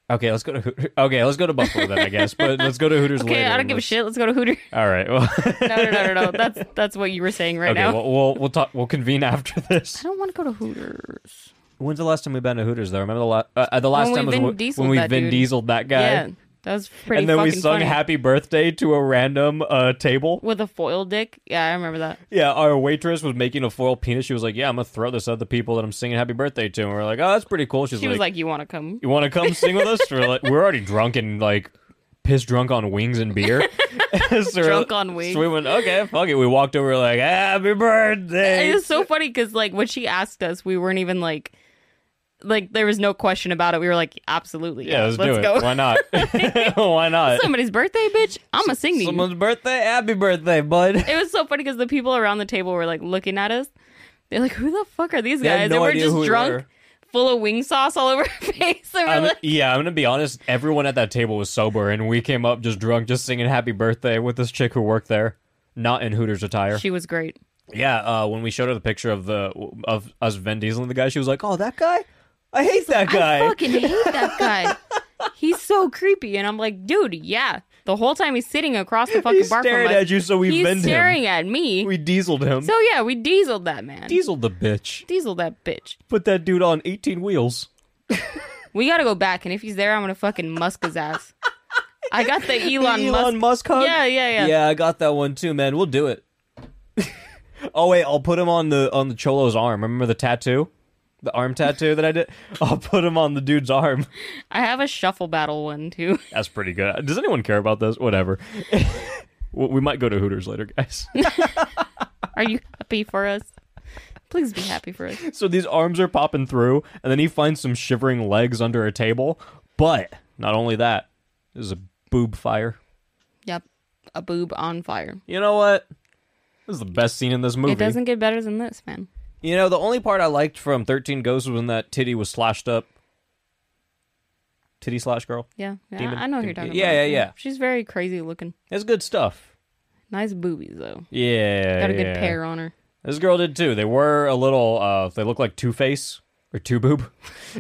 [SPEAKER 2] Okay, let's go to Hooters. Okay, let's go to Buffalo then, I guess. But let's go to Hooters
[SPEAKER 3] Okay,
[SPEAKER 2] later.
[SPEAKER 3] I don't
[SPEAKER 2] and
[SPEAKER 3] give a
[SPEAKER 2] let's-
[SPEAKER 3] shit. Let's go to Hooters.
[SPEAKER 2] All right. Well,
[SPEAKER 3] No, no, no, no, no. That's that's what you were saying right
[SPEAKER 2] okay.
[SPEAKER 3] now.
[SPEAKER 2] Well, we'll we'll talk. We'll convene after
[SPEAKER 3] I
[SPEAKER 2] this.
[SPEAKER 3] don't want to go to Hooters.
[SPEAKER 2] When's the last time we've been to Hooters? Though, remember the last uh, the last
[SPEAKER 3] we
[SPEAKER 2] time was
[SPEAKER 3] Vin
[SPEAKER 2] when-
[SPEAKER 3] Diesel'd
[SPEAKER 2] when we
[SPEAKER 3] that
[SPEAKER 2] Vin
[SPEAKER 3] dude.
[SPEAKER 2] Diesel'd that guy.
[SPEAKER 3] Yeah, that was pretty.
[SPEAKER 2] and then we
[SPEAKER 3] fucking
[SPEAKER 2] sung
[SPEAKER 3] funny.
[SPEAKER 2] "Happy Birthday" to a random uh, table.
[SPEAKER 3] with a foil dick. Yeah, I remember that.
[SPEAKER 2] Yeah, our waitress was making a foil penis. She was like, "Yeah, I'm gonna throw this at the people that I'm singing "Happy Birthday" to." And we're like, "Oh, that's pretty cool." She's
[SPEAKER 3] She was like, "You want to come?"
[SPEAKER 2] you want to come sing with us? We're like, we're already drunk and like piss drunk on wings and beer. So we're-
[SPEAKER 3] Drunk on wings.
[SPEAKER 2] So we went, okay, fuck it. We walked over, like, happy birthday.
[SPEAKER 3] It was so funny because like when she asked us, we weren't even like, like there was no question about it. We were like, "Absolutely,
[SPEAKER 2] yeah, let's, do it.
[SPEAKER 3] go."
[SPEAKER 2] Why not? Why not?
[SPEAKER 3] Somebody's birthday, bitch. I'm gonna sing to you.
[SPEAKER 2] Someone's birthday. Happy birthday, bud.
[SPEAKER 3] It was so funny because the people around the table were like looking at us. They're like, "Who the fuck are these
[SPEAKER 2] They had
[SPEAKER 3] guys?"
[SPEAKER 2] no
[SPEAKER 3] and we're
[SPEAKER 2] idea
[SPEAKER 3] just
[SPEAKER 2] who we
[SPEAKER 3] drunk,
[SPEAKER 2] were.
[SPEAKER 3] full of wing sauce all over our face. And we're
[SPEAKER 2] I'm-
[SPEAKER 3] like,
[SPEAKER 2] yeah, I'm gonna be honest. Everyone at that table was sober, and we came up just drunk, just singing "Happy Birthday" with this chick who worked there, not in Hooters attire.
[SPEAKER 3] she was great.
[SPEAKER 2] Yeah, uh, when we showed her the picture of the of us Vin Diesel and the guy, she was like, "Oh, that guy! I hate that guy."
[SPEAKER 3] I fucking hate that guy. he's so creepy, and I'm like, dude, yeah. The whole time he's sitting across the fucking
[SPEAKER 2] He's
[SPEAKER 3] bar
[SPEAKER 2] staring
[SPEAKER 3] from us,
[SPEAKER 2] at you, so we
[SPEAKER 3] he's
[SPEAKER 2] vend
[SPEAKER 3] staring
[SPEAKER 2] him.
[SPEAKER 3] at me.
[SPEAKER 2] We dieseled him.
[SPEAKER 3] so yeah, we dieseled that man.
[SPEAKER 2] dieseled the bitch.
[SPEAKER 3] diesel that bitch.
[SPEAKER 2] Put that dude on 18 wheels.
[SPEAKER 3] We gotta go back, and if he's there, I'm gonna fucking musk his ass. I got the Elon,
[SPEAKER 2] Elon Musk hug?
[SPEAKER 3] Yeah, yeah, yeah.
[SPEAKER 2] Yeah, I got that one too, man. We'll do it. oh wait, I'll put him on the on the cholo's arm. Remember the tattoo? The arm tattoo that I did? I'll put him on the dude's arm.
[SPEAKER 3] I have a shuffle battle one too.
[SPEAKER 2] That's pretty good. Does anyone care about this? Whatever. we we might go to Hooters later, guys.
[SPEAKER 3] Are you happy for us? Please be happy for us.
[SPEAKER 2] So these arms are popping through, and then he finds some shivering legs under a table. But not only that, there's a boob fire.
[SPEAKER 3] Yep. A boob on fire.
[SPEAKER 2] You know what? This is the best scene in this movie.
[SPEAKER 3] It doesn't get better than this, man.
[SPEAKER 2] You know, the only part I liked from 13 Ghosts was when that titty was slashed up. Titty slash girl.
[SPEAKER 3] Yeah. yeah
[SPEAKER 2] Demon-
[SPEAKER 3] I know who you're
[SPEAKER 2] demon-
[SPEAKER 3] talking
[SPEAKER 2] yeah,
[SPEAKER 3] about.
[SPEAKER 2] yeah, yeah.
[SPEAKER 3] She's very crazy looking.
[SPEAKER 2] It's good stuff.
[SPEAKER 3] Nice boobies though.
[SPEAKER 2] Yeah.
[SPEAKER 3] Got a good
[SPEAKER 2] yeah.
[SPEAKER 3] pair on her.
[SPEAKER 2] This girl did too. They were a little, uh, they look like Two Face. or two boob.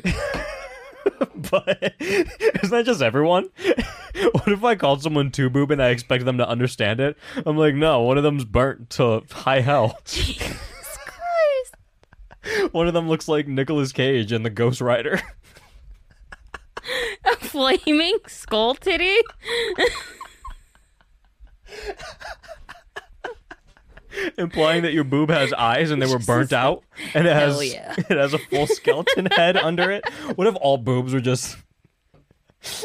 [SPEAKER 2] but isn't that just everyone? what if I called someone two boob and I expected them to understand it? I'm like, no, one of them's burnt to high hell. one of them looks like Nicolas Cage in The Ghost Rider.
[SPEAKER 3] Flaming skull titty?
[SPEAKER 2] implying that your boob has eyes and they were burnt out and it
[SPEAKER 3] Hell
[SPEAKER 2] has
[SPEAKER 3] yeah.
[SPEAKER 2] it has a full skeleton head under it. What if all boobs were just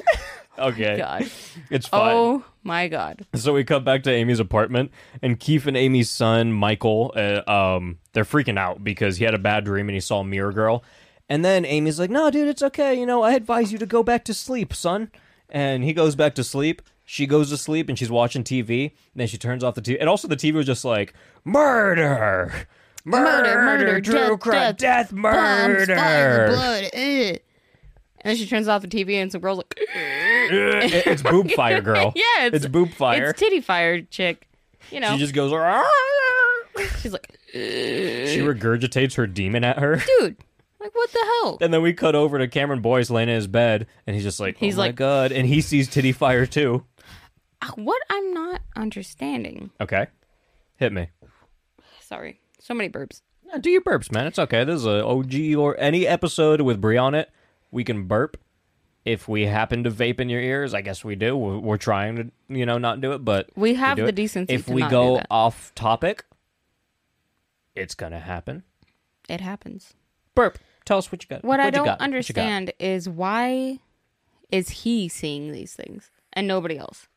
[SPEAKER 2] Okay.
[SPEAKER 3] God.
[SPEAKER 2] It's fine.
[SPEAKER 3] Oh my god.
[SPEAKER 2] So we come back to Amy's apartment and Keith and Amy's son, Michael, uh, um they're freaking out because he had a bad dream and he saw Mirror Girl. And then Amy's like, "No, dude, it's okay. You know, I advise you to go back to sleep, son." And he goes back to sleep. She goes to sleep and she's watching TV. And then she turns off the TV. And also the TV was just like, "Murder."
[SPEAKER 3] Murder,
[SPEAKER 2] Murder,
[SPEAKER 3] murder,
[SPEAKER 2] true
[SPEAKER 3] death,
[SPEAKER 2] crime,
[SPEAKER 3] death,
[SPEAKER 2] death,
[SPEAKER 3] Bombs, fire,
[SPEAKER 2] murder.
[SPEAKER 3] blood. eh. And then she turns off the TV and some girl's like,
[SPEAKER 2] It- it's boob fire, girl.
[SPEAKER 3] yeah,
[SPEAKER 2] it's, boob fire.
[SPEAKER 3] It's titty fire chick. You know,
[SPEAKER 2] she just goes. "Arr!"
[SPEAKER 3] she's like,
[SPEAKER 2] She regurgitates her demon at her.
[SPEAKER 3] dude, like what the hell?
[SPEAKER 2] And then we cut over to Cameron Boyce laying in his bed, and he's just like,
[SPEAKER 3] He's
[SPEAKER 2] "Oh my
[SPEAKER 3] like-
[SPEAKER 2] god!" And he sees titty fire too.
[SPEAKER 3] Ah, What I'm not understanding.
[SPEAKER 2] Okay, hit me.
[SPEAKER 3] Sorry, so many burps.
[SPEAKER 2] No, do your burps, man. It's okay. This is a OG or any episode with Brie on it. We can burp if we happen to vape in your ears. I guess we do. We're, we're trying to, you know, not do it, but
[SPEAKER 3] We have
[SPEAKER 2] do
[SPEAKER 3] the
[SPEAKER 2] it.
[SPEAKER 3] decency
[SPEAKER 2] If
[SPEAKER 3] to
[SPEAKER 2] we
[SPEAKER 3] not do
[SPEAKER 2] go
[SPEAKER 3] that.
[SPEAKER 2] off topic, it's gonna happen.
[SPEAKER 3] It happens.
[SPEAKER 2] Burp. Tell us what you got.
[SPEAKER 3] What I
[SPEAKER 2] you
[SPEAKER 3] don't
[SPEAKER 2] got? What you got?
[SPEAKER 3] understand is why is he seeing these things and nobody else?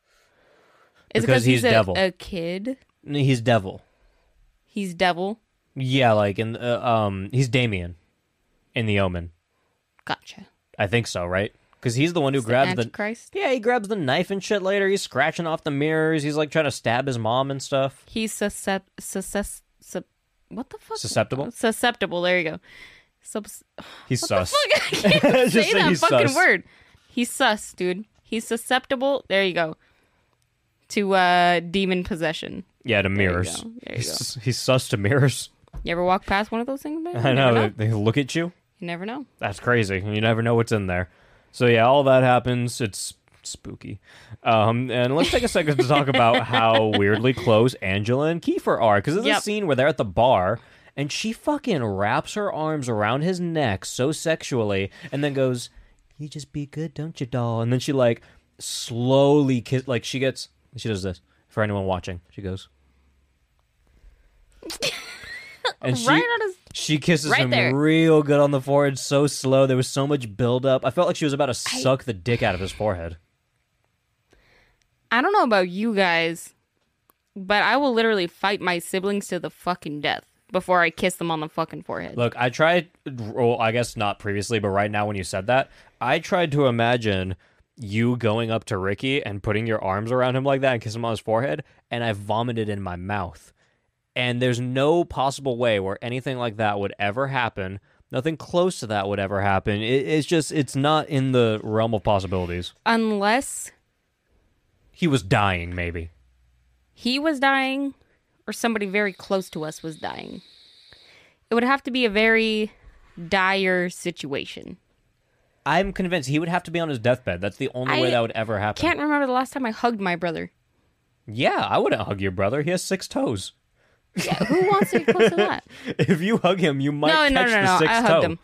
[SPEAKER 3] Is it
[SPEAKER 2] Because he's
[SPEAKER 3] a,
[SPEAKER 2] devil.
[SPEAKER 3] a kid?
[SPEAKER 2] He's devil.
[SPEAKER 3] He's devil.
[SPEAKER 2] Yeah, like in uh, um, he's Damien in The Omen.
[SPEAKER 3] Gotcha.
[SPEAKER 2] I think so, right? Because he's the one who
[SPEAKER 3] The
[SPEAKER 2] grabs the
[SPEAKER 3] Antichrist.
[SPEAKER 2] yeah, he grabs the knife and shit later. He's scratching off the mirrors. He's like trying to stab his mom and stuff.
[SPEAKER 3] He's suscep- suscep- sup- what the fuck?
[SPEAKER 2] Susceptible?
[SPEAKER 3] Susceptible. There you go. Subs-
[SPEAKER 2] He's sus.
[SPEAKER 3] Fuck, I can't
[SPEAKER 2] Just
[SPEAKER 3] say
[SPEAKER 2] say
[SPEAKER 3] that
[SPEAKER 2] he's
[SPEAKER 3] fucking
[SPEAKER 2] sus.
[SPEAKER 3] word. He's sus, dude. He's susceptible. There you go. To uh, demon possession.
[SPEAKER 2] Yeah, to mirrors.
[SPEAKER 3] go. There you go.
[SPEAKER 2] He's, he's sus to mirrors.
[SPEAKER 3] You ever walk past one of those things? Man? You
[SPEAKER 2] I
[SPEAKER 3] never
[SPEAKER 2] know. They, they look at you.
[SPEAKER 3] You never know.
[SPEAKER 2] That's crazy. and You never know what's in there. So yeah, all that happens. It's spooky. Um, and let's take a second to talk about how weirdly close Angela and Kiefer are. Because there's
[SPEAKER 3] Yep.
[SPEAKER 2] a scene where they're at the bar and she fucking wraps her arms around his neck so sexually and then goes, You just be good, don't you, doll? And then she like slowly kiss like she gets she does this for anyone watching. She goes and she,
[SPEAKER 3] right on his
[SPEAKER 2] she kisses
[SPEAKER 3] Right
[SPEAKER 2] him
[SPEAKER 3] there.
[SPEAKER 2] real good on the forehead, so slow. There was so much buildup. I felt like she was about to suck the dick out of his forehead.
[SPEAKER 3] I don't know about you guys, but I will literally fight my siblings to the fucking death before I kiss them on the fucking forehead.
[SPEAKER 2] Look, I tried, well, I guess not previously, but right now when you said that, I tried to imagine you going up to Ricky and putting your arms around him like that and kissing him on his forehead, and I vomited in my mouth. And there's no possible way where anything like that would ever happen. Nothing close to that would ever happen. It, it's just, it's not in the realm of possibilities.
[SPEAKER 3] Unless
[SPEAKER 2] He was dying, maybe.
[SPEAKER 3] he was dying or somebody very close to us was dying. It would have to be a very dire situation.
[SPEAKER 2] I'm convinced he would have to be on his deathbed. That's the only
[SPEAKER 3] I
[SPEAKER 2] way that would ever happen.
[SPEAKER 3] Can't remember the last time I hugged my brother.
[SPEAKER 2] Yeah, I wouldn't hug your brother. He has six toes.
[SPEAKER 3] Who wants to get close to that?
[SPEAKER 2] If you hug him, you might
[SPEAKER 3] No,
[SPEAKER 2] catch
[SPEAKER 3] no, no,
[SPEAKER 2] the
[SPEAKER 3] no.
[SPEAKER 2] sixth
[SPEAKER 3] I
[SPEAKER 2] toe.
[SPEAKER 3] hugged him.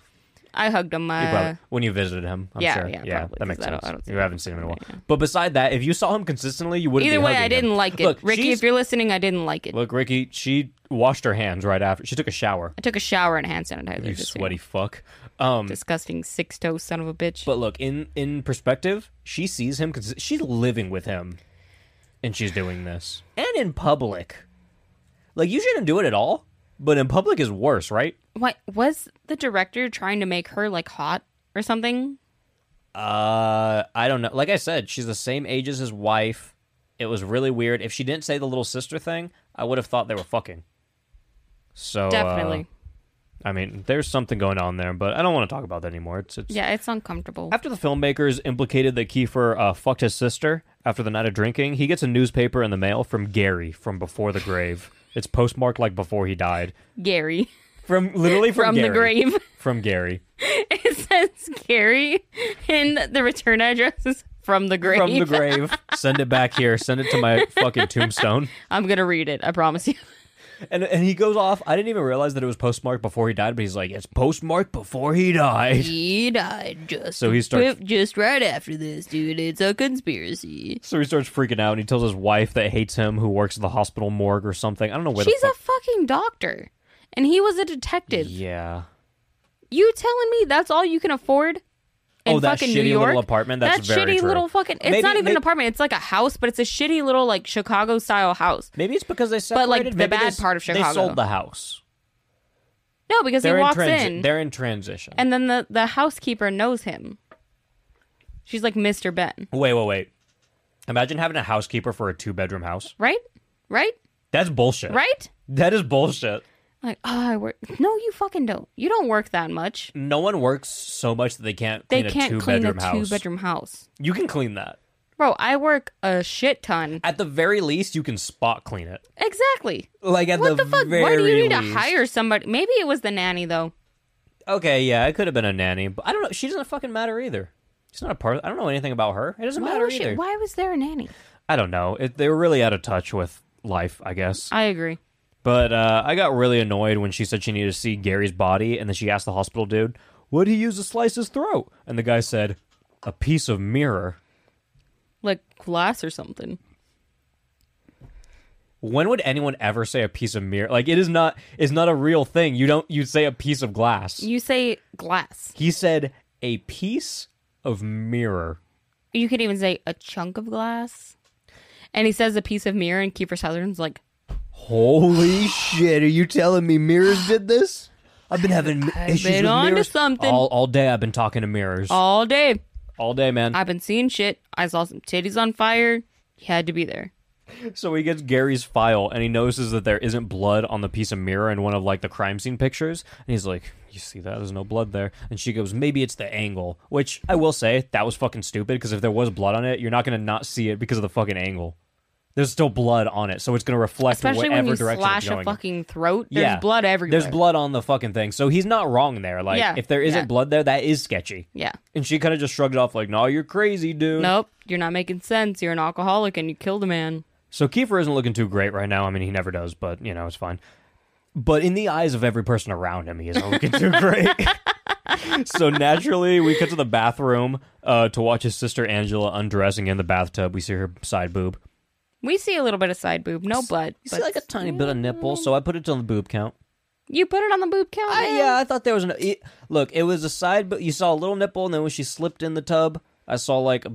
[SPEAKER 3] I hugged him.
[SPEAKER 2] You
[SPEAKER 3] Uh,
[SPEAKER 2] probably- when you visited him, I'm
[SPEAKER 3] yeah,
[SPEAKER 2] sure.
[SPEAKER 3] yeah, probably,
[SPEAKER 2] that makes
[SPEAKER 3] 'cause I
[SPEAKER 2] sense.
[SPEAKER 3] don't- I don't see
[SPEAKER 2] you
[SPEAKER 3] him
[SPEAKER 2] haven't seen him in a while. But beside that, if you saw him consistently, you wouldn't.
[SPEAKER 3] either
[SPEAKER 2] be
[SPEAKER 3] way,
[SPEAKER 2] hugging
[SPEAKER 3] I didn't
[SPEAKER 2] him.
[SPEAKER 3] like it.
[SPEAKER 2] Look,
[SPEAKER 3] Ricky,
[SPEAKER 2] she's-
[SPEAKER 3] if you're listening, I didn't like it.
[SPEAKER 2] look, Ricky. She washed her hands right after. She took a shower.
[SPEAKER 3] I took a shower and hand sanitizer.
[SPEAKER 2] You
[SPEAKER 3] just so
[SPEAKER 2] sweaty fuck. Um,
[SPEAKER 3] disgusting six toe son of a bitch.
[SPEAKER 2] but look in in perspective, she sees him because she's living with him, and she's doing this, and in public. Like you shouldn't do it at all, but in public is worse, right?
[SPEAKER 3] what was the director trying to make her like hot or something?
[SPEAKER 2] Uh, I don't know. Like I said, she's the same age as his wife. It was really weird. If she didn't say the little sister thing, I would have thought they were fucking. So uh,
[SPEAKER 3] Definitely.
[SPEAKER 2] I mean, there's something going on there, but I don't want to talk about that anymore. It's it's
[SPEAKER 3] yeah, it's uncomfortable.
[SPEAKER 2] After the filmmakers implicated that Kiefer uh, fucked his sister after the night of drinking, he gets a newspaper in the mail from Gary from before the grave. It's postmarked like before he died.
[SPEAKER 3] Gary.
[SPEAKER 2] from literally from,
[SPEAKER 3] From the
[SPEAKER 2] Gary.
[SPEAKER 3] grave.
[SPEAKER 2] From Gary.
[SPEAKER 3] It says Gary, and the return address is from the grave.
[SPEAKER 2] From the grave. Send it back here. Send it to my fucking tombstone.
[SPEAKER 3] I'm gonna read it. I promise you.
[SPEAKER 2] And and he goes off. I didn't even realize that it was postmarked before he died, but he's like, it's postmarked before he died.
[SPEAKER 3] He died just
[SPEAKER 2] So he starts-
[SPEAKER 3] just right after this, dude. It's a conspiracy.
[SPEAKER 2] So he starts freaking out and he tells his wife that hates him who works at the hospital morgue or something. I don't know where
[SPEAKER 3] She's
[SPEAKER 2] the
[SPEAKER 3] a
[SPEAKER 2] fuck.
[SPEAKER 3] fucking doctor, and he was a detective.
[SPEAKER 2] yeah.
[SPEAKER 3] You telling me that's all you can afford? In
[SPEAKER 2] Oh, that
[SPEAKER 3] fucking
[SPEAKER 2] shitty
[SPEAKER 3] New
[SPEAKER 2] little
[SPEAKER 3] York?
[SPEAKER 2] apartment? That's
[SPEAKER 3] that
[SPEAKER 2] very
[SPEAKER 3] shitty
[SPEAKER 2] true.
[SPEAKER 3] little fucking. It's
[SPEAKER 2] Maybe-
[SPEAKER 3] not even
[SPEAKER 2] may-
[SPEAKER 3] an apartment. It's like a house, but it's a shitty little like Chicago style house.
[SPEAKER 2] Maybe it's because they separated.
[SPEAKER 3] But, like, the
[SPEAKER 2] Maybe they
[SPEAKER 3] bad
[SPEAKER 2] s-
[SPEAKER 3] part of
[SPEAKER 2] They
[SPEAKER 3] Chicago.
[SPEAKER 2] sold the house.
[SPEAKER 3] No, because
[SPEAKER 2] They're
[SPEAKER 3] he walks
[SPEAKER 2] in, transi-
[SPEAKER 3] in,
[SPEAKER 2] They're in transition.
[SPEAKER 3] and then the the housekeeper knows him. She's like Mr. Ben,
[SPEAKER 2] wait, wait, wait. Imagine having a housekeeper for a two bedroom house.
[SPEAKER 3] right? Right?
[SPEAKER 2] That's bullshit.
[SPEAKER 3] Right?
[SPEAKER 2] That is bullshit.
[SPEAKER 3] Like, oh, I work. No, you fucking don't. You don't work that much.
[SPEAKER 2] No one works so much that they can't
[SPEAKER 3] They
[SPEAKER 2] clean a
[SPEAKER 3] can't
[SPEAKER 2] two
[SPEAKER 3] clean a
[SPEAKER 2] bedroom
[SPEAKER 3] two
[SPEAKER 2] house.
[SPEAKER 3] bedroom house.
[SPEAKER 2] You can clean that.
[SPEAKER 3] Bro, I work a shit ton.
[SPEAKER 2] At the very least, you can spot clean it.
[SPEAKER 3] Exactly.
[SPEAKER 2] Like at
[SPEAKER 3] What the, fuck? Why do you
[SPEAKER 2] very
[SPEAKER 3] need to
[SPEAKER 2] least.
[SPEAKER 3] hire somebody? Maybe it was the nanny though.
[SPEAKER 2] Okay, yeah, it could have been a nanny, but I don't know. She doesn't fucking matter either. She's not a part. Of, I don't know anything about her. It doesn't
[SPEAKER 3] Why
[SPEAKER 2] matter
[SPEAKER 3] was, she-
[SPEAKER 2] either.
[SPEAKER 3] why was there a nanny?
[SPEAKER 2] I don't know. It, they were really out of touch with life, I guess.
[SPEAKER 3] I agree.
[SPEAKER 2] But uh, I got really annoyed when she said she needed to see Gary's body, and then she asked the hospital dude, "Would he use to slice his throat?" And the guy said, "A piece of mirror."
[SPEAKER 3] Like glass or something.
[SPEAKER 2] When would anyone ever say a piece of mirror? Like it is not is not a real thing. You don't you say a piece of glass.
[SPEAKER 3] You say glass.
[SPEAKER 2] he said a piece of mirror.
[SPEAKER 3] You could even say a chunk of glass. And he says a piece of mirror, and Kiefer Sutherland's like,
[SPEAKER 2] Holy shit! Are you telling me mirrors did this? I've been having
[SPEAKER 3] I've issues been with onto mirrors. something.
[SPEAKER 2] all all day. I've been talking to mirrors all,
[SPEAKER 3] all day
[SPEAKER 2] day, man.
[SPEAKER 3] I've been seeing shit. I saw some titties on fire. He had to be there.
[SPEAKER 2] So he gets Gary's file and he notices that there isn't blood on the piece of mirror in one of like the crime scene pictures. And he's like, You see that? There's no blood there. And she goes, Maybe it's the angle. Which I will say, that was fucking stupid because if there was blood on it, you're not going to not see it because of the fucking angle. There's still blood on it. So it's going to reflect
[SPEAKER 3] Especially
[SPEAKER 2] whatever
[SPEAKER 3] when you
[SPEAKER 2] direction
[SPEAKER 3] slash
[SPEAKER 2] it's going.
[SPEAKER 3] a
[SPEAKER 2] in.
[SPEAKER 3] fucking throat. There's blood everywhere.
[SPEAKER 2] There's blood on the fucking thing. So he's not wrong there. Like,
[SPEAKER 3] Yeah,
[SPEAKER 2] if there isn't
[SPEAKER 3] yeah.
[SPEAKER 2] blood there, that is sketchy.
[SPEAKER 3] Yeah.
[SPEAKER 2] And she kind of just shrugged it off, like, No, you're crazy, dude.
[SPEAKER 3] Nope. You're not making sense. You're an alcoholic and you killed a man.
[SPEAKER 2] So Kiefer isn't looking too great right now. I mean, he never does, but you know, it's fine. But in the eyes of every person around him, he isn't looking too great. so naturally, we cut to the bathroom uh, to watch his sister Angela undressing in the bathtub. We see her side boob.
[SPEAKER 3] We see a little bit of side boob, no butt.
[SPEAKER 2] You see
[SPEAKER 3] But
[SPEAKER 2] like a tiny bit of nipple, so I put it on the boob count.
[SPEAKER 3] you put it on the boob count.
[SPEAKER 2] I, uh,
[SPEAKER 3] man.
[SPEAKER 2] yeah, I thought there was an it, look. It was a side, but you saw a little nipple, and then when she slipped in the tub, I saw like a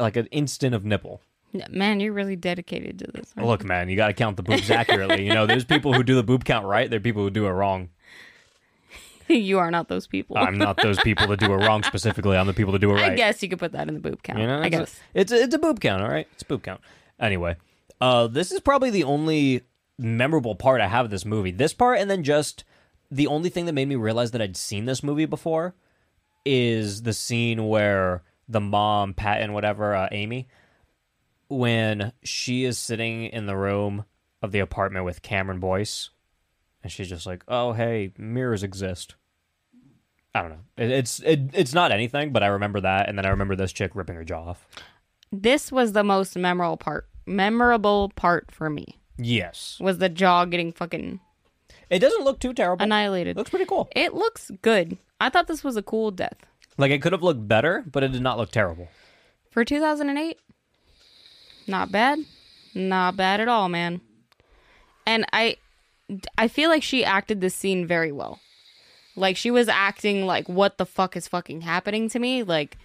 [SPEAKER 2] like an instant of nipple.
[SPEAKER 3] N- Man, you're really dedicated to this. aren't
[SPEAKER 2] Look, man, you got to count the boobs accurately. You know, there's people who do the boob count right. There are people who do it wrong.
[SPEAKER 3] you? you are not those people.
[SPEAKER 2] I'm not those people that do it wrong specifically. I'm the people that do it right.
[SPEAKER 3] I guess you could put that in the boob count.
[SPEAKER 2] You know,
[SPEAKER 3] I
[SPEAKER 2] it's a-
[SPEAKER 3] guess.
[SPEAKER 2] it's a, it's a boob count. All right, it's a boob count. Anyway, uh, this is probably the only memorable part I have of this movie. This part, and then just the only thing that made me realize that I'd seen this movie before is the scene where the mom, Pat, and whatever uh, Amy, when she is sitting in the room of the apartment with Cameron Boyce, and she's just like, "Oh, hey, mirrors exist." I don't know. It, it's it, it's not anything, but I remember that, and then I remember this chick ripping her jaw off.
[SPEAKER 3] This was the most memorable part. Memorable part for me
[SPEAKER 2] Yes,
[SPEAKER 3] was the jaw getting fucking
[SPEAKER 2] it doesn't look too terrible.
[SPEAKER 3] annihilated.
[SPEAKER 2] looks pretty cool.
[SPEAKER 3] It looks good. I thought this was a cool death
[SPEAKER 2] Like it could have looked better, but it did not look terrible.
[SPEAKER 3] for 2008. Not bad. Not bad at all, man. And I I feel like she acted this scene very well. Like she was acting like what the fuck is fucking happening to me? Like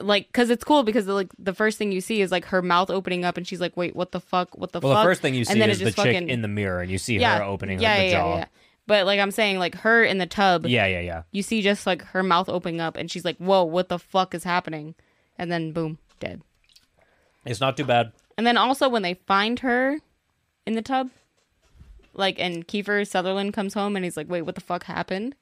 [SPEAKER 3] like cuz it's cool because like the first thing you see is like her mouth opening up and she's like wait, what the fuck? What the
[SPEAKER 2] Well,
[SPEAKER 3] fuck?
[SPEAKER 2] the first thing you
[SPEAKER 3] And
[SPEAKER 2] see
[SPEAKER 3] then it
[SPEAKER 2] is the chick
[SPEAKER 3] just fucking-
[SPEAKER 2] in the mirror, and you see her opening
[SPEAKER 3] yeah,
[SPEAKER 2] her, the
[SPEAKER 3] yeah,
[SPEAKER 2] jaw.
[SPEAKER 3] Yeah, yeah. But like I'm saying like her in the tub
[SPEAKER 2] yeah, yeah, yeah.
[SPEAKER 3] you see just like her mouth opening up and she's like whoa what the fuck is happening and then boom dead
[SPEAKER 2] It's not too bad.
[SPEAKER 3] and then also when they find her in the tub like and kiefer sutherland comes home and he's like wait what the fuck happened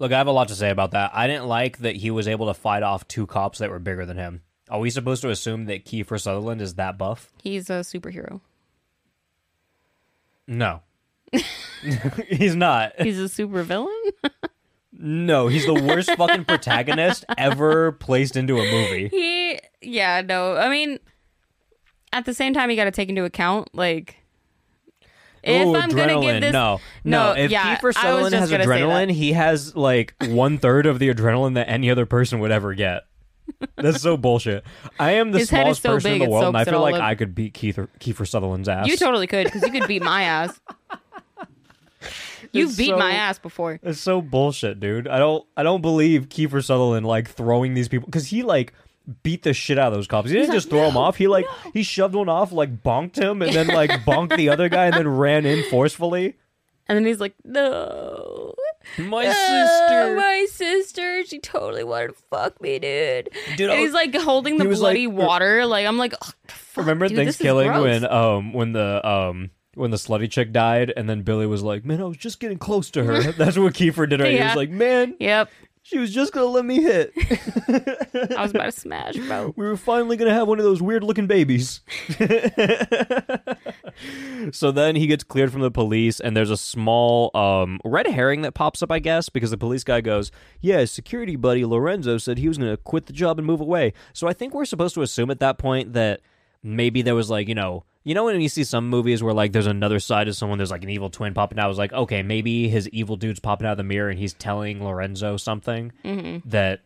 [SPEAKER 2] Look, I have a lot to say about that. I didn't like that he was able to fight off two cops that were bigger than him. Are we supposed to assume that Kiefer Sutherland is that buff?
[SPEAKER 3] he's a superhero
[SPEAKER 2] No. He's not.
[SPEAKER 3] He's a super villain.
[SPEAKER 2] No, he's the worst fucking protagonist ever placed into a movie.
[SPEAKER 3] He, yeah, no. I mean, at the same time, you got to take into account like if
[SPEAKER 2] Ooh,
[SPEAKER 3] I'm gonna give
[SPEAKER 2] adrenaline.
[SPEAKER 3] this
[SPEAKER 2] no, no.
[SPEAKER 3] no,
[SPEAKER 2] If
[SPEAKER 3] yeah,
[SPEAKER 2] Kiefer
[SPEAKER 3] I
[SPEAKER 2] Sutherland
[SPEAKER 3] was just
[SPEAKER 2] has
[SPEAKER 3] gonna say that.
[SPEAKER 2] adrenaline, he has like one third of the adrenaline that any other person would ever get. That's so bullshit. I am the
[SPEAKER 3] His head is
[SPEAKER 2] smallest
[SPEAKER 3] so
[SPEAKER 2] person in
[SPEAKER 3] big,
[SPEAKER 2] the
[SPEAKER 3] it
[SPEAKER 2] world, and I
[SPEAKER 3] soaks it
[SPEAKER 2] feel
[SPEAKER 3] all
[SPEAKER 2] like
[SPEAKER 3] up.
[SPEAKER 2] I could beat Keith Kiefer Sutherland's ass.
[SPEAKER 3] you totally could because you could beat my ass. You
[SPEAKER 2] It's
[SPEAKER 3] beat
[SPEAKER 2] so-
[SPEAKER 3] my ass before.
[SPEAKER 2] It's so bullshit, dude. I don't I don't believe Kiefer Sutherland like throwing these people because he like beat the shit out of those cops. He didn't just throw them off. He like he shoved one off, like bonked him, and then like bonked the other guy, and then ran in forcefully.
[SPEAKER 3] And then he's like, "No,
[SPEAKER 2] My
[SPEAKER 3] Uh, my sister, she totally wanted to fuck me, dude."
[SPEAKER 2] Dude, I
[SPEAKER 3] and
[SPEAKER 2] was-
[SPEAKER 3] he's like holding the
[SPEAKER 2] he was
[SPEAKER 3] bloody
[SPEAKER 2] like-
[SPEAKER 3] water. Like I'm like, "Ugh, fuck,
[SPEAKER 2] Remember
[SPEAKER 3] dude, this is
[SPEAKER 2] Thanksgiving
[SPEAKER 3] gross."
[SPEAKER 2] when um when the um when the slutty chick died, and then Billy was like, "Man, I was just getting close to her." That's what Kiefer did. Right, he
[SPEAKER 3] Yeah.
[SPEAKER 2] was like, "Man,
[SPEAKER 3] Yep,
[SPEAKER 2] she was just gonna let me hit.
[SPEAKER 3] I was about to smash, bro.
[SPEAKER 2] we were finally gonna have one of those weird looking babies. so then he gets cleared from the police, and there's a small um, red herring that pops up, I guess, because the police guy goes, "Yeah, his security buddy Lorenzo said he was gonna quit the job and move away." So I think we're supposed to assume at that point that maybe there was like you know. You know when you see some movies where like there's another side of someone, there's like an evil twin popping out. I was like, okay, maybe his evil dude's popping out of the mirror and he's telling Lorenzo something that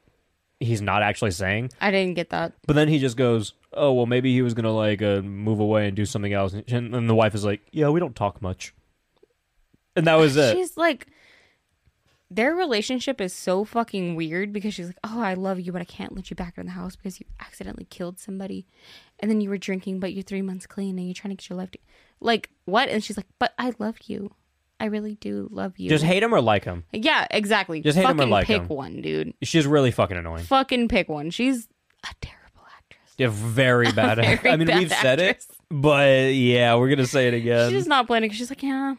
[SPEAKER 2] he's not actually saying.
[SPEAKER 3] I didn't get that.
[SPEAKER 2] But then he just goes, "Oh well, maybe he was gonna like uh, move away and do something else." And, and the wife is like, "Yeah, we don't talk much." And that was it.
[SPEAKER 3] She's like, their relationship is so fucking weird because she's like, oh, I love you, but I can't let you back in the house because you accidentally killed somebody, and then you were drinking, but you're three months clean and you're trying to get your life. To-. Like what? And she's like, but I love you, I really do love you.
[SPEAKER 2] Just hate him or like him.
[SPEAKER 3] yeah, exactly.
[SPEAKER 2] just hate 'em or
[SPEAKER 3] fucking
[SPEAKER 2] like
[SPEAKER 3] pick
[SPEAKER 2] 'em.
[SPEAKER 3] one, dude.
[SPEAKER 2] She's really fucking annoying.
[SPEAKER 3] Fucking pick one. She's a terrible actress.
[SPEAKER 2] Yeah, very bad. act- I mean,
[SPEAKER 3] bad
[SPEAKER 2] we've said it,
[SPEAKER 3] actress.
[SPEAKER 2] but yeah, we're gonna say it again.
[SPEAKER 3] She's not planning. She's like, yeah,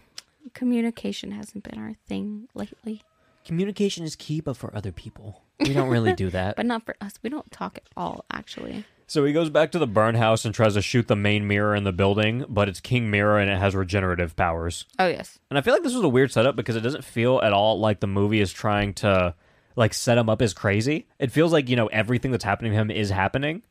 [SPEAKER 3] communication hasn't been our thing lately.
[SPEAKER 5] Communication is key, but for other people, we don't really do that.
[SPEAKER 3] But not for us. We don't talk at all, actually.
[SPEAKER 2] So he goes back to the burn house and tries to shoot the main mirror in the building, but it's King Mirror and it has regenerative powers.
[SPEAKER 3] Oh yes.
[SPEAKER 2] And I feel like this was a weird setup because it doesn't feel at all like the movie is trying to like set him up as crazy. It feels like, you know, everything that's happening to him is happening.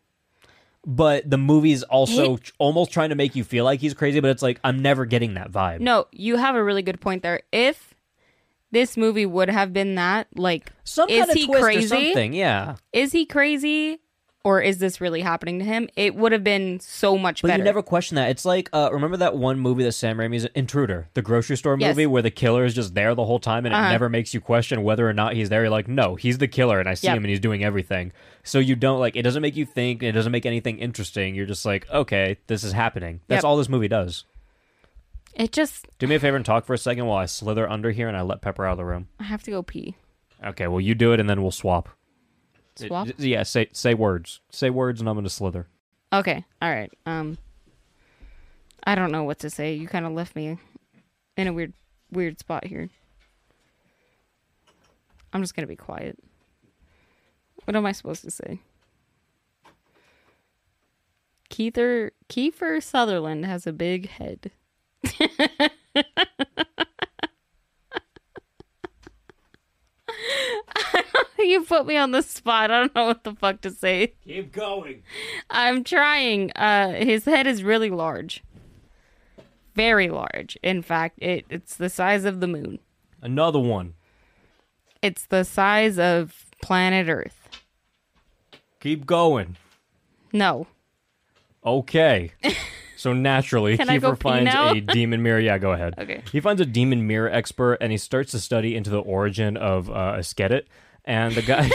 [SPEAKER 2] But the movie's also tr- almost trying to make you feel like he's crazy, but it's like I'm never getting that vibe.
[SPEAKER 3] No, you have a really good point there. If this movie would have been that, like,
[SPEAKER 2] Some
[SPEAKER 3] is
[SPEAKER 2] kind of
[SPEAKER 3] he
[SPEAKER 2] twist
[SPEAKER 3] crazy?
[SPEAKER 2] or something, yeah.
[SPEAKER 3] Is he crazy, or is this really happening to him? It would have been so much
[SPEAKER 2] But
[SPEAKER 3] better.
[SPEAKER 2] you never question that. It's like uh, remember that one movie that Sam Raimi's Intruder, the grocery store
[SPEAKER 3] Yes. Uh-huh.
[SPEAKER 2] movie where the killer is just there the whole time and it never makes you question whether or not he's there. You're like, no, he's the killer, and I see
[SPEAKER 3] Yep.
[SPEAKER 2] him and he's doing everything. So you don't like it doesn't make you think. It doesn't make anything interesting. You're just like, okay, this is happening. That's
[SPEAKER 3] Yep.
[SPEAKER 2] all this movie does.
[SPEAKER 3] It just.
[SPEAKER 2] Do me a favor and talk for a second while I slither under here and I let Pepper out of the room.
[SPEAKER 3] I have to go pee.
[SPEAKER 2] Okay, well you do it and then we'll swap.
[SPEAKER 3] Swap.
[SPEAKER 2] It- yeah, say say words, say words, and I'm gonna slither.
[SPEAKER 3] Okay. All right. Um. I don't know what to say. You kind of left me in a weird, weird spot here. I'm just gonna be quiet. What am I supposed to say? Keither Kiefer Sutherland has a big head. you put me on the spot. I don't know what the fuck to say.
[SPEAKER 2] Keep going.
[SPEAKER 3] I'm trying. Uh, his head is really large, very large. In fact, it, it's the size of the moon.
[SPEAKER 2] Another one.
[SPEAKER 3] It's the size of planet Earth.
[SPEAKER 2] Keep going.
[SPEAKER 3] No,
[SPEAKER 2] Okay. So naturally,
[SPEAKER 3] Can I go
[SPEAKER 2] Kiefer
[SPEAKER 3] pee
[SPEAKER 2] finds
[SPEAKER 3] now?
[SPEAKER 2] a demon mirror. Yeah, go ahead.
[SPEAKER 3] Okay.
[SPEAKER 2] He finds a demon mirror expert, and he starts to study into the origin of uh, a skedet. And the guy,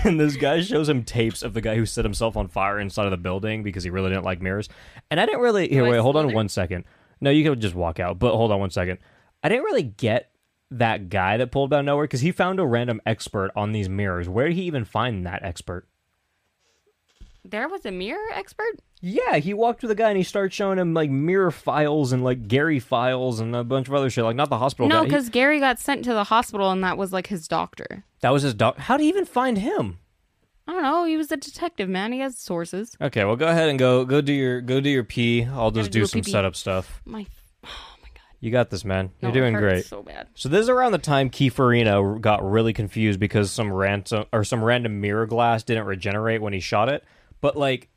[SPEAKER 2] and this guy shows him tapes of the guy who set himself on fire inside of the building because he really didn't like mirrors. And I didn't really. Here, wait, hold on one second. No, you can just walk out, but hold on one second. I didn't really get that guy that pulled out of nowhere because he found a random expert on these mirrors. Where did he even find that expert?
[SPEAKER 3] there was a mirror expert.
[SPEAKER 2] Yeah, he walked with a guy and he started showing him like mirror files and like Gary files and a bunch of other shit. Like not the hospital.
[SPEAKER 3] no,
[SPEAKER 2] guy. He-
[SPEAKER 3] because Gary got sent to the hospital, and that was like his doctor.
[SPEAKER 2] that was his doc. How do you even find him?
[SPEAKER 3] I don't know. He was a detective, man. He has sources.
[SPEAKER 2] Okay, well go ahead and go go do your go do your pee. I'll just
[SPEAKER 3] do
[SPEAKER 2] do
[SPEAKER 3] a
[SPEAKER 2] some
[SPEAKER 3] pee-pee.
[SPEAKER 2] setup stuff.
[SPEAKER 3] My, oh my god.
[SPEAKER 2] You got this, man. You're
[SPEAKER 3] Oh, it
[SPEAKER 2] doing
[SPEAKER 3] hurts
[SPEAKER 2] great.
[SPEAKER 3] So bad.
[SPEAKER 2] So this is around the time Kieferino got really confused because some ransom or some random mirror glass didn't regenerate when he shot it. But like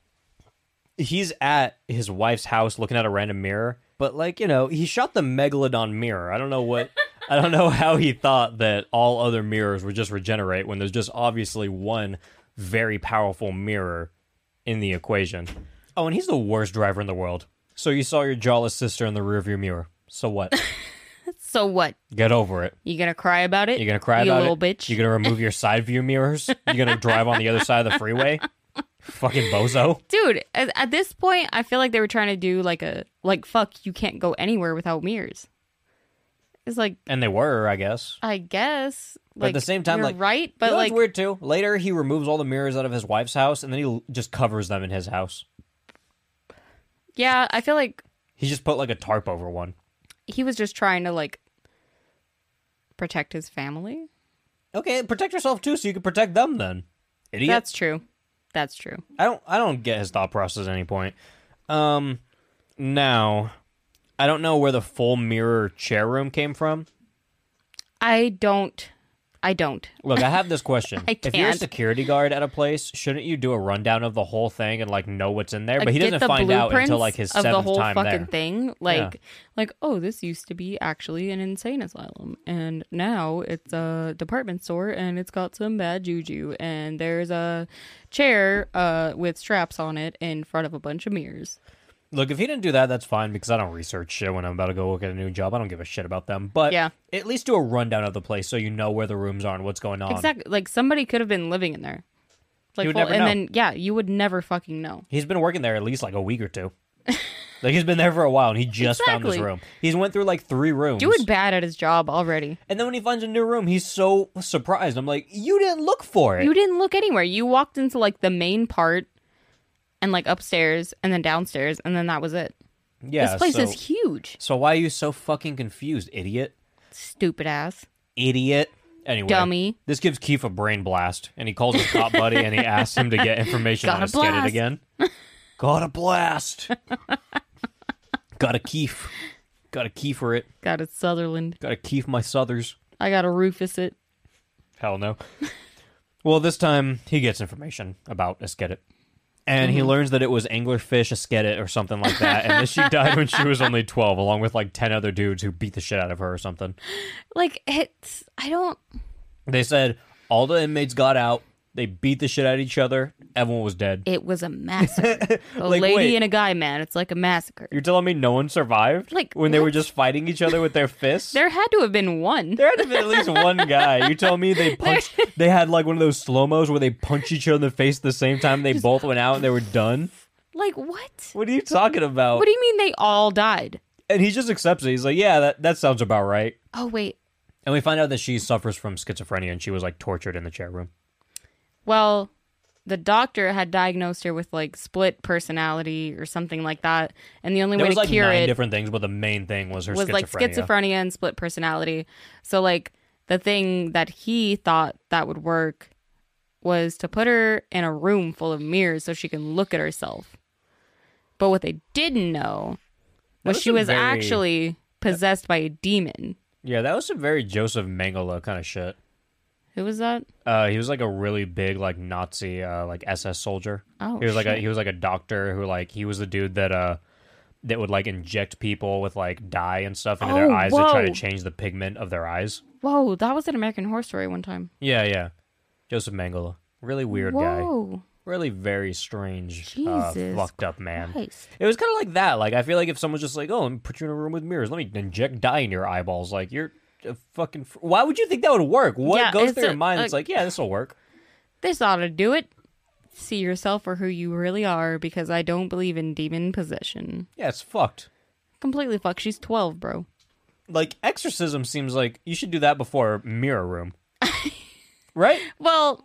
[SPEAKER 2] he's at his wife's house looking at a random mirror, but like, you know, he shot the megalodon mirror. I don't know what I don't know how he thought that all other mirrors would just regenerate when there's just obviously one very powerful mirror in the equation. Oh, and he's the worst driver in the world. So you saw your jawless sister in the rearview mirror. So what?
[SPEAKER 3] So what?
[SPEAKER 2] Get over it.
[SPEAKER 3] You gonna cry about it?
[SPEAKER 2] You're gonna cry
[SPEAKER 3] you
[SPEAKER 2] about
[SPEAKER 3] little
[SPEAKER 2] it.
[SPEAKER 3] bitch.
[SPEAKER 2] You're gonna remove your side view mirrors. You're gonna drive on the other side of the freeway. Fucking bozo.
[SPEAKER 3] Dude, at, at this point, I feel like they were trying to do like a like fuck. You can't go anywhere without mirrors. It's like
[SPEAKER 2] And they were, I guess.
[SPEAKER 3] I guess.
[SPEAKER 2] But
[SPEAKER 3] like,
[SPEAKER 2] at the same time,
[SPEAKER 3] you're
[SPEAKER 2] like
[SPEAKER 3] right,
[SPEAKER 2] you
[SPEAKER 3] but
[SPEAKER 2] know what's
[SPEAKER 3] like
[SPEAKER 2] weird too. Later, he removes all the mirrors out of his wife's house, and then he l- just covers them in his house.
[SPEAKER 3] yeah, I feel like
[SPEAKER 2] He just put like a tarp over one.
[SPEAKER 3] he was just trying to like protect his family.
[SPEAKER 2] Okay, protect yourself too, so you can protect them. Then, idiot.
[SPEAKER 3] That's true. That's true.
[SPEAKER 2] I don't I don't get his thought process at any point. Um now I don't know where the full mirror chair room came from.
[SPEAKER 3] I don't. I don't.
[SPEAKER 2] Look, I have this question.
[SPEAKER 3] I
[SPEAKER 2] If you're a
[SPEAKER 3] can't.
[SPEAKER 2] security guard at a place, shouldn't you do a rundown of the whole thing and like know what's in there?
[SPEAKER 3] Like,
[SPEAKER 2] but he
[SPEAKER 3] get
[SPEAKER 2] doesn't
[SPEAKER 3] the
[SPEAKER 2] find out until like his
[SPEAKER 3] blueprints of
[SPEAKER 2] seventh
[SPEAKER 3] the whole
[SPEAKER 2] time
[SPEAKER 3] fucking
[SPEAKER 2] there.
[SPEAKER 3] thing. Like, like oh, this used to be actually an insane asylum, and now it's a department store, and it's got some bad juju, and there's a chair uh with straps on it in front of a bunch of mirrors.
[SPEAKER 2] Look, if he didn't do that, that's fine because I don't research shit when I'm about to go look at a new job. I don't give a shit about them. But
[SPEAKER 3] Yeah.
[SPEAKER 2] at least do a rundown of the place so you know where the rooms are and what's going on.
[SPEAKER 3] Exactly. Like somebody could have been living in there. Like,
[SPEAKER 2] would
[SPEAKER 3] full-
[SPEAKER 2] never
[SPEAKER 3] and
[SPEAKER 2] know.
[SPEAKER 3] then yeah, you would never fucking know.
[SPEAKER 2] He's been working there at least like a week or two. like he's been there for a while and he just found this
[SPEAKER 3] Exactly.
[SPEAKER 2] room. He's went through like three rooms.
[SPEAKER 3] Doing bad at his job already.
[SPEAKER 2] And then when he finds a new room, he's so surprised. I'm like, you didn't look for it.
[SPEAKER 3] You didn't look anywhere. You walked into like the main part and like upstairs and then downstairs and then that was it.
[SPEAKER 2] yeah,
[SPEAKER 3] this place
[SPEAKER 2] so,
[SPEAKER 3] is huge.
[SPEAKER 2] So why are you so fucking confused, idiot?
[SPEAKER 3] Stupid ass.
[SPEAKER 2] Idiot. Anyway,
[SPEAKER 3] Dummy.
[SPEAKER 2] This gives Keith a brain blast, and he calls his cop buddy and he asks him to get information
[SPEAKER 3] Got
[SPEAKER 2] on
[SPEAKER 3] a
[SPEAKER 2] his sketted
[SPEAKER 3] blast.
[SPEAKER 2] again. Got a blast. Got a Keef. Got a Keef for it.
[SPEAKER 3] Got it Sutherland.
[SPEAKER 2] Got a Keef my Southers.
[SPEAKER 3] I got to Rufus it.
[SPEAKER 2] Hell no. well, this time he gets information about Esketit. And
[SPEAKER 3] Mm-hmm.
[SPEAKER 2] he learns that it was anglerfish Esketit or something like that, and that she died when she was only 12, along with like 10 other dudes who beat the shit out of her or something.
[SPEAKER 3] Like it's I don't
[SPEAKER 2] They said all the inmates got out, they beat the shit out of each other, everyone was dead.
[SPEAKER 3] it was a massacre. a
[SPEAKER 2] Like,
[SPEAKER 3] lady
[SPEAKER 2] wait.
[SPEAKER 3] and a guy, man. It's like a massacre.
[SPEAKER 2] You're telling me no one survived?
[SPEAKER 3] Like,
[SPEAKER 2] when they were
[SPEAKER 3] what?
[SPEAKER 2] just fighting each other with their fists?
[SPEAKER 3] There had to have been one.
[SPEAKER 2] There had to be at least one guy. You tell me they punched. They had like one of those slow mos where they punch each other in the face at the same time. They both went out and they were done.
[SPEAKER 3] like what?
[SPEAKER 2] What are you talking about?
[SPEAKER 3] What do you mean they all died?
[SPEAKER 2] and he just accepts it. He's like, yeah, that, that sounds about right.
[SPEAKER 3] Oh wait.
[SPEAKER 2] And we find out that she suffers from schizophrenia and she was like tortured in the chair room.
[SPEAKER 3] Well, the doctor had diagnosed her with like split personality or something like that, and the only
[SPEAKER 2] There
[SPEAKER 3] way
[SPEAKER 2] was
[SPEAKER 3] to
[SPEAKER 2] like
[SPEAKER 3] cure
[SPEAKER 2] nine
[SPEAKER 3] it
[SPEAKER 2] different things, but the main thing was her
[SPEAKER 3] was
[SPEAKER 2] schizophrenia.
[SPEAKER 3] like schizophrenia and split personality. So like the thing that he thought that would work was to put her in a room full of mirrors so she can look at herself. But what they didn't know
[SPEAKER 2] That
[SPEAKER 3] was,
[SPEAKER 2] was
[SPEAKER 3] she
[SPEAKER 2] some
[SPEAKER 3] was
[SPEAKER 2] very- uh,
[SPEAKER 3] actually possessed by a demon.
[SPEAKER 2] Yeah, that was some very Joseph Mengele kind of shit.
[SPEAKER 3] Who was that?
[SPEAKER 2] Uh, he was like a really big like Nazi uh, like SS soldier.
[SPEAKER 3] Oh,
[SPEAKER 2] he was like a
[SPEAKER 3] shit.
[SPEAKER 2] he was like a doctor who like he was the dude that uh that would like inject people with like dye and stuff into their
[SPEAKER 3] Oh,
[SPEAKER 2] eyes to try to
[SPEAKER 3] whoa.
[SPEAKER 2] change the pigment of their eyes.
[SPEAKER 3] Whoa, that was an American Horror Story one time.
[SPEAKER 2] Yeah, yeah. Joseph Mengele, really weird guy,
[SPEAKER 3] Whoa.
[SPEAKER 2] really very strange, uh,
[SPEAKER 3] Jesus
[SPEAKER 2] fucked up man.
[SPEAKER 3] Christ.
[SPEAKER 2] It was kind of like that. Like I feel like if someone's just like, oh, let me put you in a room with mirrors, let me inject dye in your eyeballs, like you're. A fucking! Fr- Why would you think that would work? What
[SPEAKER 3] Yeah,
[SPEAKER 2] goes
[SPEAKER 3] it's
[SPEAKER 2] through your
[SPEAKER 3] a- uh,
[SPEAKER 2] mind? It's
[SPEAKER 3] a-
[SPEAKER 2] like, yeah, this will work.
[SPEAKER 3] This ought to do it. See yourself for who you really are because I don't believe in demon possession.
[SPEAKER 2] Yeah, it's fucked.
[SPEAKER 3] Completely fuck. She's 12, bro.
[SPEAKER 2] like exorcism seems like you should do that before mirror room right
[SPEAKER 3] Well,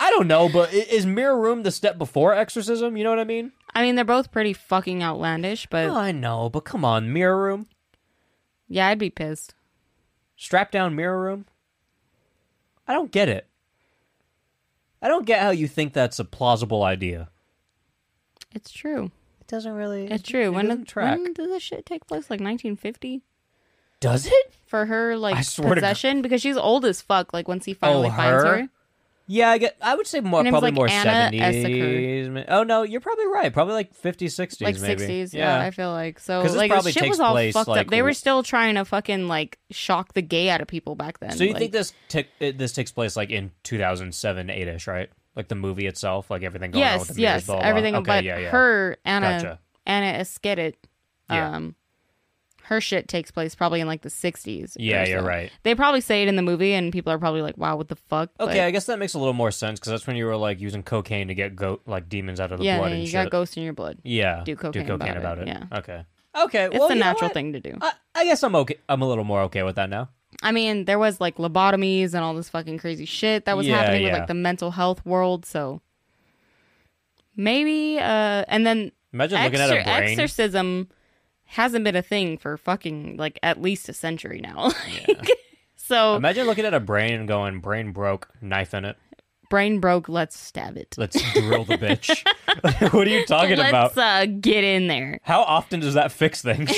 [SPEAKER 2] i don't know but i- is mirror room the step before exorcism you know what i mean
[SPEAKER 3] I mean, they're both pretty fucking outlandish, but
[SPEAKER 2] oh, i know but come on mirror room
[SPEAKER 3] yeah, I'd be pissed.
[SPEAKER 2] strap down mirror room i don't get it i don't get how you think that's a plausible idea
[SPEAKER 3] It's true.
[SPEAKER 2] it doesn't really
[SPEAKER 3] It's true. When
[SPEAKER 2] doesn't
[SPEAKER 3] did,
[SPEAKER 2] track.
[SPEAKER 3] when did this shit take place? Like 1950?
[SPEAKER 2] Does it?
[SPEAKER 3] for her
[SPEAKER 2] I
[SPEAKER 3] like
[SPEAKER 2] swear to Oh,
[SPEAKER 3] possession because she's old as fuck. Like once he finally finds
[SPEAKER 2] her?
[SPEAKER 3] her,
[SPEAKER 2] Yeah, I, get, I would say more
[SPEAKER 3] Her name's,
[SPEAKER 2] probably
[SPEAKER 3] like,
[SPEAKER 2] more
[SPEAKER 3] Anna
[SPEAKER 2] seventies. Oh no, you're probably right. Probably like 50s, 60s
[SPEAKER 3] like
[SPEAKER 2] maybe.
[SPEAKER 3] sixties. Yeah.
[SPEAKER 2] yeah.
[SPEAKER 3] I feel like so.
[SPEAKER 2] 'Cause this
[SPEAKER 3] Like
[SPEAKER 2] probably
[SPEAKER 3] shit
[SPEAKER 2] takes
[SPEAKER 3] was all
[SPEAKER 2] place,
[SPEAKER 3] fucked
[SPEAKER 2] like,
[SPEAKER 3] up. They
[SPEAKER 2] w-
[SPEAKER 3] were still trying to fucking like shock the gay out of people back then.
[SPEAKER 2] so you
[SPEAKER 3] like,
[SPEAKER 2] think this take, this takes place like in 2007, 8ish, right? Like the movie itself, like everything going on with
[SPEAKER 3] Yes,
[SPEAKER 2] the mirrors,
[SPEAKER 3] yes,
[SPEAKER 2] blah, blah, blah.
[SPEAKER 3] everything.
[SPEAKER 2] Okay,
[SPEAKER 3] but
[SPEAKER 2] yeah, yeah.
[SPEAKER 3] her Anna
[SPEAKER 2] Gotcha.
[SPEAKER 3] Anna Esketit,
[SPEAKER 2] Yeah.
[SPEAKER 3] um, her shit takes place probably in like the sixties.
[SPEAKER 2] Yeah, you're right.
[SPEAKER 3] They probably say it in the movie, and people are probably like, "Wow, what the fuck?"
[SPEAKER 2] Okay,
[SPEAKER 3] Like,
[SPEAKER 2] I guess that makes a little more sense because that's when you were like using cocaine to get goat like demons out of the
[SPEAKER 3] yeah,
[SPEAKER 2] blood
[SPEAKER 3] yeah,
[SPEAKER 2] and
[SPEAKER 3] you
[SPEAKER 2] shit.
[SPEAKER 3] got ghosts in your blood.
[SPEAKER 2] yeah,
[SPEAKER 3] do cocaine about it,
[SPEAKER 2] about, it.
[SPEAKER 3] yeah.
[SPEAKER 2] Okay. Okay.
[SPEAKER 3] It's
[SPEAKER 2] well,
[SPEAKER 3] the
[SPEAKER 2] you know
[SPEAKER 3] natural
[SPEAKER 2] what?
[SPEAKER 3] thing to do.
[SPEAKER 2] I, I guess I'm okay. I'm a little more okay with that now.
[SPEAKER 3] I mean, there was like lobotomies and all this fucking crazy shit that was
[SPEAKER 2] Yeah,
[SPEAKER 3] happening
[SPEAKER 2] yeah.
[SPEAKER 3] with like the mental health world. So maybe, uh, and then
[SPEAKER 2] Imagine looking at
[SPEAKER 3] exor-
[SPEAKER 2] a brain.
[SPEAKER 3] exorcism hasn't been a thing for fucking like at least a century now. Like, So
[SPEAKER 2] Imagine looking at a brain and going, "Brain broke, knife in it.
[SPEAKER 3] brain broke. Let's stab it.
[SPEAKER 2] Let's drill the bitch." what are you talking
[SPEAKER 3] Let's,
[SPEAKER 2] about?
[SPEAKER 3] uh, get in there.
[SPEAKER 2] How often does that fix things?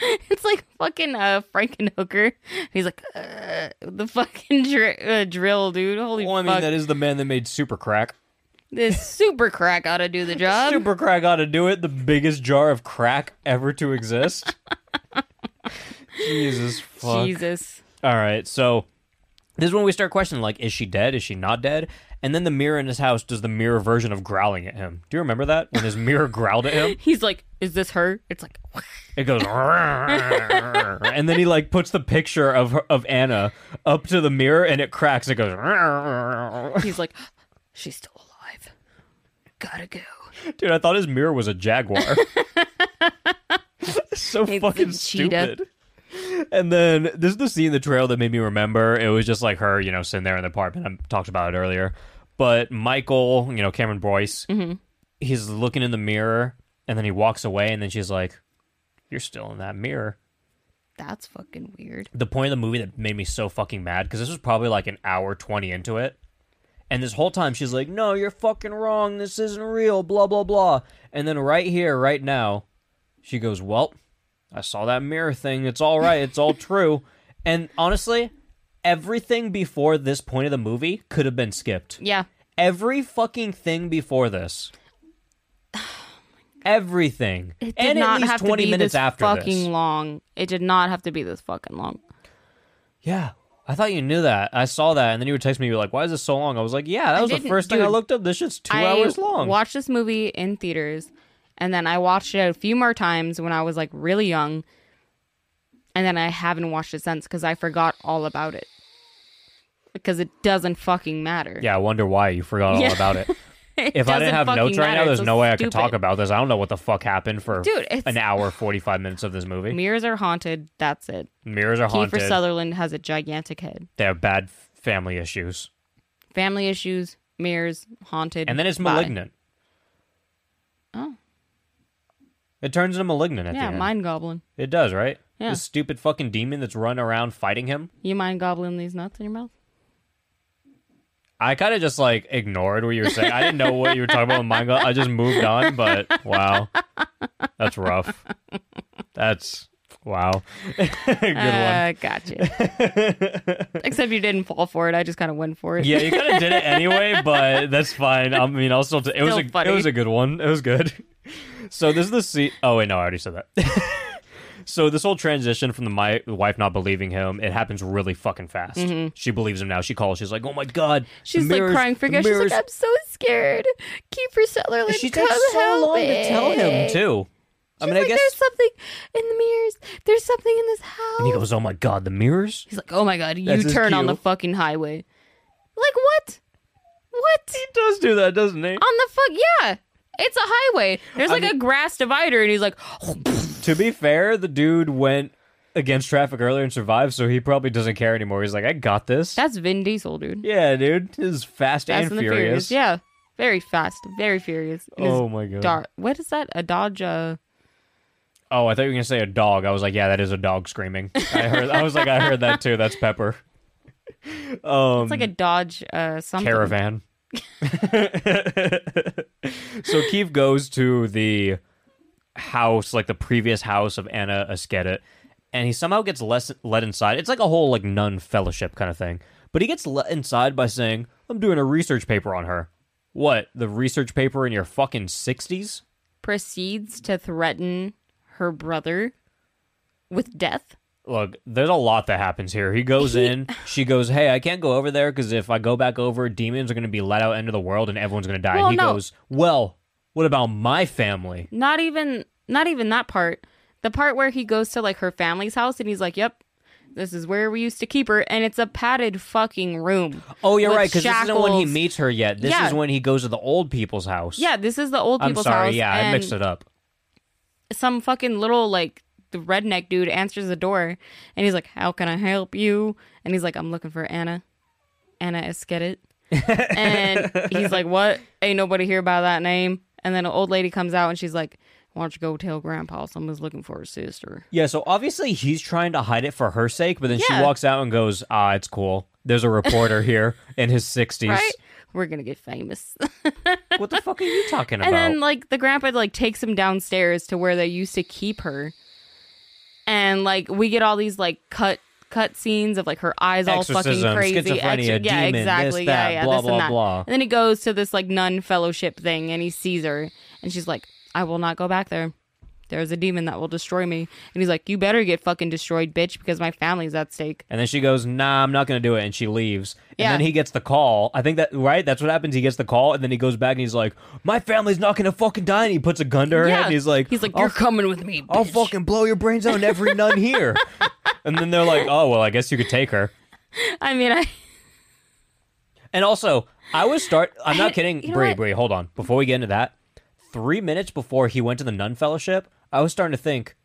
[SPEAKER 3] It's like fucking uh, Frankenhooker. He's like uh, the fucking dr- uh, drill, dude. Holy
[SPEAKER 2] well, I mean,
[SPEAKER 3] fuck!
[SPEAKER 2] that is the man that made Super Crack.
[SPEAKER 3] this super crack ought to do the job.
[SPEAKER 2] Super Crack ought to do it. The biggest jar of crack ever to exist. Jesus fuck.
[SPEAKER 3] Jesus.
[SPEAKER 2] All right, so this is when we start questioning, like, is she dead? Is she not dead? And then the mirror in his house does the mirror version of growling at him. Do you remember that when his mirror growled at him?
[SPEAKER 3] He's like, is this her? It's like,
[SPEAKER 2] It goes, "Rrrr." and then he like puts the picture of her, of Anna up to the mirror, and it cracks. It goes, "Rrrr."
[SPEAKER 3] he's like, she's still alive. Gotta go.
[SPEAKER 2] dude. I thought his mirror was a jaguar. so
[SPEAKER 3] a
[SPEAKER 2] fucking
[SPEAKER 3] cheetah.
[SPEAKER 2] stupid. And then this is the scene in the trail that made me remember. It was just like her, you know, sitting there in the apartment. I talked about it earlier. But Michael, you know, Cameron Boyce, he's looking in the mirror, and then he walks away, and then she's like, "You're still in that mirror."
[SPEAKER 3] That's fucking weird.
[SPEAKER 2] the point of the movie that made me so fucking mad because this was probably like an hour 20 into it and this whole time she's like no you're fucking wrong this isn't real blah blah blah and then right here right now she goes well i saw that mirror thing it's all right it's all true and honestly everything before this point of the movie could have been skipped
[SPEAKER 3] Yeah.
[SPEAKER 2] every fucking thing before this everything
[SPEAKER 3] It did
[SPEAKER 2] and
[SPEAKER 3] not
[SPEAKER 2] at least
[SPEAKER 3] have
[SPEAKER 2] 20
[SPEAKER 3] to be
[SPEAKER 2] minutes
[SPEAKER 3] this
[SPEAKER 2] after
[SPEAKER 3] fucking
[SPEAKER 2] this
[SPEAKER 3] long. It did not have to be this fucking long.
[SPEAKER 2] Yeah. I thought you knew that. I saw that, and then you would text me. You were like, "Why is this so long?" I was like, "Yeah, that was the
[SPEAKER 3] didn't-
[SPEAKER 2] first thing I
[SPEAKER 3] dude,
[SPEAKER 2] looked up. This shit's two
[SPEAKER 3] I
[SPEAKER 2] hours long."
[SPEAKER 3] watched this movie in theaters, and then I watched it a few more times when I was like really young, and then I haven't watched it since because I forgot all about it. Because it doesn't fucking matter.
[SPEAKER 2] yeah, I wonder why you forgot all
[SPEAKER 3] Yeah.
[SPEAKER 2] about it. If I
[SPEAKER 3] doesn't
[SPEAKER 2] didn't have
[SPEAKER 3] fucking
[SPEAKER 2] notes right
[SPEAKER 3] matter.
[SPEAKER 2] now,
[SPEAKER 3] It's
[SPEAKER 2] there's
[SPEAKER 3] so
[SPEAKER 2] no way I could
[SPEAKER 3] stupid.
[SPEAKER 2] talk about this. I don't know what the fuck happened for
[SPEAKER 3] Dude, it's-
[SPEAKER 2] an hour, forty five minutes of this movie.
[SPEAKER 3] Mirrors are haunted. That's it.
[SPEAKER 2] Mirrors are haunted.
[SPEAKER 3] Kiefer Sutherland has a gigantic head.
[SPEAKER 2] They have bad f- family issues,
[SPEAKER 3] Family issues, mirrors, haunted.
[SPEAKER 2] and then it's
[SPEAKER 3] bye.
[SPEAKER 2] malignant.
[SPEAKER 3] Oh.
[SPEAKER 2] It turns into malignant at the
[SPEAKER 3] Yeah,
[SPEAKER 2] end.
[SPEAKER 3] mind goblin.
[SPEAKER 2] It does, right?
[SPEAKER 3] Yeah.
[SPEAKER 2] This stupid fucking demon that's run around fighting him.
[SPEAKER 3] You mind gobbling these nuts in your mouth?
[SPEAKER 2] I kind of just like ignored what you were saying. I didn't know what you were talking about with manga. I just moved on, but wow. That's rough. That's wow. Good one.
[SPEAKER 3] uh, gotcha. Except you didn't fall for it. I just kind of went for it.
[SPEAKER 2] Yeah, you kind of did it anyway, but that's fine. I mean, I'll still. T- it was
[SPEAKER 3] Still
[SPEAKER 2] a
[SPEAKER 3] funny.
[SPEAKER 2] it was a good one. It was good. So this is the scene. Oh wait, no, I already said that. so this whole transition from the my the wife not believing him, it happens really fucking fast. She believes him now. She calls. She's like, "Oh my god." the
[SPEAKER 3] Mm-hmm. She's
[SPEAKER 2] mirrors-
[SPEAKER 3] like crying for
[SPEAKER 2] the
[SPEAKER 3] God. She's
[SPEAKER 2] mirrors-
[SPEAKER 3] like, I'm so scared. Keeper Sutherland,
[SPEAKER 2] she
[SPEAKER 3] come
[SPEAKER 2] takes so
[SPEAKER 3] help
[SPEAKER 2] long to tell him
[SPEAKER 3] me."
[SPEAKER 2] too. I
[SPEAKER 3] She's
[SPEAKER 2] mean,
[SPEAKER 3] like,
[SPEAKER 2] I guess.
[SPEAKER 3] there's something in the mirrors. There's something in this house.
[SPEAKER 2] And he goes, "Oh my god, the mirrors."
[SPEAKER 3] He's like, oh my God, you
[SPEAKER 2] That's his
[SPEAKER 3] turn on
[SPEAKER 2] cue.
[SPEAKER 3] the fucking highway. Like what? What?
[SPEAKER 2] does do that, doesn't he?
[SPEAKER 3] on the fuck yeah it's a highway there's
[SPEAKER 2] I
[SPEAKER 3] like
[SPEAKER 2] mean-
[SPEAKER 3] a grass divider and he's like
[SPEAKER 2] To be fair, the dude went against traffic earlier and survived, so he probably doesn't care anymore. He's like, "I got this."
[SPEAKER 3] that's vin diesel dude
[SPEAKER 2] yeah, dude, this is fast
[SPEAKER 3] fast
[SPEAKER 2] and, furious.
[SPEAKER 3] yeah very fast very furious And his
[SPEAKER 2] Oh my god.
[SPEAKER 3] dar- what is that a dodge uh
[SPEAKER 2] Oh, I thought you were gonna say a dog. I was like, "Yeah, that is a dog screaming." I heard. I was like, "I heard that too." That's Pepper.
[SPEAKER 3] it's like a dodge uh something
[SPEAKER 2] Um, Caravan. so Keefe goes to the house, like the previous house of Anna Esketit, and he somehow gets less let inside. It's like a whole like nun fellowship kind of thing. But he gets let inside by saying, "I'm doing a research paper on her." What? The research paper in your fucking 60s?
[SPEAKER 3] Proceeds to threaten her brother with death.
[SPEAKER 2] Look, there's a lot that happens here. He goes in, she goes, "Hey, I can't go over there because if I go back over, demons are going to be let out into the world and everyone's going to die."
[SPEAKER 3] Well,
[SPEAKER 2] and he
[SPEAKER 3] no.
[SPEAKER 2] goes, "Well, what about my family?"
[SPEAKER 3] Not even not even that part. The part where he goes to like her family's house and he's like, "Yep, this is where we used to keep her," and it's a padded fucking room.
[SPEAKER 2] Oh, you're
[SPEAKER 3] with
[SPEAKER 2] right, because this isn't when he
[SPEAKER 3] shackles.
[SPEAKER 2] meets her yet. This
[SPEAKER 3] Yeah.
[SPEAKER 2] is when he goes to the old people's house.
[SPEAKER 3] Yeah, this is the old
[SPEAKER 2] I'm
[SPEAKER 3] people's
[SPEAKER 2] sorry.
[SPEAKER 3] house.
[SPEAKER 2] yeah, I
[SPEAKER 3] and
[SPEAKER 2] mixed it up.
[SPEAKER 3] Some fucking little like the redneck dude answers the door and he's like, "How can I help you?" And he's like, "I'm looking for Anna. Anna Esketit." and he's like, "What? Ain't nobody here by that name." And then an old lady comes out and she's like, "Why don't you go tell Grandpa someone's looking for his sister?"
[SPEAKER 2] Yeah, so obviously he's trying to hide it for her sake, but then
[SPEAKER 3] Yeah.
[SPEAKER 2] she walks out and goes, "Ah, it's cool. There's a reporter here in his 60s.
[SPEAKER 3] Right? We're gonna get famous.
[SPEAKER 2] What the fuck are you talking about?"
[SPEAKER 3] and then like the grandpa like takes him downstairs to where they used to keep her and like we get all these like cut cut scenes of like her eyes all
[SPEAKER 2] Exorcism,
[SPEAKER 3] fucking crazy
[SPEAKER 2] schizophrenia,
[SPEAKER 3] yeah
[SPEAKER 2] demon, this,
[SPEAKER 3] exactly
[SPEAKER 2] that,
[SPEAKER 3] yeah yeah
[SPEAKER 2] blah,
[SPEAKER 3] this
[SPEAKER 2] blah,
[SPEAKER 3] and that
[SPEAKER 2] blah.
[SPEAKER 3] and then he goes to this like nun fellowship thing and he sees her and she's like i will not go back there there's a demon that will destroy me and he's like you better get fucking destroyed bitch because my family's at stake
[SPEAKER 2] And then she goes, "Nah, I'm not gonna do it," and she leaves.
[SPEAKER 3] Yeah.
[SPEAKER 2] And then he gets the call. I think that right. That's what happens. He gets the call, and then he goes back and he's like, "My family's not gonna fucking die." And he puts a gun to her head.
[SPEAKER 3] yeah
[SPEAKER 2] and He's like,
[SPEAKER 3] he's like
[SPEAKER 2] "I'll
[SPEAKER 3] you're coming with me
[SPEAKER 2] I'll
[SPEAKER 3] bitch."
[SPEAKER 2] fucking blow your brains out in every nun here. And then they're like, oh, well, I guess you could take her.
[SPEAKER 3] i mean i
[SPEAKER 2] And also, I was start. I'm not kidding.
[SPEAKER 3] You know
[SPEAKER 2] Bree,
[SPEAKER 3] what?
[SPEAKER 2] Bree, hold on. Before we get into that, three minutes before he went to the nun fellowship, I was starting to think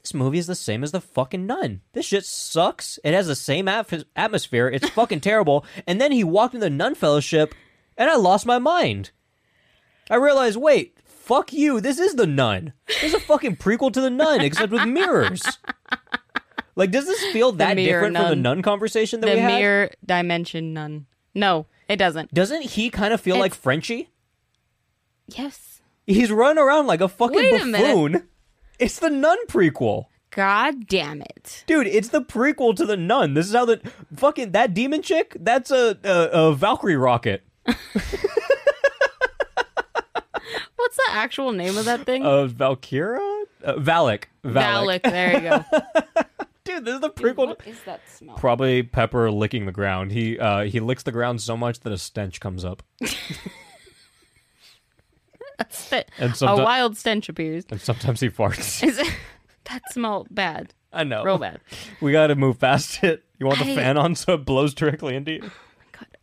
[SPEAKER 2] this movie is the same as the fucking nun. This shit sucks. It has the same atf atmosphere. It's fucking terrible. And then he walked into the nun fellowship, and I lost my mind. I realized, wait, fuck you. This is the nun. There's a fucking prequel to the nun, except with mirrors. Like, does this feel that
[SPEAKER 3] mirror
[SPEAKER 2] different from the
[SPEAKER 3] nun.
[SPEAKER 2] nun conversation that
[SPEAKER 3] the
[SPEAKER 2] we had?
[SPEAKER 3] mere dimension none no it doesn't
[SPEAKER 2] Doesn't he kind of feel like Frenchie?
[SPEAKER 3] yes
[SPEAKER 2] He's running around like a fucking
[SPEAKER 3] Wait a
[SPEAKER 2] buffoon. it's the Nun prequel.
[SPEAKER 3] God damn it.
[SPEAKER 2] Dude, it's the prequel to the Nun. This is how the fucking that demon chick, that's a a, a Valkyrie rocket.
[SPEAKER 3] What's the actual name of that thing?
[SPEAKER 2] A uh, Valkyra? Uh, Valak. Valak.
[SPEAKER 3] Valak. There you go.
[SPEAKER 2] Dude, this is the prequel. to-
[SPEAKER 3] is that smell?
[SPEAKER 2] Probably Pepper licking the ground. He uh he licks the ground so much that a stench comes up. And
[SPEAKER 3] a
[SPEAKER 2] someti-
[SPEAKER 3] wild stench appears.
[SPEAKER 2] and sometimes he farts.
[SPEAKER 3] Is it- that smelled bad.
[SPEAKER 2] I know.
[SPEAKER 3] Real bad.
[SPEAKER 2] We got to move past it. You want the
[SPEAKER 3] I-
[SPEAKER 2] fan on so it blows directly into you?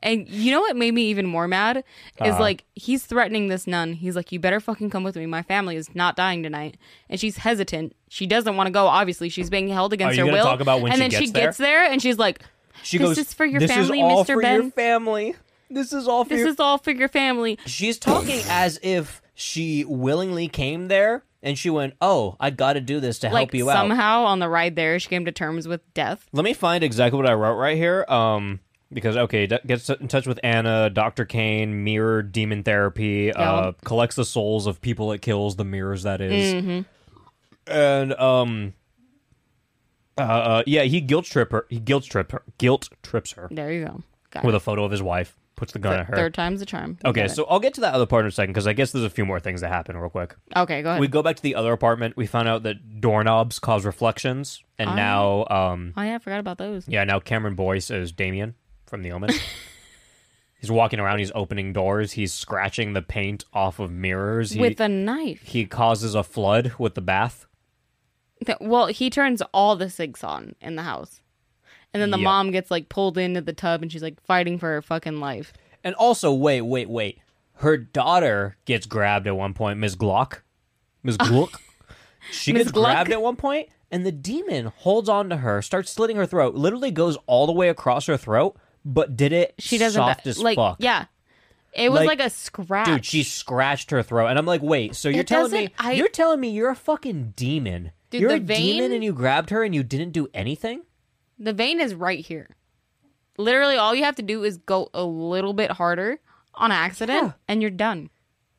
[SPEAKER 3] And you know what made me even more mad is
[SPEAKER 2] Uh-huh.
[SPEAKER 3] like he's threatening this nun. He's like, "You better fucking come with me. My family is not dying tonight." And she's hesitant. She doesn't want to go. Obviously, she's being held against
[SPEAKER 2] you
[SPEAKER 3] her
[SPEAKER 2] gonna
[SPEAKER 3] will.
[SPEAKER 2] talk about when
[SPEAKER 3] and
[SPEAKER 2] she
[SPEAKER 3] then she
[SPEAKER 2] gets there?
[SPEAKER 3] gets there, and she's like,
[SPEAKER 2] She
[SPEAKER 3] "This
[SPEAKER 2] goes,
[SPEAKER 3] is for your
[SPEAKER 2] "This
[SPEAKER 3] family,
[SPEAKER 2] is all for
[SPEAKER 3] Mr.
[SPEAKER 2] your
[SPEAKER 3] Ben.
[SPEAKER 2] family. This is all for
[SPEAKER 3] this
[SPEAKER 2] your
[SPEAKER 3] is all for your family."
[SPEAKER 2] She's talking as if she willingly came there and she went, "Oh, I got to do this to
[SPEAKER 3] Like
[SPEAKER 2] help you out."
[SPEAKER 3] somehow on the ride there, she came to terms with death.
[SPEAKER 2] Let me find exactly what I wrote right here. Um, because okay, d- gets in touch with Anna, Doctor Kane, mirror demon therapy, uh, collects the souls of people it kills, the mirrors that is.
[SPEAKER 3] Mm-hmm.
[SPEAKER 2] and um, uh, uh, yeah, he guilt trip her. He guilt trip her. Guilt trips her
[SPEAKER 3] There you go. Got
[SPEAKER 2] with
[SPEAKER 3] it.
[SPEAKER 2] a photo of his wife. Puts the gun at her.
[SPEAKER 3] Third time's a charm. You
[SPEAKER 2] Okay,
[SPEAKER 3] got it.
[SPEAKER 2] so I'll get to that other part in a second because I guess there's a few more things that happen real quick.
[SPEAKER 3] Okay, go ahead.
[SPEAKER 2] We go back to the other apartment. We found out that doorknobs cause reflections, and now, um,
[SPEAKER 3] oh yeah, I forgot about those.
[SPEAKER 2] yeah, now Cameron Boyce is Damien from The Omen. he's walking around. He's opening doors. He's scratching the paint off of mirrors. He,
[SPEAKER 3] With a knife.
[SPEAKER 2] he causes a flood with the bath.
[SPEAKER 3] Th- Well, he turns all the sinks on in the house. And then the
[SPEAKER 2] Yep.
[SPEAKER 3] mom gets like pulled into the tub and she's like fighting for her fucking life.
[SPEAKER 2] And also, wait, wait, wait. Her daughter gets grabbed at one point, Ms. Glock. Ms. Glock. she
[SPEAKER 3] Ms.
[SPEAKER 2] gets
[SPEAKER 3] Gluck.
[SPEAKER 2] grabbed at one point, and the demon holds on to her, starts slitting her throat, literally goes all the way across her throat, but did it
[SPEAKER 3] She doesn't
[SPEAKER 2] soft as
[SPEAKER 3] like
[SPEAKER 2] fuck.
[SPEAKER 3] yeah. It was
[SPEAKER 2] Like,
[SPEAKER 3] like, a scratch.
[SPEAKER 2] Dude, she scratched her throat, and I'm like, wait. So you're
[SPEAKER 3] It
[SPEAKER 2] telling me
[SPEAKER 3] doesn't- I-
[SPEAKER 2] you're telling me you're a fucking demon?
[SPEAKER 3] Dude,
[SPEAKER 2] you're
[SPEAKER 3] the
[SPEAKER 2] a demon,
[SPEAKER 3] vein-
[SPEAKER 2] and you grabbed her, and you didn't do anything.
[SPEAKER 3] the vein is right here. Literally all you have to do is go a little bit harder on accident and you're done.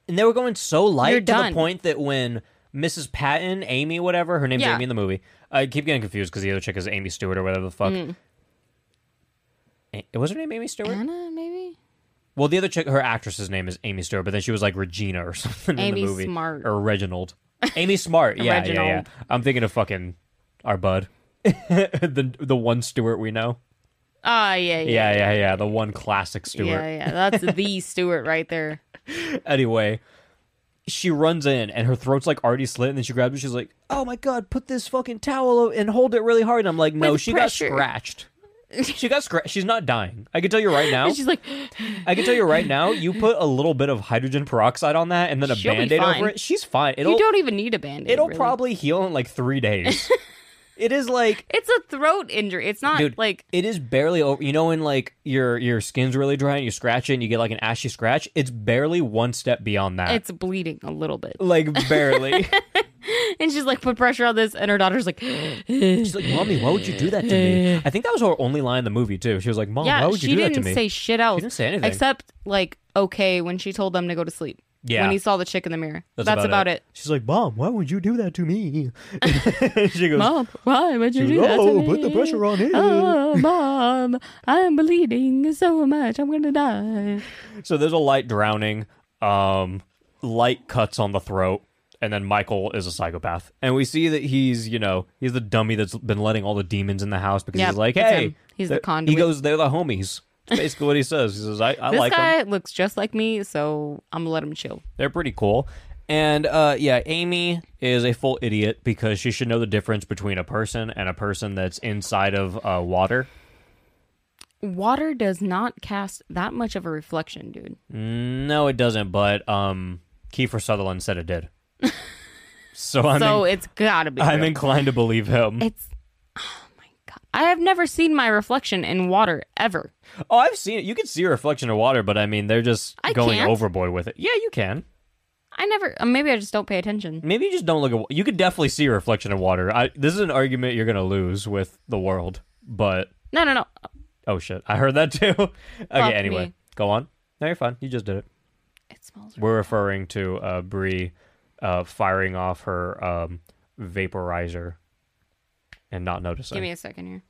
[SPEAKER 2] and they were going so light
[SPEAKER 3] You're
[SPEAKER 2] to
[SPEAKER 3] done.
[SPEAKER 2] the point that when Mrs. Patton, Amy, whatever her name's
[SPEAKER 3] Yeah.
[SPEAKER 2] Amy in the movie. I keep getting confused because the other chick is Amy Stewart or whatever the fuck.
[SPEAKER 3] Mm.
[SPEAKER 2] A- was her name Amy Stewart?
[SPEAKER 3] Anna, maybe?
[SPEAKER 2] Well, the other chick, her actress's name is Amy Stewart, but then she was like Regina or something
[SPEAKER 3] Amy
[SPEAKER 2] in the movie.
[SPEAKER 3] Smart.
[SPEAKER 2] or Reginald. Amy Smart. Yeah, yeah, yeah.
[SPEAKER 3] Reginald.
[SPEAKER 2] I'm thinking of fucking our bud, the the one Stewart we know.
[SPEAKER 3] Ah, yeah, yeah.
[SPEAKER 2] Yeah, yeah, yeah. The one classic Stewart.
[SPEAKER 3] Yeah, yeah. That's the Stewart right there.
[SPEAKER 2] Anyway, she runs in and her throat's like already slit, and then she grabs it. She's like, "Oh my god, put this fucking towel o- and hold it really hard." And I'm like, "No,
[SPEAKER 3] With
[SPEAKER 2] she
[SPEAKER 3] pressure.
[SPEAKER 2] got scratched." She got scratched. She's not dying. I can tell you right now.
[SPEAKER 3] She's like,
[SPEAKER 2] I can tell you right now, you put a little bit of hydrogen peroxide on that and then a
[SPEAKER 3] She'll be
[SPEAKER 2] band aid over
[SPEAKER 3] fine.
[SPEAKER 2] it, she's fine. It'll
[SPEAKER 3] you don't even need a band aid.
[SPEAKER 2] it'll
[SPEAKER 3] really.
[SPEAKER 2] probably heal in like three days. it is like
[SPEAKER 3] It's a throat injury. It's not
[SPEAKER 2] dude
[SPEAKER 3] like.
[SPEAKER 2] it is barely over you know when like your your skin's really dry and you scratch it and you get like an ashy scratch, it's barely one step beyond that.
[SPEAKER 3] It's bleeding a little bit.
[SPEAKER 2] like barely.
[SPEAKER 3] And she's like, put pressure on this. And her daughter's like,
[SPEAKER 2] She's like, Mommy, why would you do that to me? I think that was her only line in the movie too. She was like, Mom, why
[SPEAKER 3] yeah,
[SPEAKER 2] would you
[SPEAKER 3] she
[SPEAKER 2] do that to
[SPEAKER 3] didn't
[SPEAKER 2] me?
[SPEAKER 3] say shit else.
[SPEAKER 2] didn't say anything.
[SPEAKER 3] Except, like, okay, when she told them to go to sleep.
[SPEAKER 2] Yeah.
[SPEAKER 3] When he saw the chick in the mirror. That's, about, it.
[SPEAKER 2] She's like, Mom, why would you do that to me? she goes,
[SPEAKER 3] Mom, why would you
[SPEAKER 2] She
[SPEAKER 3] do
[SPEAKER 2] goes,
[SPEAKER 3] that?
[SPEAKER 2] "Oh,
[SPEAKER 3] to
[SPEAKER 2] put the
[SPEAKER 3] me?
[SPEAKER 2] pressure on him."
[SPEAKER 3] Oh, mom, I'm bleeding so much. I'm gonna die.
[SPEAKER 2] So there's a light drowning, um, light cuts on the throat, and then Michael is a psychopath. And we see that he's, you know, he's the dummy that's been letting all the demons in the house because
[SPEAKER 3] Yep,
[SPEAKER 2] he's like,
[SPEAKER 3] it's
[SPEAKER 2] hey,
[SPEAKER 3] him. He's the
[SPEAKER 2] they're- He
[SPEAKER 3] conduit.
[SPEAKER 2] goes, they're the homies. That's basically what he says. He says, I, I
[SPEAKER 3] This
[SPEAKER 2] like them.
[SPEAKER 3] guy looks just like me, so I'm gonna let him chill.
[SPEAKER 2] They're pretty cool. And uh, yeah, Amy is a full idiot because she should know the difference between a person and a person that's inside of uh, water.
[SPEAKER 3] Water does not cast that much of a reflection, dude.
[SPEAKER 2] No, it doesn't. But um, Kiefer Sutherland said it did. so I'm
[SPEAKER 3] so it's gotta be.
[SPEAKER 2] I'm
[SPEAKER 3] real.
[SPEAKER 2] inclined to believe him.
[SPEAKER 3] It's. Oh my god! I have never seen my reflection in water ever.
[SPEAKER 2] Oh, I've seen it. You can see a reflection of water, but I mean, they're just
[SPEAKER 3] I
[SPEAKER 2] going
[SPEAKER 3] can't.
[SPEAKER 2] overboard with it. Yeah, you can.
[SPEAKER 3] I never. uh, Maybe I just don't pay attention.
[SPEAKER 2] Maybe you just don't look at. wa- You could definitely see a reflection of water. I, this is an argument you're gonna lose with the world. But
[SPEAKER 3] No, no, no.
[SPEAKER 2] oh shit, I heard that too. okay, anyway,
[SPEAKER 3] me.
[SPEAKER 2] go on. No, you're fine. You just did it.
[SPEAKER 3] It smells.
[SPEAKER 2] We're referring to uh, Bree uh, firing off her um, vaporizer and not noticing.
[SPEAKER 3] Give me a second here.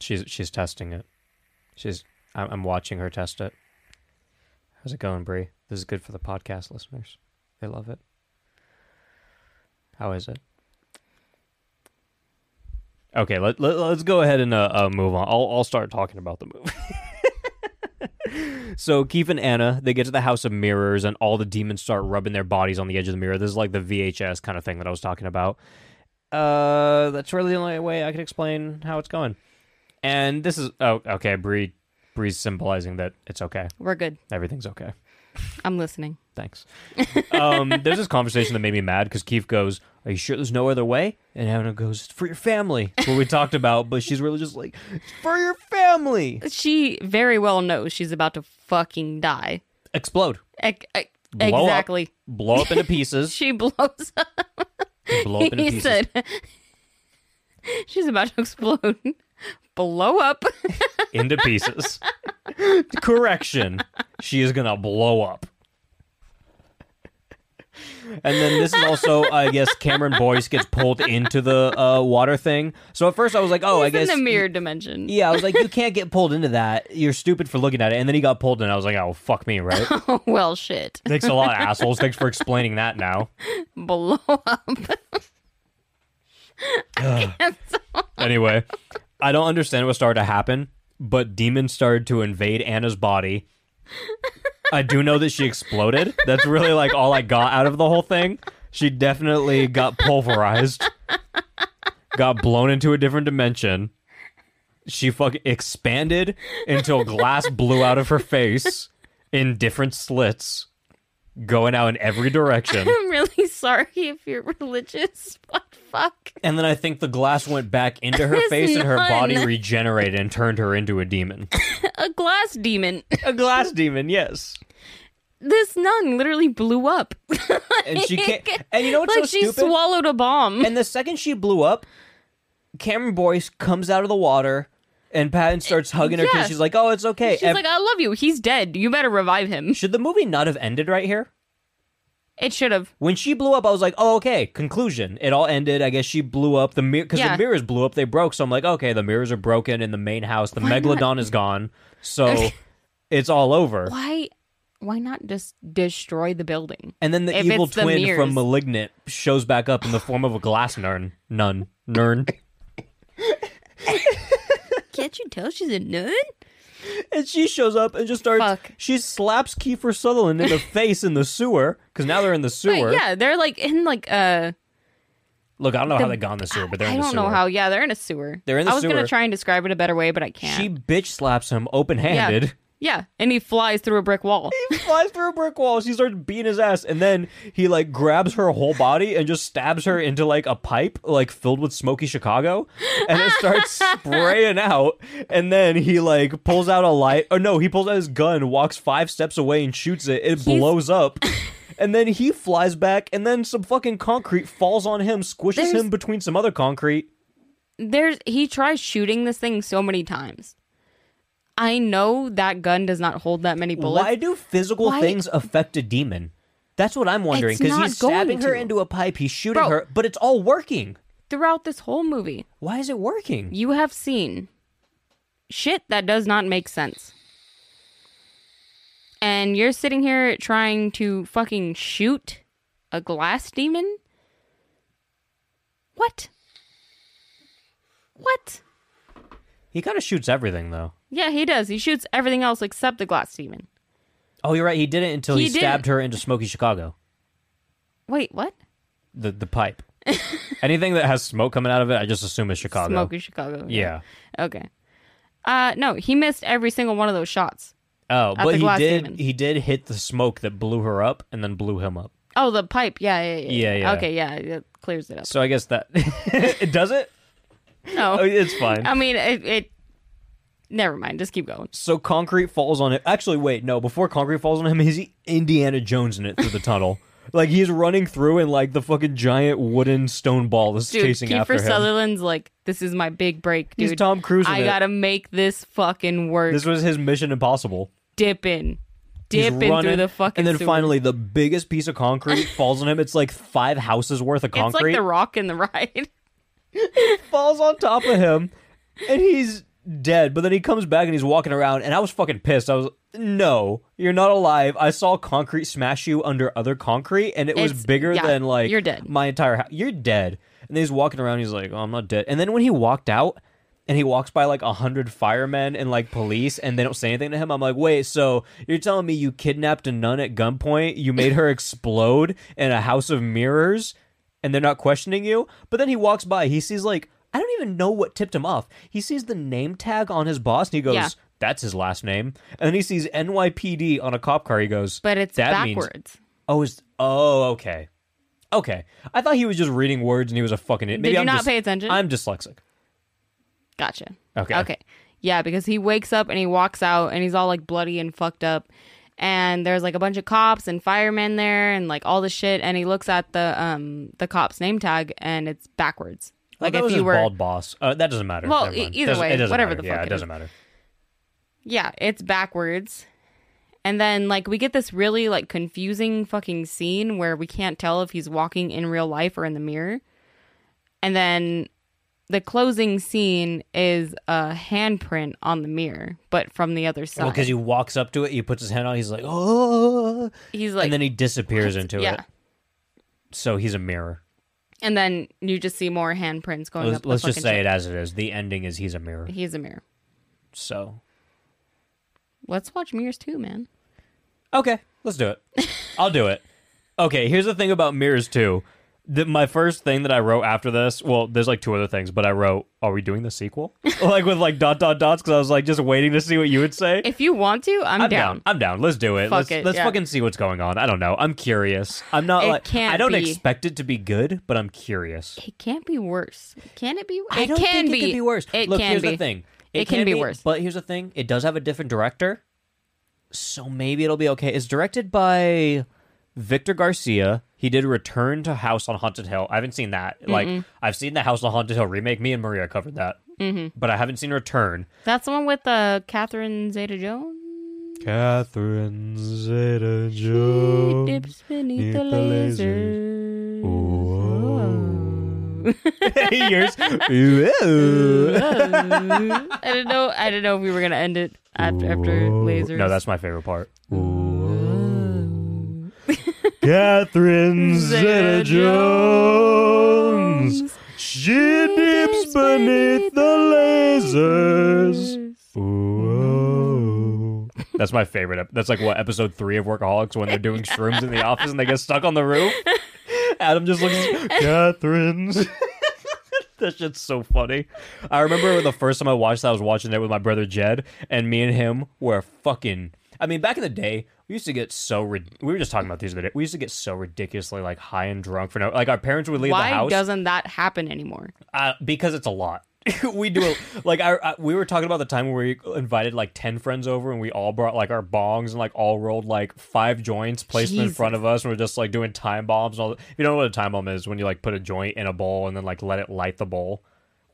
[SPEAKER 2] She's she's testing it. She's I'm, I'm watching her test it. How's it going, Bree? This is good for the podcast listeners. They love it. How is it? Okay, let, let let's go ahead and uh, uh, move on. I'll I'll start talking about the movie. so Keith and Anna they get to the House of Mirrors and all the demons start rubbing their bodies on the edge of the mirror. This is like the VHS kind of thing that I was talking about. Uh, that's really the only way I can explain how it's going. And this is oh okay, Bree Bree's symbolizing that it's okay.
[SPEAKER 3] We're good.
[SPEAKER 2] Everything's okay.
[SPEAKER 3] I'm listening.
[SPEAKER 2] Thanks. um, there's this conversation that made me mad because Keith goes, Are you sure there's no other way? And Anna goes, "It's For your family. It's what we talked about, but she's really just like, "It's For your family.
[SPEAKER 3] She very well knows she's about to fucking die.
[SPEAKER 2] Explode.
[SPEAKER 3] Ec- ec-
[SPEAKER 2] Blow up.
[SPEAKER 3] exactly.
[SPEAKER 2] Blow up into pieces.
[SPEAKER 3] She blows up.
[SPEAKER 2] Blow up into
[SPEAKER 3] he
[SPEAKER 2] pieces.
[SPEAKER 3] said. she's about to explode. blow up.
[SPEAKER 2] into pieces. Correction. She is going to blow up. And then this is also, I guess, Cameron Boyce gets pulled into the uh, water thing. So at first I was like, oh, I
[SPEAKER 3] It's in
[SPEAKER 2] guess.
[SPEAKER 3] the mirror dimension.
[SPEAKER 2] Yeah, I was like, you can't get pulled into that. You're stupid for looking at it. And then he got pulled in. I was like, oh, fuck me, right?
[SPEAKER 3] Oh well, shit.
[SPEAKER 2] Thanks a lot, assholes. Thanks for explaining that now.
[SPEAKER 3] Blow up.
[SPEAKER 2] Anyway, I don't understand what started to happen, but demons started to invade Anna's body. I do know that she exploded. That's really like all I got out of the whole thing. She definitely got pulverized, got blown into a different dimension. She fucking expanded until glass blew out of her face in different slits, going out in every direction.
[SPEAKER 3] I'm really sorry if you're religious, but fuck.
[SPEAKER 2] And then I think the glass went back into her
[SPEAKER 3] It's
[SPEAKER 2] face and her
[SPEAKER 3] none.
[SPEAKER 2] body regenerated and turned her into a demon.
[SPEAKER 3] A glass demon.
[SPEAKER 2] a glass demon, yes.
[SPEAKER 3] This nun literally blew up.
[SPEAKER 2] And she can't. And you know what's
[SPEAKER 3] like
[SPEAKER 2] so
[SPEAKER 3] she
[SPEAKER 2] stupid?
[SPEAKER 3] swallowed a bomb.
[SPEAKER 2] and the second she blew up, Cameron Boyce comes out of the water, and Patton starts hugging her
[SPEAKER 3] Yeah.
[SPEAKER 2] because she's like, "Oh, it's okay."
[SPEAKER 3] She's
[SPEAKER 2] Ev-
[SPEAKER 3] like, I love you. He's dead. You better revive him.
[SPEAKER 2] Should the movie not have ended right here?
[SPEAKER 3] It should have.
[SPEAKER 2] When she blew up, I was like, oh, okay, conclusion. It all ended. I guess she blew up the mirror because
[SPEAKER 3] Yeah.
[SPEAKER 2] the mirrors blew up. They broke. So I'm like, okay, the mirrors are broken in the main house. The megalodon is gone. So it's all over.
[SPEAKER 3] Why? Why not just destroy the building?
[SPEAKER 2] And then the
[SPEAKER 3] If
[SPEAKER 2] evil
[SPEAKER 3] it's the
[SPEAKER 2] twin
[SPEAKER 3] mirrors.
[SPEAKER 2] from Malignant shows back up in the form of a glass nun. Nun. Nern.
[SPEAKER 3] Can't you tell she's a nun?
[SPEAKER 2] And she shows up and just starts.
[SPEAKER 3] Fuck.
[SPEAKER 2] She slaps Kiefer Sutherland in the face in the sewer because now they're in the
[SPEAKER 3] But
[SPEAKER 2] sewer.
[SPEAKER 3] yeah, they're like in like uh
[SPEAKER 2] Look, I don't know how they got in the sewer, but they're
[SPEAKER 3] I
[SPEAKER 2] in the
[SPEAKER 3] don't
[SPEAKER 2] sewer.
[SPEAKER 3] know how. Yeah, they're in a sewer.
[SPEAKER 2] They're in the
[SPEAKER 3] I was
[SPEAKER 2] sewer.
[SPEAKER 3] gonna try and describe it a better way, but I can't.
[SPEAKER 2] She bitch slaps him open handed.
[SPEAKER 3] Yeah, and he flies through a brick wall.
[SPEAKER 2] He flies through a brick wall. She starts beating his ass, and then he like grabs her whole body and just stabs her into like a pipe, like filled with smoky Chicago, and it starts spraying out. And then he like pulls out a light. Oh no, he pulls out his gun, walks five steps away, and shoots it. It blows up. And then he flies back, and then some fucking concrete falls on him, squishes
[SPEAKER 3] There's-
[SPEAKER 2] him between some other concrete.
[SPEAKER 3] There's he tries shooting this thing so many times. I know that gun does not hold that many bullets.
[SPEAKER 2] Why do physical
[SPEAKER 3] Why-
[SPEAKER 2] things affect a demon? That's what I'm wondering.
[SPEAKER 3] It's
[SPEAKER 2] Because
[SPEAKER 3] not
[SPEAKER 2] he's stabbing
[SPEAKER 3] going
[SPEAKER 2] her
[SPEAKER 3] to.
[SPEAKER 2] into a pipe, he's shooting
[SPEAKER 3] Bro.
[SPEAKER 2] her, but it's all working.
[SPEAKER 3] Throughout this whole movie,
[SPEAKER 2] Why is it working?
[SPEAKER 3] you have seen shit that does not make sense. And you're sitting here trying to fucking shoot a glass demon? What? What?
[SPEAKER 2] He kind of shoots everything though.
[SPEAKER 3] Yeah, he does. He shoots everything else except the glass demon.
[SPEAKER 2] Oh, you're right. He did it until he,
[SPEAKER 3] He did.
[SPEAKER 2] stabbed her into Smoky Chicago,
[SPEAKER 3] Wait, what?
[SPEAKER 2] the the pipe. Anything that has smoke coming out of it, I just assume is Chicago.
[SPEAKER 3] Smoky Chicago.
[SPEAKER 2] Yeah.
[SPEAKER 3] Okay. Uh no, he missed every single one of those shots.
[SPEAKER 2] Oh,
[SPEAKER 3] At
[SPEAKER 2] but
[SPEAKER 3] the
[SPEAKER 2] he
[SPEAKER 3] glass
[SPEAKER 2] did.
[SPEAKER 3] demon.
[SPEAKER 2] He did hit the smoke that blew her up, and then blew him up.
[SPEAKER 3] Oh, the pipe. Yeah, yeah, yeah.
[SPEAKER 2] Yeah, yeah.
[SPEAKER 3] Okay, yeah, that clears it up.
[SPEAKER 2] So I guess that it does it.
[SPEAKER 3] No.
[SPEAKER 2] Oh, it's fine.
[SPEAKER 3] I mean, it, it never mind. Just keep going.
[SPEAKER 2] so concrete falls on it. Actually, wait, no. Before concrete falls on him, he's Indiana Jones in it through the tunnel. Like he's running through, and like the fucking giant wooden stone ball is
[SPEAKER 3] Dude,
[SPEAKER 2] chasing
[SPEAKER 3] Kiefer
[SPEAKER 2] after him.
[SPEAKER 3] Sutherland's like, this is my big break, dude.
[SPEAKER 2] He's Tom Cruise in
[SPEAKER 3] I
[SPEAKER 2] it.
[SPEAKER 3] gotta make this fucking work.
[SPEAKER 2] This was his Mission Impossible.
[SPEAKER 3] dipping.
[SPEAKER 2] He's
[SPEAKER 3] Dipping through
[SPEAKER 2] running,
[SPEAKER 3] the fucking
[SPEAKER 2] And then
[SPEAKER 3] sewer.
[SPEAKER 2] finally, the biggest piece of concrete falls on him. It's like five houses worth of
[SPEAKER 3] it's like
[SPEAKER 2] concrete.
[SPEAKER 3] the rock in the ride.
[SPEAKER 2] falls on top of him, and he's dead. But then he comes back and he's walking around, and I was fucking pissed. I was, no, you're not alive. I saw concrete smash you under other concrete, and it was
[SPEAKER 3] It's-
[SPEAKER 2] bigger
[SPEAKER 3] yeah,
[SPEAKER 2] than like
[SPEAKER 3] you're dead.
[SPEAKER 2] My entire house. You're dead. And then he's walking around. He's like, oh, I'm not dead. And then when he walked out. And he walks by like a hundred firemen and like police, and they don't say anything to him. I'm like, wait, so you're telling me you kidnapped a nun at gunpoint, you made her explode in a house of mirrors, and they're not questioning you. But then he walks by, he sees like I don't even know what tipped him off. He sees the name tag on his boss and he goes,
[SPEAKER 3] Yeah.
[SPEAKER 2] "That's his last name." And then he sees NYPD on a cop car. He goes,
[SPEAKER 3] But it's
[SPEAKER 2] that means-
[SPEAKER 3] backwards.
[SPEAKER 2] oh, is oh okay, okay. I thought he was just reading words and he was a fucking. Maybe
[SPEAKER 3] Did you
[SPEAKER 2] I'm
[SPEAKER 3] not
[SPEAKER 2] dys-
[SPEAKER 3] pay attention?
[SPEAKER 2] I'm dyslexic.
[SPEAKER 3] Gotcha.
[SPEAKER 2] Okay.
[SPEAKER 3] Okay. Yeah, because he wakes up and he walks out and he's all like bloody and fucked up. And there's like a bunch of cops and firemen there and like all the shit. And he looks at the um the cop's name tag and it's backwards.
[SPEAKER 2] Oh,
[SPEAKER 3] Like
[SPEAKER 2] that was
[SPEAKER 3] if you
[SPEAKER 2] his
[SPEAKER 3] were
[SPEAKER 2] bald boss. Uh, that doesn't matter.
[SPEAKER 3] Well,
[SPEAKER 2] Never
[SPEAKER 3] e-
[SPEAKER 2] mind.
[SPEAKER 3] either
[SPEAKER 2] Doesn't-
[SPEAKER 3] way,
[SPEAKER 2] it doesn't
[SPEAKER 3] whatever
[SPEAKER 2] matter.
[SPEAKER 3] the
[SPEAKER 2] yeah,
[SPEAKER 3] fuck
[SPEAKER 2] it
[SPEAKER 3] it
[SPEAKER 2] doesn't
[SPEAKER 3] is.
[SPEAKER 2] matter.
[SPEAKER 3] Yeah, it's backwards. And then like we get this really like confusing fucking scene where we can't tell if he's walking in real life or in the mirror. And then the closing scene is a handprint on the mirror, but from the other side.
[SPEAKER 2] Well, because he walks up to it, he puts his hand on. it, He's like, oh,
[SPEAKER 3] he's like
[SPEAKER 2] and then he disappears into
[SPEAKER 3] yeah.
[SPEAKER 2] it. So he's a mirror.
[SPEAKER 3] And then you just see more handprints going
[SPEAKER 2] Let's,
[SPEAKER 3] up.
[SPEAKER 2] let's just say it as it is. The ending is he's a mirror.
[SPEAKER 3] He's a mirror.
[SPEAKER 2] So
[SPEAKER 3] Let's watch mirrors too, man.
[SPEAKER 2] Okay, let's do it. I'll do it. Okay, here's the thing about mirrors too. The, my first thing that I wrote after this, well, there's like two other things, but I wrote, "Are we doing the sequel?" like with like dot dot dots, because I was like just waiting to see what you would say.
[SPEAKER 3] If you want to, I'm,
[SPEAKER 2] I'm
[SPEAKER 3] down.
[SPEAKER 2] I'm down. Let's do it.
[SPEAKER 3] Fuck
[SPEAKER 2] let's
[SPEAKER 3] it,
[SPEAKER 2] let's
[SPEAKER 3] yeah.
[SPEAKER 2] fucking see what's going on. I don't know. I'm curious. I'm not
[SPEAKER 3] It
[SPEAKER 2] like
[SPEAKER 3] can't
[SPEAKER 2] I don't
[SPEAKER 3] be.
[SPEAKER 2] expect it to be good, but I'm curious.
[SPEAKER 3] It can't be worse. Can it be?
[SPEAKER 2] I
[SPEAKER 3] it
[SPEAKER 2] don't
[SPEAKER 3] can
[SPEAKER 2] think
[SPEAKER 3] be.
[SPEAKER 2] it could be worse.
[SPEAKER 3] It
[SPEAKER 2] Look,
[SPEAKER 3] can
[SPEAKER 2] here's
[SPEAKER 3] be.
[SPEAKER 2] the thing.
[SPEAKER 3] It can be worse.
[SPEAKER 2] But here's the thing. It does have a different director, so maybe it'll be okay. It's directed by Victor Garcia. He did Return to House on Haunted Hill. I haven't seen that. Like I've seen the House on Haunted Hill remake. Me and Maria covered that, mm-hmm. but I haven't seen Return.
[SPEAKER 3] That's the one with uh, Catherine Zeta-Jones.
[SPEAKER 2] Catherine Zeta Jones.
[SPEAKER 3] Dips beneath the
[SPEAKER 2] the
[SPEAKER 3] lasers. Oh.
[SPEAKER 2] Whoa. hey, yours. Whoa.
[SPEAKER 3] I didn't know. I didn't know if we were gonna end it after, after lasers.
[SPEAKER 2] No, that's my favorite part. Catherine Zeta Jones. She dips beneath the lasers. Whoa. That's my favorite. ep- That's like what episode three of Workaholics when they're doing shrooms in the office and they get stuck on the roof. Adam just looks. Catherine's. That shit's so funny. I remember the first time I watched that, I was watching it with my brother Jed, and me and him were fucking. I mean, back in the day, we used to get so. Rid- we were just talking about these the other day. We used to get so ridiculously like high and drunk for no. Like our parents would leave the
[SPEAKER 3] Why
[SPEAKER 2] house
[SPEAKER 3] doesn't that happen anymore?
[SPEAKER 2] uh, because it's a lot. we do it like our, uh, we were talking about the time where we invited like 10 friends over and we all brought like our bongs and like all rolled like five joints placed them in front of us and we're just like doing time bombs and all that. you know what a time bomb is when you like put a joint in a bowl and then like let it light the bowl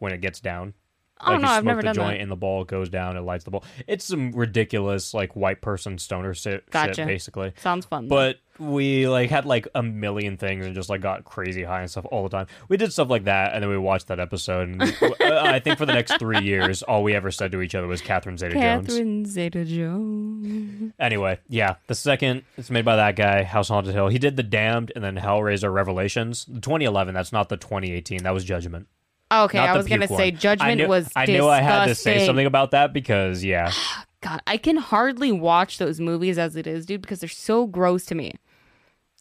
[SPEAKER 2] when it gets down
[SPEAKER 3] I don't
[SPEAKER 2] like
[SPEAKER 3] know.
[SPEAKER 2] you
[SPEAKER 3] I've
[SPEAKER 2] smoke
[SPEAKER 3] never
[SPEAKER 2] the
[SPEAKER 3] done
[SPEAKER 2] joint
[SPEAKER 3] that.
[SPEAKER 2] and the ball goes down, it lights the ball. It's some ridiculous like white person stoner shit,
[SPEAKER 3] Gotcha.
[SPEAKER 2] shit basically.
[SPEAKER 3] Sounds fun. though.
[SPEAKER 2] But we like had like a million things and just like got crazy high and stuff all the time. We did stuff like that, and then we watched that episode. And uh, I think for the next three years, all we ever said to each other was Catherine Zeta-Jones.
[SPEAKER 3] Catherine Zeta Jones.
[SPEAKER 2] Anyway, yeah, the second it's made by that guy, House on Haunted Hill. He did The Damned and then Hellraiser Revelations, 2011. That's not the 2018. That was Judgment.
[SPEAKER 3] Okay,
[SPEAKER 2] Not
[SPEAKER 3] I
[SPEAKER 2] the
[SPEAKER 3] was gonna
[SPEAKER 2] puke
[SPEAKER 3] say
[SPEAKER 2] one. I
[SPEAKER 3] Judgment
[SPEAKER 2] knew-
[SPEAKER 3] was.
[SPEAKER 2] I knew I had to say
[SPEAKER 3] disgusting.
[SPEAKER 2] something about that because yeah,
[SPEAKER 3] God, I can hardly watch those movies as it is, dude, because they're so gross to me.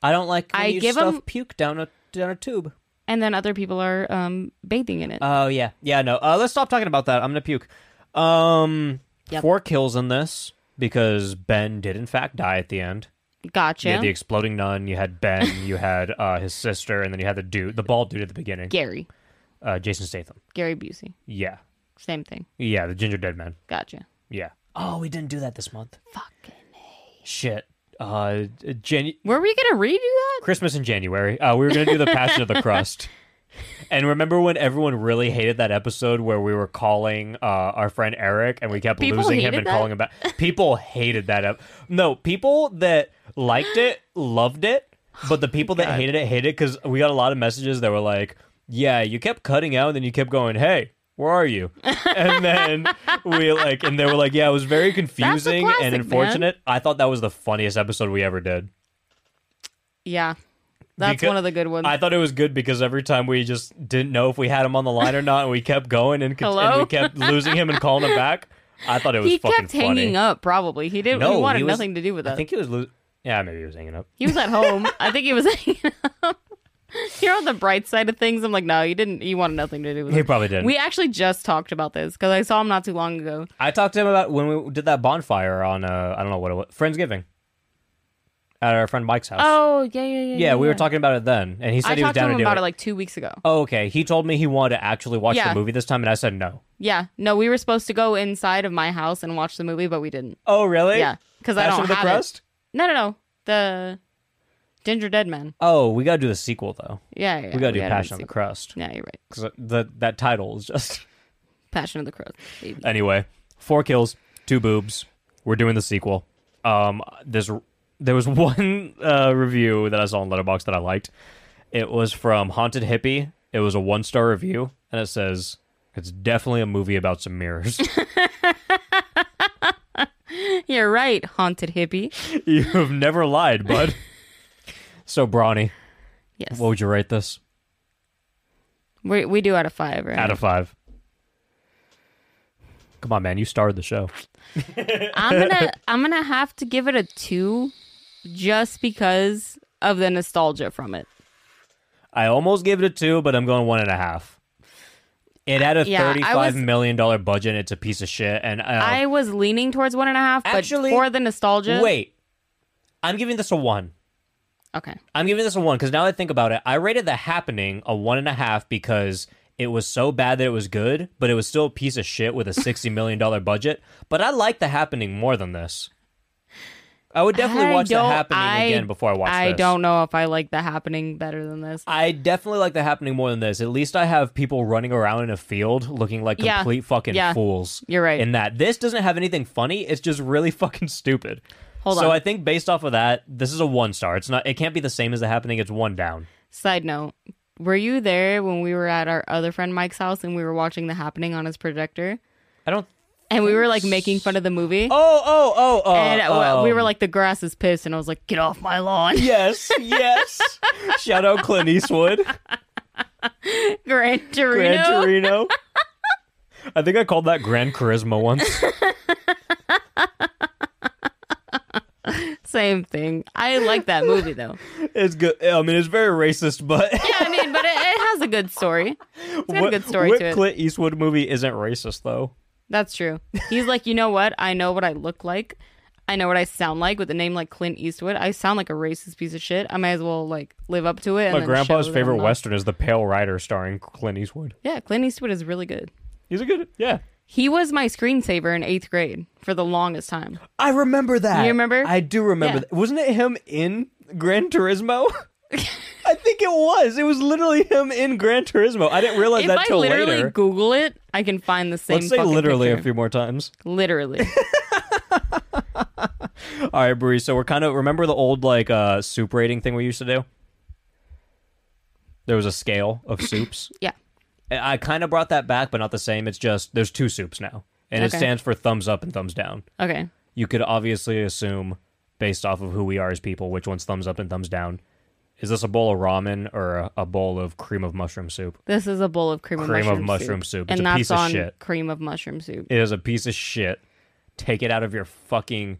[SPEAKER 2] I don't like
[SPEAKER 3] when I you give stuff 'em-
[SPEAKER 2] puke down a down a tube.
[SPEAKER 3] And then other people are um, bathing in it.
[SPEAKER 2] Oh yeah, yeah. No, uh, let's stop talking about that. I'm gonna puke. Um, four kills in this because Ben did in fact die at the end.
[SPEAKER 3] gotcha.
[SPEAKER 2] You had the exploding nun. You had Ben. you had uh, his sister, and then you had the dude, the bald dude at the beginning,
[SPEAKER 3] Gary,
[SPEAKER 2] uh, Jason Statham.
[SPEAKER 3] Gary Busey,
[SPEAKER 2] Yeah,
[SPEAKER 3] same thing.
[SPEAKER 2] yeah. The ginger dead man.
[SPEAKER 3] Gotcha.
[SPEAKER 2] Yeah. Oh, we didn't do that this month.
[SPEAKER 3] Fucking.
[SPEAKER 2] Shit. Uh, Jan-
[SPEAKER 3] Were we gonna redo that?
[SPEAKER 2] Christmas in January. Uh, we were going to do the Passion of the Crust. And remember when everyone really hated that episode where we were calling uh, our friend Eric and we kept
[SPEAKER 3] People
[SPEAKER 2] losing him
[SPEAKER 3] hated
[SPEAKER 2] and
[SPEAKER 3] that?
[SPEAKER 2] calling him back? People hated that. Ep- no, people that liked it loved it, but
[SPEAKER 3] Oh
[SPEAKER 2] the people that hated it hated it because we got a lot of messages that were like, "Yeah, you kept cutting out, and then you kept going, hey." Where are you? And then we like, and they were like, "Yeah, it was very confusing
[SPEAKER 3] classic,
[SPEAKER 2] and
[SPEAKER 3] man.
[SPEAKER 2] unfortunate." I thought that was the funniest episode we ever did.
[SPEAKER 3] Yeah, that's
[SPEAKER 2] Because-
[SPEAKER 3] one of the good ones.
[SPEAKER 2] I thought it was good because every time we just didn't know if we had him on the line or not, and we kept going and, cont- and
[SPEAKER 3] Hello?
[SPEAKER 2] we kept losing him and calling him back. I thought it was
[SPEAKER 3] he
[SPEAKER 2] fucking
[SPEAKER 3] kept hanging
[SPEAKER 2] funny.
[SPEAKER 3] up. Probably he didn't. he wanted
[SPEAKER 2] was-
[SPEAKER 3] nothing to do with
[SPEAKER 2] I
[SPEAKER 3] us.
[SPEAKER 2] think he was. Lo- yeah, maybe he was hanging up.
[SPEAKER 3] He was at home. I think he was hanging up. You're on the bright side of things. I'm like, no, you didn't. You wanted nothing to do with
[SPEAKER 2] He
[SPEAKER 3] it.
[SPEAKER 2] probably didn't.
[SPEAKER 3] We actually just talked about this because I saw him not too long ago.
[SPEAKER 2] I talked to him about when we did that bonfire on uh, I don't know what it was, Friendsgiving, at our friend Mike's house.
[SPEAKER 3] Oh yeah, yeah, yeah.
[SPEAKER 2] yeah, we were talking about it then, and he said
[SPEAKER 3] I
[SPEAKER 2] he was
[SPEAKER 3] talked to
[SPEAKER 2] down
[SPEAKER 3] him
[SPEAKER 2] to do
[SPEAKER 3] about
[SPEAKER 2] it.
[SPEAKER 3] it like two weeks ago.
[SPEAKER 2] oh, okay. He told me he wanted to actually watch
[SPEAKER 3] Yeah.
[SPEAKER 2] the movie this time, and I said no.
[SPEAKER 3] Yeah, no, we were supposed to go inside of my house and watch the movie, but we didn't.
[SPEAKER 2] Oh, really?
[SPEAKER 3] Yeah, because I
[SPEAKER 2] Passion
[SPEAKER 3] don't
[SPEAKER 2] of the
[SPEAKER 3] have
[SPEAKER 2] Crust.
[SPEAKER 3] it. No, no, no. The Ginger Dead Man.
[SPEAKER 2] Oh, we gotta do the sequel though.
[SPEAKER 3] Yeah, yeah.
[SPEAKER 2] we gotta do
[SPEAKER 3] gotta
[SPEAKER 2] Passion of
[SPEAKER 3] see-
[SPEAKER 2] the Crust.
[SPEAKER 3] Yeah, you're right.
[SPEAKER 2] because that that title is just
[SPEAKER 3] Passion of the Crows. baby.
[SPEAKER 2] anyway four kills two boobs we're doing the sequel um this there was one uh review that i saw on letterbox that i liked it was from haunted hippie it was a one star review and it says it's definitely a movie about some mirrors
[SPEAKER 3] You're right, haunted hippie.
[SPEAKER 2] you have never lied bud so brawny
[SPEAKER 3] Yes,
[SPEAKER 2] what would you rate this
[SPEAKER 3] we we do out of five, right?
[SPEAKER 2] out of five come on man you starred the show
[SPEAKER 3] I'm gonna I'm gonna have to give it a two, just because of the nostalgia from it.
[SPEAKER 2] I almost gave it a two, but I'm going one and a half. It had a
[SPEAKER 3] Yeah, I
[SPEAKER 2] thirty-five
[SPEAKER 3] was-
[SPEAKER 2] million dollar budget. It's a piece of shit. And uh,
[SPEAKER 3] I was leaning towards one and a half, but
[SPEAKER 2] Actually-
[SPEAKER 3] for the nostalgia,
[SPEAKER 2] wait, I'm giving this a one.
[SPEAKER 3] okay,
[SPEAKER 2] I'm giving this a one because now that I think about it, I rated The Happening a one and a half because it was so bad that it was good, but it was still a piece of shit with a sixty million dollar budget. But I like The Happening more than this. I would definitely
[SPEAKER 3] I
[SPEAKER 2] watch The
[SPEAKER 3] don't-
[SPEAKER 2] Happening
[SPEAKER 3] I-
[SPEAKER 2] again before I watch
[SPEAKER 3] I
[SPEAKER 2] this.
[SPEAKER 3] don't know if I like the happening better than this.
[SPEAKER 2] I definitely like The Happening more than this. At least I have people running around in a field looking like
[SPEAKER 3] Yeah.
[SPEAKER 2] complete fucking
[SPEAKER 3] Yeah.
[SPEAKER 2] fools.
[SPEAKER 3] You're right.
[SPEAKER 2] In that. This doesn't have anything funny. It's just really fucking stupid.
[SPEAKER 3] Hold
[SPEAKER 2] so
[SPEAKER 3] on.
[SPEAKER 2] I think based off of that, this is a one star. It's not. It can't be the same as The Happening. It's one down.
[SPEAKER 3] Side note: Were you there when we were at our other friend Mike's house and we were watching the happening on his projector?
[SPEAKER 2] I don't.
[SPEAKER 3] And we were like making fun of the movie.
[SPEAKER 2] Oh oh oh oh.
[SPEAKER 3] and uh, we
[SPEAKER 2] um,
[SPEAKER 3] were like, the grass is pissed, and I was like, get off my lawn.
[SPEAKER 2] Yes, yes. Shout out Clint Eastwood,
[SPEAKER 3] Gran Torino.
[SPEAKER 2] Gran Torino. I think I called that Gran Charisma once.
[SPEAKER 3] Same thing. I like that movie though.
[SPEAKER 2] It's good. I mean, it's very racist, but
[SPEAKER 3] yeah, I mean, but it, it has a good story. It's got
[SPEAKER 2] what,
[SPEAKER 3] a good story
[SPEAKER 2] what
[SPEAKER 3] to it.
[SPEAKER 2] Clint Eastwood movie isn't racist though?
[SPEAKER 3] That's true. He's like, you know what? I know what I look like. I know what I sound like with a name like Clint Eastwood. I sound like a racist piece of shit. I might as well like live up to it. and
[SPEAKER 2] My
[SPEAKER 3] then
[SPEAKER 2] grandpa's
[SPEAKER 3] show that
[SPEAKER 2] favorite
[SPEAKER 3] I'm not-
[SPEAKER 2] western is The Pale Rider, starring Clint Eastwood.
[SPEAKER 3] Yeah, Clint Eastwood is really good.
[SPEAKER 2] He's a good. Yeah,
[SPEAKER 3] He was my screensaver in eighth grade for the longest time.
[SPEAKER 2] I remember that.
[SPEAKER 3] You remember?
[SPEAKER 2] I do remember.
[SPEAKER 3] Yeah.
[SPEAKER 2] That. Wasn't it him in Gran Turismo? I think it was. It was literally him in Gran Turismo. I didn't realize
[SPEAKER 3] If
[SPEAKER 2] that
[SPEAKER 3] I
[SPEAKER 2] till
[SPEAKER 3] literally
[SPEAKER 2] later.
[SPEAKER 3] Google it, I can find the same.
[SPEAKER 2] Let's say
[SPEAKER 3] fucking
[SPEAKER 2] literally
[SPEAKER 3] picture.
[SPEAKER 2] a few more times.
[SPEAKER 3] Literally.
[SPEAKER 2] All right, Bree. So we're kind of remember the old like uh soup rating thing we used to do. There was a scale of soups.
[SPEAKER 3] yeah.
[SPEAKER 2] And I kind of brought that back, but not the same. It's just there's two soups now, and it
[SPEAKER 3] Okay.
[SPEAKER 2] stands for thumbs up and thumbs down.
[SPEAKER 3] Okay.
[SPEAKER 2] You could obviously assume, based off of who we are as people, which one's thumbs up and thumbs down. Is this a bowl of ramen or a, a bowl of cream of mushroom soup?
[SPEAKER 3] This is a bowl of cream,
[SPEAKER 2] Cream
[SPEAKER 3] of
[SPEAKER 2] of mushroom soup. It's
[SPEAKER 3] and
[SPEAKER 2] a
[SPEAKER 3] that's
[SPEAKER 2] piece of
[SPEAKER 3] on
[SPEAKER 2] shit.
[SPEAKER 3] cream of mushroom soup.
[SPEAKER 2] It is a piece of shit. Take it out of your fucking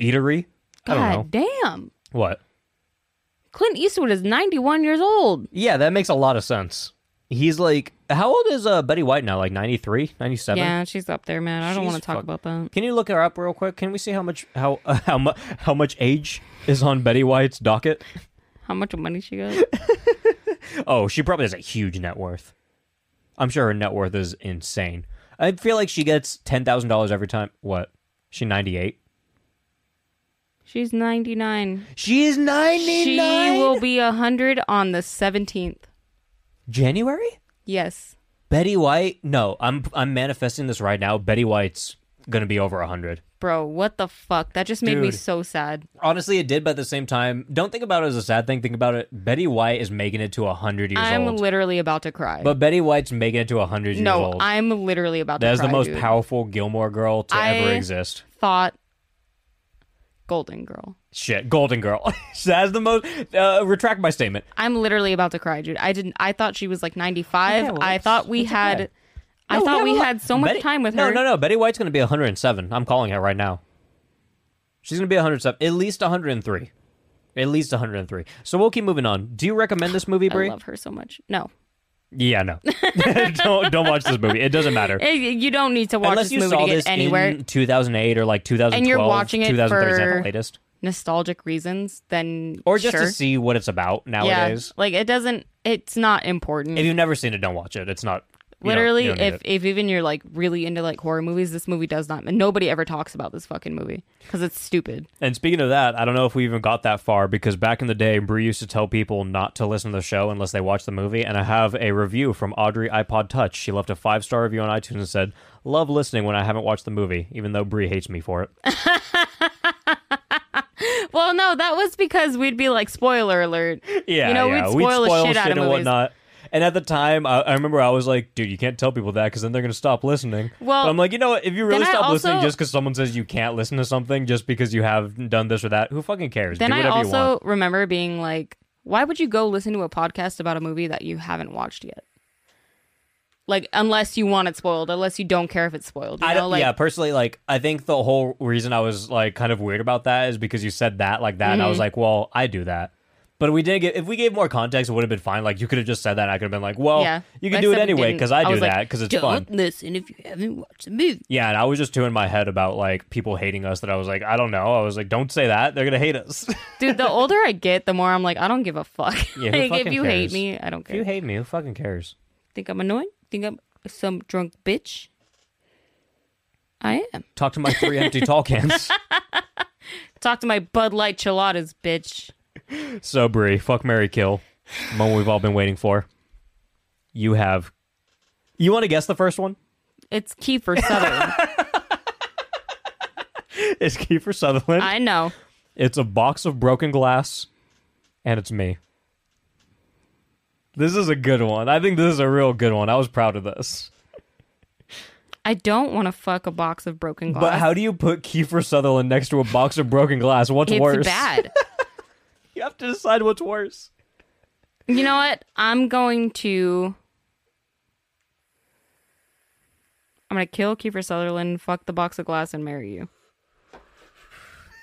[SPEAKER 2] eatery. I don't
[SPEAKER 3] God
[SPEAKER 2] know
[SPEAKER 3] damn.
[SPEAKER 2] what.
[SPEAKER 3] Clint Eastwood is 91 years old.
[SPEAKER 2] Yeah, that makes a lot of sense. He's like, how old is uh, Betty White now? Like 93, 97?
[SPEAKER 3] Yeah, she's up there, man. I don't
[SPEAKER 2] She's
[SPEAKER 3] want to talk
[SPEAKER 2] fuck-
[SPEAKER 3] about that.
[SPEAKER 2] Can you look her up real quick? Can we see how much how uh, how mu- how much age is on Betty White's docket?
[SPEAKER 3] How much money she got?
[SPEAKER 2] Oh, she probably has a huge net worth. I'm sure her net worth is insane. I feel like she gets ten thousand dollars every time. What? She 98.
[SPEAKER 3] she's 99.
[SPEAKER 2] She is 99.
[SPEAKER 3] She will be 100 on the 17th.
[SPEAKER 2] January.
[SPEAKER 3] Yes.
[SPEAKER 2] Betty White. No, I'm I'm manifesting this right now. Betty White's gonna be over hundred.
[SPEAKER 3] Bro, what the fuck? That just made me
[SPEAKER 2] Dude.
[SPEAKER 3] so sad.
[SPEAKER 2] Honestly, it did, but at the same time, don't think about it as a sad thing. Think about it. Betty White is making it to 100 years
[SPEAKER 3] I'm
[SPEAKER 2] old.
[SPEAKER 3] literally about to cry.
[SPEAKER 2] but Betty White's making it to 100 years
[SPEAKER 3] no,
[SPEAKER 2] old.
[SPEAKER 3] I'm literally about
[SPEAKER 2] that
[SPEAKER 3] to
[SPEAKER 2] is
[SPEAKER 3] cry.
[SPEAKER 2] the most
[SPEAKER 3] dude.
[SPEAKER 2] powerful Gilmore girl to ever
[SPEAKER 3] I-
[SPEAKER 2] exist.
[SPEAKER 3] Thought Golden Girl.
[SPEAKER 2] Shit, Golden Girl. That's the most. Uh, retract my statement.
[SPEAKER 3] I'm literally about to cry, dude. I didn't. I thought she was like 95.
[SPEAKER 2] Okay, well,
[SPEAKER 3] I
[SPEAKER 2] it's-
[SPEAKER 3] thought we
[SPEAKER 2] it's
[SPEAKER 3] had.
[SPEAKER 2] okay.
[SPEAKER 3] I
[SPEAKER 2] No,
[SPEAKER 3] thought
[SPEAKER 2] have
[SPEAKER 3] we
[SPEAKER 2] a lot-
[SPEAKER 3] had so much
[SPEAKER 2] Betty-
[SPEAKER 3] time with
[SPEAKER 2] no,
[SPEAKER 3] her.
[SPEAKER 2] No, no, Betty White's going to be 107. I'm calling it right now. She's going to be 107. At least 103. At least 103. So we'll keep moving on. Do you recommend this movie,
[SPEAKER 3] I
[SPEAKER 2] Brie?
[SPEAKER 3] love her so much. No,
[SPEAKER 2] yeah, no. don't don't watch this movie. It doesn't matter.
[SPEAKER 3] Eh, you don't need to watch
[SPEAKER 2] Unless
[SPEAKER 3] this
[SPEAKER 2] you
[SPEAKER 3] movie
[SPEAKER 2] saw
[SPEAKER 3] to get
[SPEAKER 2] this
[SPEAKER 3] anywhere
[SPEAKER 2] in 2008 or like 2012,
[SPEAKER 3] And you're watching it
[SPEAKER 2] 2013 is
[SPEAKER 3] for-
[SPEAKER 2] the latest,
[SPEAKER 3] nostalgic reasons. Then
[SPEAKER 2] or just
[SPEAKER 3] sure.
[SPEAKER 2] to see what it's about nowadays.
[SPEAKER 3] Yeah, like it doesn't. It's not important.
[SPEAKER 2] If you've never seen it, don't watch it. It's not you don't- you
[SPEAKER 3] Literally,
[SPEAKER 2] don't need
[SPEAKER 3] if
[SPEAKER 2] it.
[SPEAKER 3] if even you're like really into like horror movies, this movie does not. Nobody ever talks about this fucking movie because it's stupid.
[SPEAKER 2] And speaking of that, I don't know if we even got that far because back in the day, Bree used to tell people not to listen to the show unless they watch the movie. And I have a review from Audrey iPod Touch. She left a five star review on iTunes and said, "Love listening when I haven't watched the movie, even though Bree hates me for it."
[SPEAKER 3] Well, no, that was because we'd be like spoiler alert.
[SPEAKER 2] yeah,
[SPEAKER 3] you know,
[SPEAKER 2] yeah,
[SPEAKER 3] we'd spoil, the shit, out of
[SPEAKER 2] and
[SPEAKER 3] movies.
[SPEAKER 2] whatnot. And at the time, I, I remember I was like, "Dude, you can't tell people that because then they're gonna stop listening."
[SPEAKER 3] Well,
[SPEAKER 2] But I'm like, you know what? If you really
[SPEAKER 3] then I
[SPEAKER 2] stop listening
[SPEAKER 3] also-
[SPEAKER 2] just because someone says you can't listen to something just because you have done this or that, who fucking cares?
[SPEAKER 3] Then
[SPEAKER 2] Do
[SPEAKER 3] I
[SPEAKER 2] whatever you want.
[SPEAKER 3] also remember being like, why would you go listen to a podcast about a movie that you haven't watched yet? Like, unless you want it spoiled, unless you don't care if it's spoiled. You
[SPEAKER 2] I
[SPEAKER 3] know?
[SPEAKER 2] don't,
[SPEAKER 3] like,
[SPEAKER 2] yeah, personally, like I think the whole reason I was like kind of weird about that is because you said that like that, and
[SPEAKER 3] Mm-hmm.
[SPEAKER 2] I was like, well, I do that. But we didn't get if we gave more context, it would have been fine. Like you could have just said that, and I could have been like, well,
[SPEAKER 3] yeah.
[SPEAKER 2] you can
[SPEAKER 3] I
[SPEAKER 2] do it
[SPEAKER 3] said we
[SPEAKER 2] anyway
[SPEAKER 3] didn't.
[SPEAKER 2] because I do
[SPEAKER 3] was like,
[SPEAKER 2] that because it's
[SPEAKER 3] don't
[SPEAKER 2] fun.
[SPEAKER 3] listen if you haven't watched the movie.
[SPEAKER 2] Yeah, and I was just too in my head about like people hating us that I was like, I don't know. I was like, don't say that; they're gonna hate us.
[SPEAKER 3] Dude, the older I get, the more I'm like, I don't give a fuck.
[SPEAKER 2] Yeah, who
[SPEAKER 3] like, if
[SPEAKER 2] fucking
[SPEAKER 3] you hate
[SPEAKER 2] cares?
[SPEAKER 3] me, I don't
[SPEAKER 2] if
[SPEAKER 3] care.
[SPEAKER 2] you hate me, who fucking cares?
[SPEAKER 3] Think I'm annoying? Think I'm some drunk bitch? I am.
[SPEAKER 2] Talk to my three empty tall cans.
[SPEAKER 3] Talk to my Bud Light chiladas, bitch.
[SPEAKER 2] So Brie, fuck Mary Kill. The Moment we've all been waiting for. You have You want to guess the first one?
[SPEAKER 3] It's Kiefer Sutherland.
[SPEAKER 2] It's Kiefer Sutherland.
[SPEAKER 3] I know.
[SPEAKER 2] It's a box of broken glass, and it's me. This is a good one. I think this is a real good one. I was proud of this.
[SPEAKER 3] I don't want to fuck a box of broken glass.
[SPEAKER 2] But how do you put Kiefer Sutherland next to a box of broken glass? What's
[SPEAKER 3] it's
[SPEAKER 2] worse?
[SPEAKER 3] bad.
[SPEAKER 2] You have to decide what's worse.
[SPEAKER 3] You know what? I'm going to. I'm gonna kill Kiefer Sutherland, fuck the box of glass, and marry you.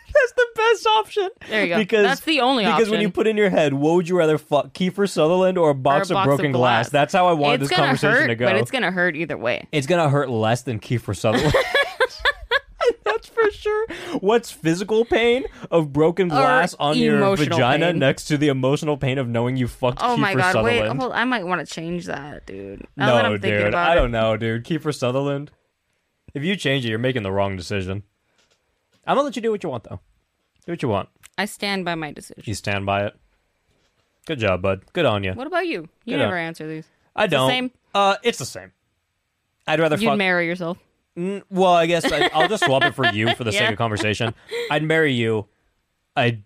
[SPEAKER 2] That's the best option.
[SPEAKER 3] There you go. That's the only
[SPEAKER 2] because when
[SPEAKER 3] option.
[SPEAKER 2] you put in your head, what would you rather fuck, Kiefer Sutherland or a
[SPEAKER 3] Or a
[SPEAKER 2] box of broken glass? That's how I wanted
[SPEAKER 3] It's
[SPEAKER 2] this
[SPEAKER 3] gonna
[SPEAKER 2] conversation
[SPEAKER 3] hurt,
[SPEAKER 2] to go.
[SPEAKER 3] But it's gonna hurt either way.
[SPEAKER 2] It's gonna hurt less than Kiefer Sutherland. That's for sure. What's physical pain of broken glass on your
[SPEAKER 3] emotional
[SPEAKER 2] vagina
[SPEAKER 3] pain.
[SPEAKER 2] next to the emotional pain of knowing you fucked
[SPEAKER 3] Oh
[SPEAKER 2] Kiefer
[SPEAKER 3] my god!
[SPEAKER 2] Sutherland?
[SPEAKER 3] Wait, hold, I might want to change that, dude. Now that
[SPEAKER 2] no,
[SPEAKER 3] I'm thinking
[SPEAKER 2] dude,
[SPEAKER 3] about
[SPEAKER 2] I
[SPEAKER 3] it.
[SPEAKER 2] don't know, dude. Kiefer Sutherland. If you change it, you're making the wrong decision. I'm gonna let you do what you want, though. Do what you want.
[SPEAKER 3] I stand by my decision.
[SPEAKER 2] You stand by it. Good job, bud. Good on you.
[SPEAKER 3] What about you? You
[SPEAKER 2] Good
[SPEAKER 3] never
[SPEAKER 2] on-
[SPEAKER 3] answer these.
[SPEAKER 2] I
[SPEAKER 3] the
[SPEAKER 2] don't.
[SPEAKER 3] same?
[SPEAKER 2] Uh, it's the same. I'd rather
[SPEAKER 3] You'd
[SPEAKER 2] fuck.
[SPEAKER 3] marry yourself.
[SPEAKER 2] Well, I guess I, I'll just swap it for you for the sake
[SPEAKER 3] Yeah.
[SPEAKER 2] of conversation. I'd marry you. I'd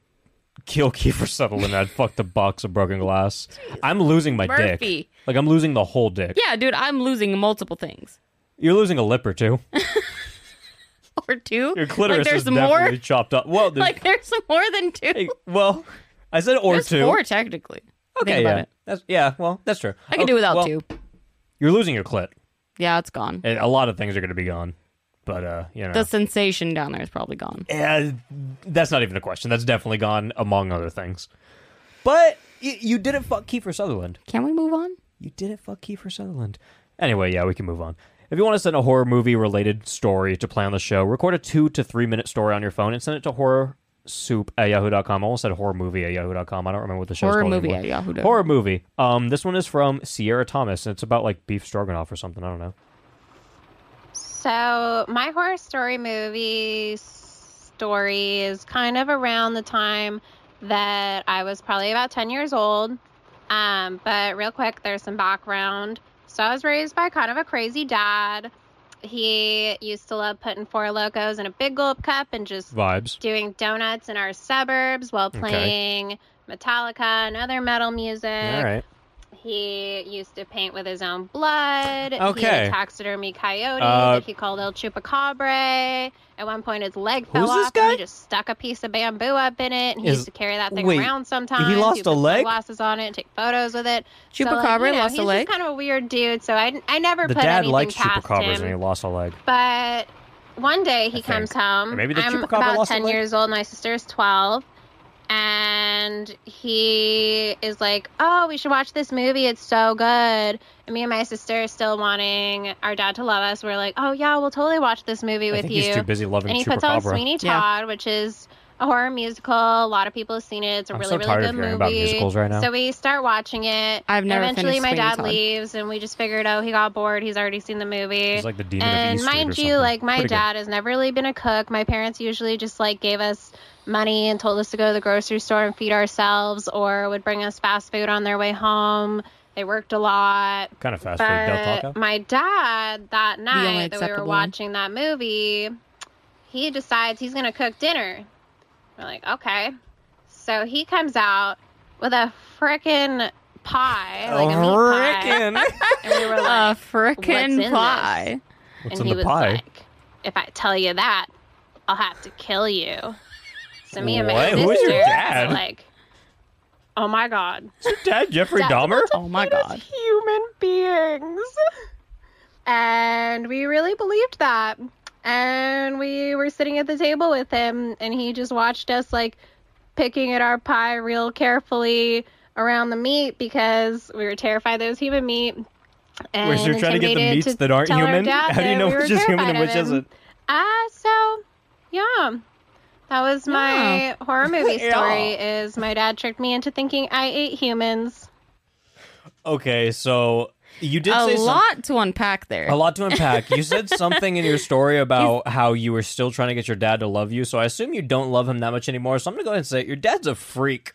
[SPEAKER 2] kill Kiefer Sutherland. I'd fuck the box of broken glass. I'm losing my dick.
[SPEAKER 3] Murphy.
[SPEAKER 2] Like I'm losing the whole dick.
[SPEAKER 3] Yeah, dude, I'm losing multiple things.
[SPEAKER 2] You're losing a lip or two.
[SPEAKER 3] Or two.
[SPEAKER 2] Your clitoris
[SPEAKER 3] like, there's
[SPEAKER 2] is definitely
[SPEAKER 3] more.
[SPEAKER 2] chopped up. Well, there's-
[SPEAKER 3] Like there's more than two.
[SPEAKER 2] hey, well, I said or
[SPEAKER 3] there's
[SPEAKER 2] two.
[SPEAKER 3] four technically.
[SPEAKER 2] okay,
[SPEAKER 3] Think about
[SPEAKER 2] yeah,
[SPEAKER 3] it.
[SPEAKER 2] that's yeah. Well, that's true.
[SPEAKER 3] I can do without
[SPEAKER 2] well,
[SPEAKER 3] two.
[SPEAKER 2] You're losing your clit.
[SPEAKER 3] Yeah, it's gone.
[SPEAKER 2] And A lot of things are going to be gone. But uh, you know,
[SPEAKER 3] The sensation down there is probably gone.
[SPEAKER 2] Uh, that's not even a question. That's definitely gone, among other things. But y- you didn't fuck Kiefer Sutherland.
[SPEAKER 3] Can we move on?
[SPEAKER 2] You didn't fuck Kiefer Sutherland. Anyway, yeah, we can move on. If you want to send a horror movie related story to play on the show, record a two to three minute story on your phone and send it to horror soup at yahoo.com. I almost said horror movie at yahoo.com. I don't remember what the show's
[SPEAKER 3] Horror
[SPEAKER 2] called.
[SPEAKER 3] movie
[SPEAKER 2] anymore.
[SPEAKER 3] at yahoo dot com.
[SPEAKER 2] Horror movie. Um, this one is from Sierra Thomas, and it's about like beef stroganoff or something. I don't know.
[SPEAKER 6] So, my horror story movie s- story is kind of around the time that I was probably about 10 years old. Um, but, real quick, there's some background. So, I was raised by kind of a crazy dad. He used to love putting four locos in a big gulp cup and just
[SPEAKER 2] Vibes.
[SPEAKER 6] doing donuts in our suburbs while playing Metallica and other metal music.
[SPEAKER 2] All right.
[SPEAKER 6] He used to paint with his own blood. He had
[SPEAKER 2] Okay.
[SPEAKER 6] a taxidermy coyote
[SPEAKER 2] Uh,
[SPEAKER 6] that he called El Chupacabra. At one point, his leg
[SPEAKER 2] Who's
[SPEAKER 6] fell
[SPEAKER 2] this
[SPEAKER 6] off and
[SPEAKER 2] guy?
[SPEAKER 6] he just stuck a piece of bamboo up in it. And he
[SPEAKER 2] Is-
[SPEAKER 6] used to carry that thing
[SPEAKER 2] wait,
[SPEAKER 6] around sometimes.
[SPEAKER 2] lost
[SPEAKER 6] He'd
[SPEAKER 2] a
[SPEAKER 6] put
[SPEAKER 2] leg?
[SPEAKER 6] Glasses on it and take photos with it. So, like,
[SPEAKER 3] Chupacabra
[SPEAKER 6] you know,
[SPEAKER 3] lost a
[SPEAKER 6] he's
[SPEAKER 3] leg?
[SPEAKER 6] Just kind of a weird dude, so I, I never
[SPEAKER 2] The
[SPEAKER 6] put
[SPEAKER 2] dad
[SPEAKER 6] anything
[SPEAKER 2] likes
[SPEAKER 6] past
[SPEAKER 2] chupacabras
[SPEAKER 6] him.
[SPEAKER 2] and he lost a leg.
[SPEAKER 6] But one day he
[SPEAKER 2] think.
[SPEAKER 6] comes home.
[SPEAKER 2] Maybe the
[SPEAKER 6] I'm
[SPEAKER 2] chupacabra
[SPEAKER 6] about
[SPEAKER 2] lost a
[SPEAKER 6] 10
[SPEAKER 2] leg?
[SPEAKER 6] years old. My sister's 12. And he is like, Oh, we should watch this movie. It's so good. And me and my sister are still wanting our dad to love us. We're like, Oh, yeah, we'll totally watch this movie
[SPEAKER 2] I
[SPEAKER 6] with
[SPEAKER 2] think
[SPEAKER 6] you.
[SPEAKER 2] he's too busy loving
[SPEAKER 6] and he puts on
[SPEAKER 2] chupacabra.
[SPEAKER 6] Sweeney
[SPEAKER 3] Yeah.
[SPEAKER 6] Todd, which is a horror musical. A lot of people have seen it. It's a
[SPEAKER 2] I'm
[SPEAKER 6] really,
[SPEAKER 2] so tired
[SPEAKER 6] really
[SPEAKER 2] of
[SPEAKER 6] good
[SPEAKER 2] hearing
[SPEAKER 6] movie.
[SPEAKER 2] about musicals right now.
[SPEAKER 6] So we start watching it.
[SPEAKER 3] I've never
[SPEAKER 6] Eventually,
[SPEAKER 3] finished
[SPEAKER 6] my
[SPEAKER 3] Sweeney
[SPEAKER 6] dad
[SPEAKER 3] Todd.
[SPEAKER 6] leaves, and we just figured, Oh, he got bored. He's already seen the movie
[SPEAKER 2] He's like the demon of
[SPEAKER 6] and
[SPEAKER 2] East Street or
[SPEAKER 6] mind you
[SPEAKER 2] something.
[SPEAKER 6] like my
[SPEAKER 2] Pretty good.
[SPEAKER 6] dad has never really been a cook my parents usually just like gave us money and told us to go to the grocery store and feed ourselves or would bring us fast food on their way home they worked a lot
[SPEAKER 2] Kind of fast food, Del Taco.
[SPEAKER 6] but my dad that night that we were
[SPEAKER 3] acceptable one.
[SPEAKER 6] watching that movie he decides he's gonna cook dinner we're like okay so he comes out with a frickin' pie like a meat pie and we were
[SPEAKER 3] A
[SPEAKER 6] like What's in
[SPEAKER 3] frickin'
[SPEAKER 6] this?
[SPEAKER 3] pie.
[SPEAKER 2] What's
[SPEAKER 6] and
[SPEAKER 2] in
[SPEAKER 6] he
[SPEAKER 2] the
[SPEAKER 6] was
[SPEAKER 2] pie?
[SPEAKER 6] like, "If I tell you that, I'll have to kill you." So me and my
[SPEAKER 2] What? Who is your
[SPEAKER 6] sister
[SPEAKER 2] dad?
[SPEAKER 6] were like, "Oh my god,
[SPEAKER 2] Dad Jeffrey Dahmer?
[SPEAKER 3] Oh my god.
[SPEAKER 6] human beings!" And we really believed that. And we were sitting at the table with him, and he just watched us like picking at our pie real carefully around the meat because we were terrified that it was human meat. And
[SPEAKER 2] Wait, so you're trying to get the
[SPEAKER 6] intimidated
[SPEAKER 2] meats that aren't
[SPEAKER 6] tell our
[SPEAKER 2] human?
[SPEAKER 6] dad
[SPEAKER 2] How do you
[SPEAKER 6] that
[SPEAKER 2] know
[SPEAKER 6] we were
[SPEAKER 2] which is human
[SPEAKER 6] terrified
[SPEAKER 2] and
[SPEAKER 6] of
[SPEAKER 2] which
[SPEAKER 6] him.
[SPEAKER 2] isn't?
[SPEAKER 6] Ah, so yeah. That was my horror movie story. Is my dad tricked me into thinking I ate humans?
[SPEAKER 2] Okay, so You did
[SPEAKER 3] a
[SPEAKER 2] say some-
[SPEAKER 3] lot to unpack there.
[SPEAKER 2] a lot to unpack. You said something in your story about how you were still trying to get your dad to love you. So I assume you don't love him that much anymore. So I'm gonna go ahead and say your dad's a freak.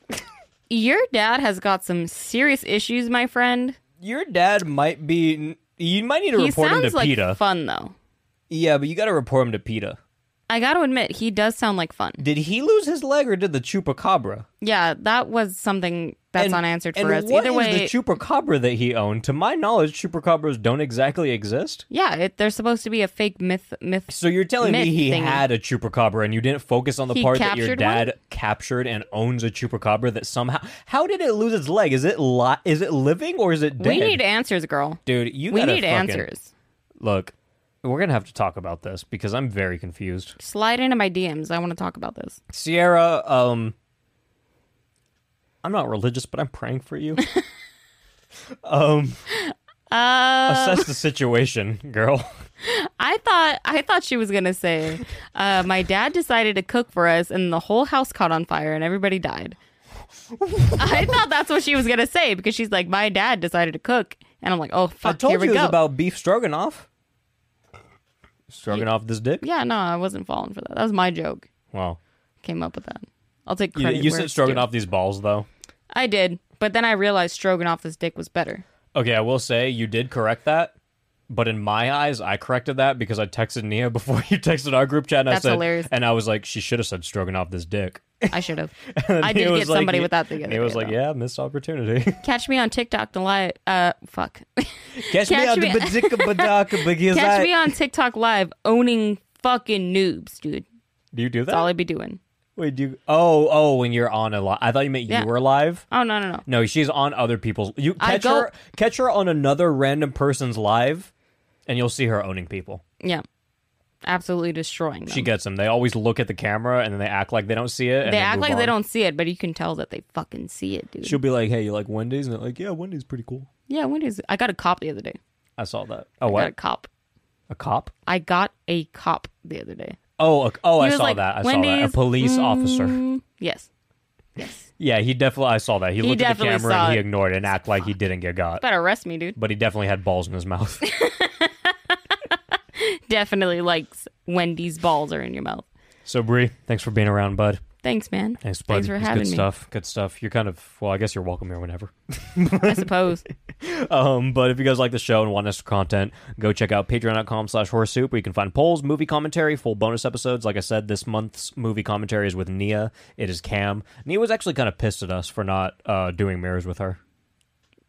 [SPEAKER 3] Your dad has got some serious issues, my friend.
[SPEAKER 2] Your dad might be. You might need to
[SPEAKER 3] He
[SPEAKER 2] report him
[SPEAKER 3] sounds
[SPEAKER 2] to
[SPEAKER 3] like
[SPEAKER 2] PETA.
[SPEAKER 3] fun though.
[SPEAKER 2] yeah, but you got to report him to PETA.
[SPEAKER 3] I got to admit, he does sound like fun.
[SPEAKER 2] Did he lose his leg or did the chupacabra?
[SPEAKER 3] Yeah, that was something that's
[SPEAKER 2] And-
[SPEAKER 3] unanswered
[SPEAKER 2] and
[SPEAKER 3] for us.
[SPEAKER 2] what
[SPEAKER 3] Either
[SPEAKER 2] is
[SPEAKER 3] way,
[SPEAKER 2] the chupacabra that he owned? To my knowledge, chupacabras don't exactly exist.
[SPEAKER 3] yeah, it, there's supposed to be a fake myth. Myth.
[SPEAKER 2] So you're telling me
[SPEAKER 3] Myth
[SPEAKER 2] he
[SPEAKER 3] thingy.
[SPEAKER 2] had a chupacabra and you didn't focus on the
[SPEAKER 3] He
[SPEAKER 2] part that your
[SPEAKER 3] captured
[SPEAKER 2] dad captured and owns a chupacabra that somehow How did it lose its leg? Is it li- is it living or is it dead?
[SPEAKER 3] we need answers, girl.
[SPEAKER 2] Dude, you
[SPEAKER 3] we
[SPEAKER 2] gotta
[SPEAKER 3] need
[SPEAKER 2] fucking-
[SPEAKER 3] answers.
[SPEAKER 2] Look, we're going to have to talk about this because I'm very confused.
[SPEAKER 3] Slide into my DMs. I want to talk about this.
[SPEAKER 2] Sierra, um, I'm not religious, but I'm praying for you. um,
[SPEAKER 3] Uh,
[SPEAKER 2] assess the situation, girl.
[SPEAKER 3] I thought I thought she was gonna say, uh, "My dad decided to cook for us, and the whole house caught on fire, and everybody died." I thought that's what she was gonna say because she's like, "My dad decided to cook," and I'm like, "Oh
[SPEAKER 2] I
[SPEAKER 3] fuck,
[SPEAKER 2] told
[SPEAKER 3] here
[SPEAKER 2] you
[SPEAKER 3] we
[SPEAKER 2] it was
[SPEAKER 3] go."
[SPEAKER 2] about beef stroganoff. Stroganoff this dick?
[SPEAKER 3] yeah, no, I wasn't falling for that. That was my joke.
[SPEAKER 2] Wow.
[SPEAKER 3] Came up with that. I'll take
[SPEAKER 2] You,
[SPEAKER 3] credit.
[SPEAKER 2] you
[SPEAKER 3] where
[SPEAKER 2] said
[SPEAKER 3] it's due.
[SPEAKER 2] stroganoff these balls, though.
[SPEAKER 3] I did, but then I realized stroganoff this dick was better.
[SPEAKER 2] Okay, I will say you did correct that, but in my eyes, I corrected that because I texted Nia before you texted our group chat, and
[SPEAKER 3] That's
[SPEAKER 2] I said,
[SPEAKER 3] hilarious.
[SPEAKER 2] and I was like, she should have said stroganoff this dick.
[SPEAKER 3] I should have.
[SPEAKER 2] And
[SPEAKER 3] I
[SPEAKER 2] Nia
[SPEAKER 3] did
[SPEAKER 2] was
[SPEAKER 3] get
[SPEAKER 2] like-
[SPEAKER 3] somebody with that the other
[SPEAKER 2] Nia was
[SPEAKER 3] day,
[SPEAKER 2] like,
[SPEAKER 3] though.
[SPEAKER 2] yeah, missed opportunity.
[SPEAKER 3] Catch me on TikTok, Deli Uh, fuck.
[SPEAKER 2] Catch, me
[SPEAKER 3] Catch
[SPEAKER 2] on the
[SPEAKER 3] me-
[SPEAKER 2] badicka badaka because
[SPEAKER 3] Catch
[SPEAKER 2] I.
[SPEAKER 3] me on TikTok live owning fucking noobs, dude.
[SPEAKER 2] Do you do that?
[SPEAKER 3] That's all I'd be doing.
[SPEAKER 2] Wait, do you... oh oh when you're on a live. I thought you meant
[SPEAKER 3] Yeah.
[SPEAKER 2] you were live.
[SPEAKER 3] Oh no no no.
[SPEAKER 2] No, she's on other people's. You
[SPEAKER 3] I
[SPEAKER 2] catch
[SPEAKER 3] go-
[SPEAKER 2] her catch her on another random person's live, and you'll see her owning people.
[SPEAKER 3] Yeah. Absolutely destroying them.
[SPEAKER 2] She gets them. They always look at the camera and then they act like they don't see it. And
[SPEAKER 3] they
[SPEAKER 2] then
[SPEAKER 3] act
[SPEAKER 2] move
[SPEAKER 3] like they
[SPEAKER 2] on.
[SPEAKER 3] don't see it, but you can tell that they fucking see it, dude.
[SPEAKER 2] She'll be like, "Hey, you like Wendy's?" And they're like, "Yeah, Wendy's pretty cool."
[SPEAKER 3] Yeah, when is it? I got a cop the other day.
[SPEAKER 2] I saw that. Oh,
[SPEAKER 3] I got a
[SPEAKER 2] what?
[SPEAKER 3] cop.
[SPEAKER 2] A cop?
[SPEAKER 3] I got a cop the other day.
[SPEAKER 2] Oh, a, oh,
[SPEAKER 3] He
[SPEAKER 2] I
[SPEAKER 3] was
[SPEAKER 2] saw
[SPEAKER 3] like,
[SPEAKER 2] that. I saw that. A
[SPEAKER 3] "Wendy's,
[SPEAKER 2] police officer.
[SPEAKER 3] Mm, yes. Yes.
[SPEAKER 2] Yeah, he definitely. I saw that. He,
[SPEAKER 3] He
[SPEAKER 2] looked at the
[SPEAKER 3] definitely
[SPEAKER 2] camera
[SPEAKER 3] saw
[SPEAKER 2] and he
[SPEAKER 3] it.
[SPEAKER 2] ignored it and act like he didn't get got.
[SPEAKER 3] Better arrest me, dude.
[SPEAKER 2] But he definitely had balls in his mouth.
[SPEAKER 3] Definitely likes Wendy's balls are in your mouth.
[SPEAKER 2] so Bree, thanks for being around, bud.
[SPEAKER 3] Thanks, man.
[SPEAKER 2] Thanks, bud.
[SPEAKER 3] Thanks for
[SPEAKER 2] It's
[SPEAKER 3] having
[SPEAKER 2] good
[SPEAKER 3] me.
[SPEAKER 2] stuff. Good stuff. You're kind of well. I guess you're welcome here whenever.
[SPEAKER 3] I suppose.
[SPEAKER 2] Um, but if you guys like the show and want extra content, go check out patreon.com slash horse soup where you can find polls, movie commentary, full bonus episodes. Like I said, this month's movie commentary is with Nia. It is Cam. Nia was actually kind of pissed at us for not uh, doing mirrors with her.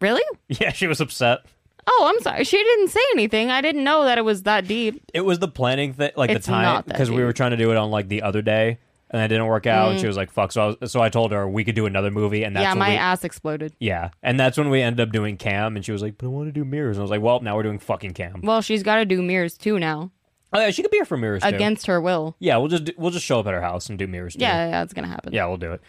[SPEAKER 3] Really?
[SPEAKER 2] Yeah, she was upset.
[SPEAKER 3] Oh, I'm sorry. She didn't say anything. I didn't know that it was that deep.
[SPEAKER 2] It was the planning thing, like
[SPEAKER 3] It's
[SPEAKER 2] the time,
[SPEAKER 3] not that
[SPEAKER 2] because we
[SPEAKER 3] deep. Mm.
[SPEAKER 2] were trying to do it on like the other day, and it didn't work out. And she was like, "Fuck!" So I, was, so I told her we could do another movie, and that's
[SPEAKER 3] yeah,
[SPEAKER 2] when
[SPEAKER 3] my
[SPEAKER 2] we,
[SPEAKER 3] ass exploded.
[SPEAKER 2] yeah, and that's when we ended up doing Cam. And she was like, "But I want to do mirrors," and I was like, "Well, now we're doing fucking Cam."
[SPEAKER 3] Well, she's got to do mirrors too now,
[SPEAKER 2] Oh yeah, she could be here for mirrors too.
[SPEAKER 3] against her will.
[SPEAKER 2] Yeah, we'll just do, we'll just show up at her house and do mirrors. too.
[SPEAKER 3] Yeah, yeah, it's gonna happen.
[SPEAKER 2] yeah, we'll do it.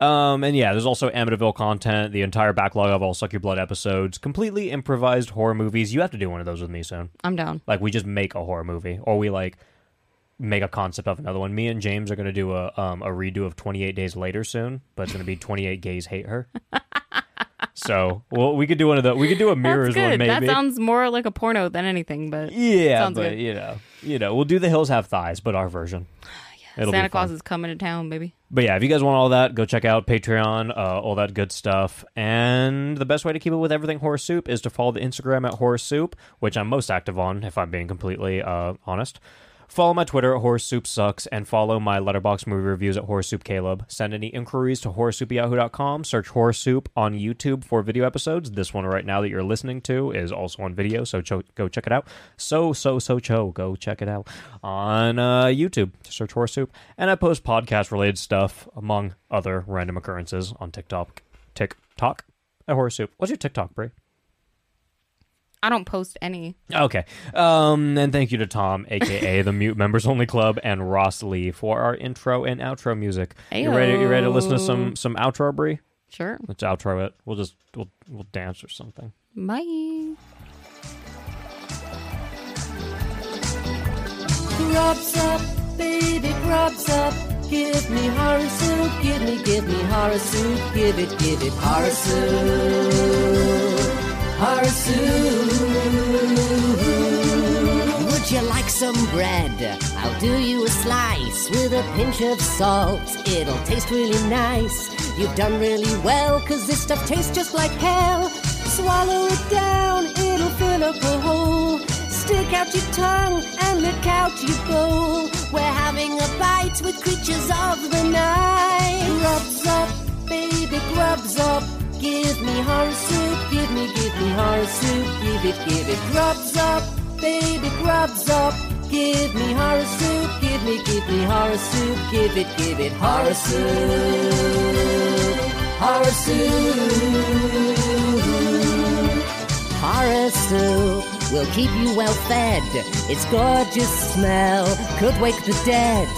[SPEAKER 2] Um, and yeah, there's also Amityville content, the entire backlog of all Suck Your Blood episodes, completely improvised horror movies. You have to do one of those with me soon.
[SPEAKER 3] I'm down.
[SPEAKER 2] Like we just make a horror movie, or we like make a concept of another one. Me and James are gonna do a um a redo of 28 Days Later soon, but it's gonna be 28 Gays Hate Her. so well, we could do one of the we could do a mirrors
[SPEAKER 3] That's good.
[SPEAKER 2] one maybe.
[SPEAKER 3] That sounds more like a porno than anything, but
[SPEAKER 2] yeah,
[SPEAKER 3] sounds
[SPEAKER 2] but
[SPEAKER 3] good. Oh,
[SPEAKER 2] you know, you know, we'll do the Hills Have Thighs, but our version. It'll be
[SPEAKER 3] Santa
[SPEAKER 2] fun.
[SPEAKER 3] Claus is coming to town, baby.
[SPEAKER 2] But yeah, if you guys want all that, go check out Patreon, uh, all that good stuff. And the best way to keep up with everything Horror Soup is to follow the Instagram at Horror Soup, which I'm most active on, if I'm being completely uh, honest. Follow my Twitter at Horror Soup Sucks, and follow my letterbox movie reviews at Horror Soup Caleb. Send any inquiries to horrorsoup@yahoo.com. Search Horror Soup on YouTube for video episodes. This one right now that you're listening to is also on video, so cho- go check it out. So so so cho, go check it out on uh, YouTube. Just search Horror Soup, and I post podcast related stuff among other random occurrences on TikTok. TikTok at Horror Soup. What's your TikTok, Brie?
[SPEAKER 3] I don't post any.
[SPEAKER 2] Okay. Um, and thank you to Tom, aka the Mute Members Only Club, and Ross Lee for our intro and outro music. You ready? You ready to listen to some some outro, Brie?
[SPEAKER 3] Sure.
[SPEAKER 2] Let's outro it. We'll just we'll we'll dance or something.
[SPEAKER 3] Bye.
[SPEAKER 1] Grubs up, baby, grubs up. Give me horror soup, give me, give me horror soup, give it, give it horror soup. Harasu. Would you like some bread? I'll do you a slice with a pinch of salt. It'll taste really nice. You've done really well, cause this stuff tastes just like hell. Swallow it down, it'll fill up a hole. Stick out your tongue and lick out your bowl. We're having a bite with creatures of the night. Grubs up, baby, grubs up. Give me horse soup, give me, give me horse soup, give it, give it. Grubs up, baby, grubs up. Give me horse soup, give me, give me horse soup, give it, give it. Horse soup, horse soup. Horror soup will keep you well fed. Its gorgeous smell could wake the dead.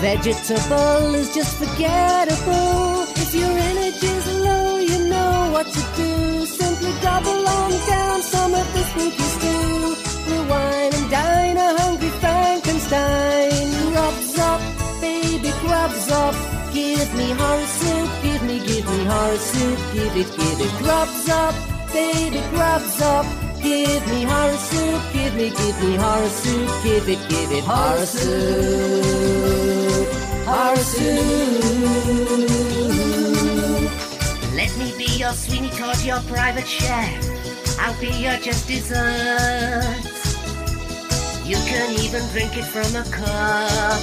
[SPEAKER 1] Vegetable is just forgettable. If your energy's low, you know what to do. Simply double on down some of this spooky stew. Rewind and dine a hungry Frankenstein. Rubs up, baby, grubs up. Give me horror soup, give me, give me horror soup, give it, give it. Grubs up, baby, grubs up. Give me horror soup, give me, give me horror soup, give it, give it horror soup, horror soup. Let me be your Sweeney Todd, your private chef. I'll be your just dessert. You can even drink it from a cup.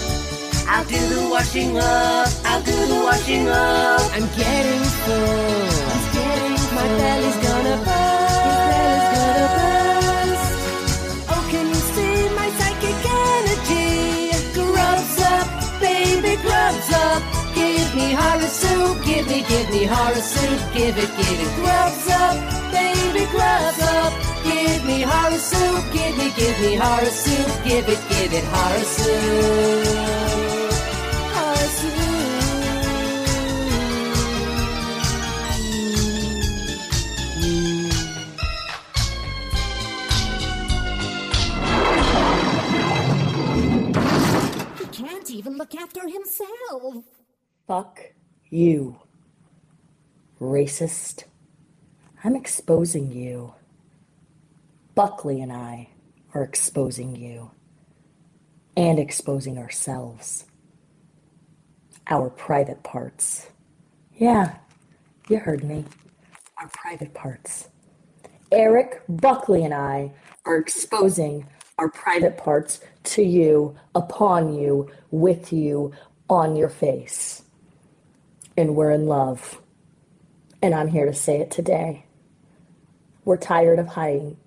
[SPEAKER 1] I'll do the washing up, I'll do the washing up. I'm getting full. I'm getting My belly's gonna burst. Your belly's gonna burst. Oh, can you see my psychic energy? Grubs up, baby, grubs up. Give me horror soup, give me, give me horror soup, give it, give it. Grubs up, baby, grubs up. Give me horror soup, give me, give me horror soup, give it, give it horror soup. Horror soup. He can't even look after himself.
[SPEAKER 4] Fuck you. Racist. I'm exposing you. Buckley and I are exposing you. And exposing ourselves. Our private parts. Yeah, you heard me. Our private parts. Eric Buckley and I are exposing our private parts to you, upon you, with you, on your face. And we're in love. And I'm here to say it today. We're tired of hiding.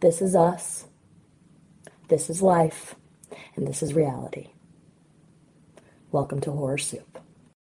[SPEAKER 4] This is us. This is life. And this is reality. Welcome to Horror Soup.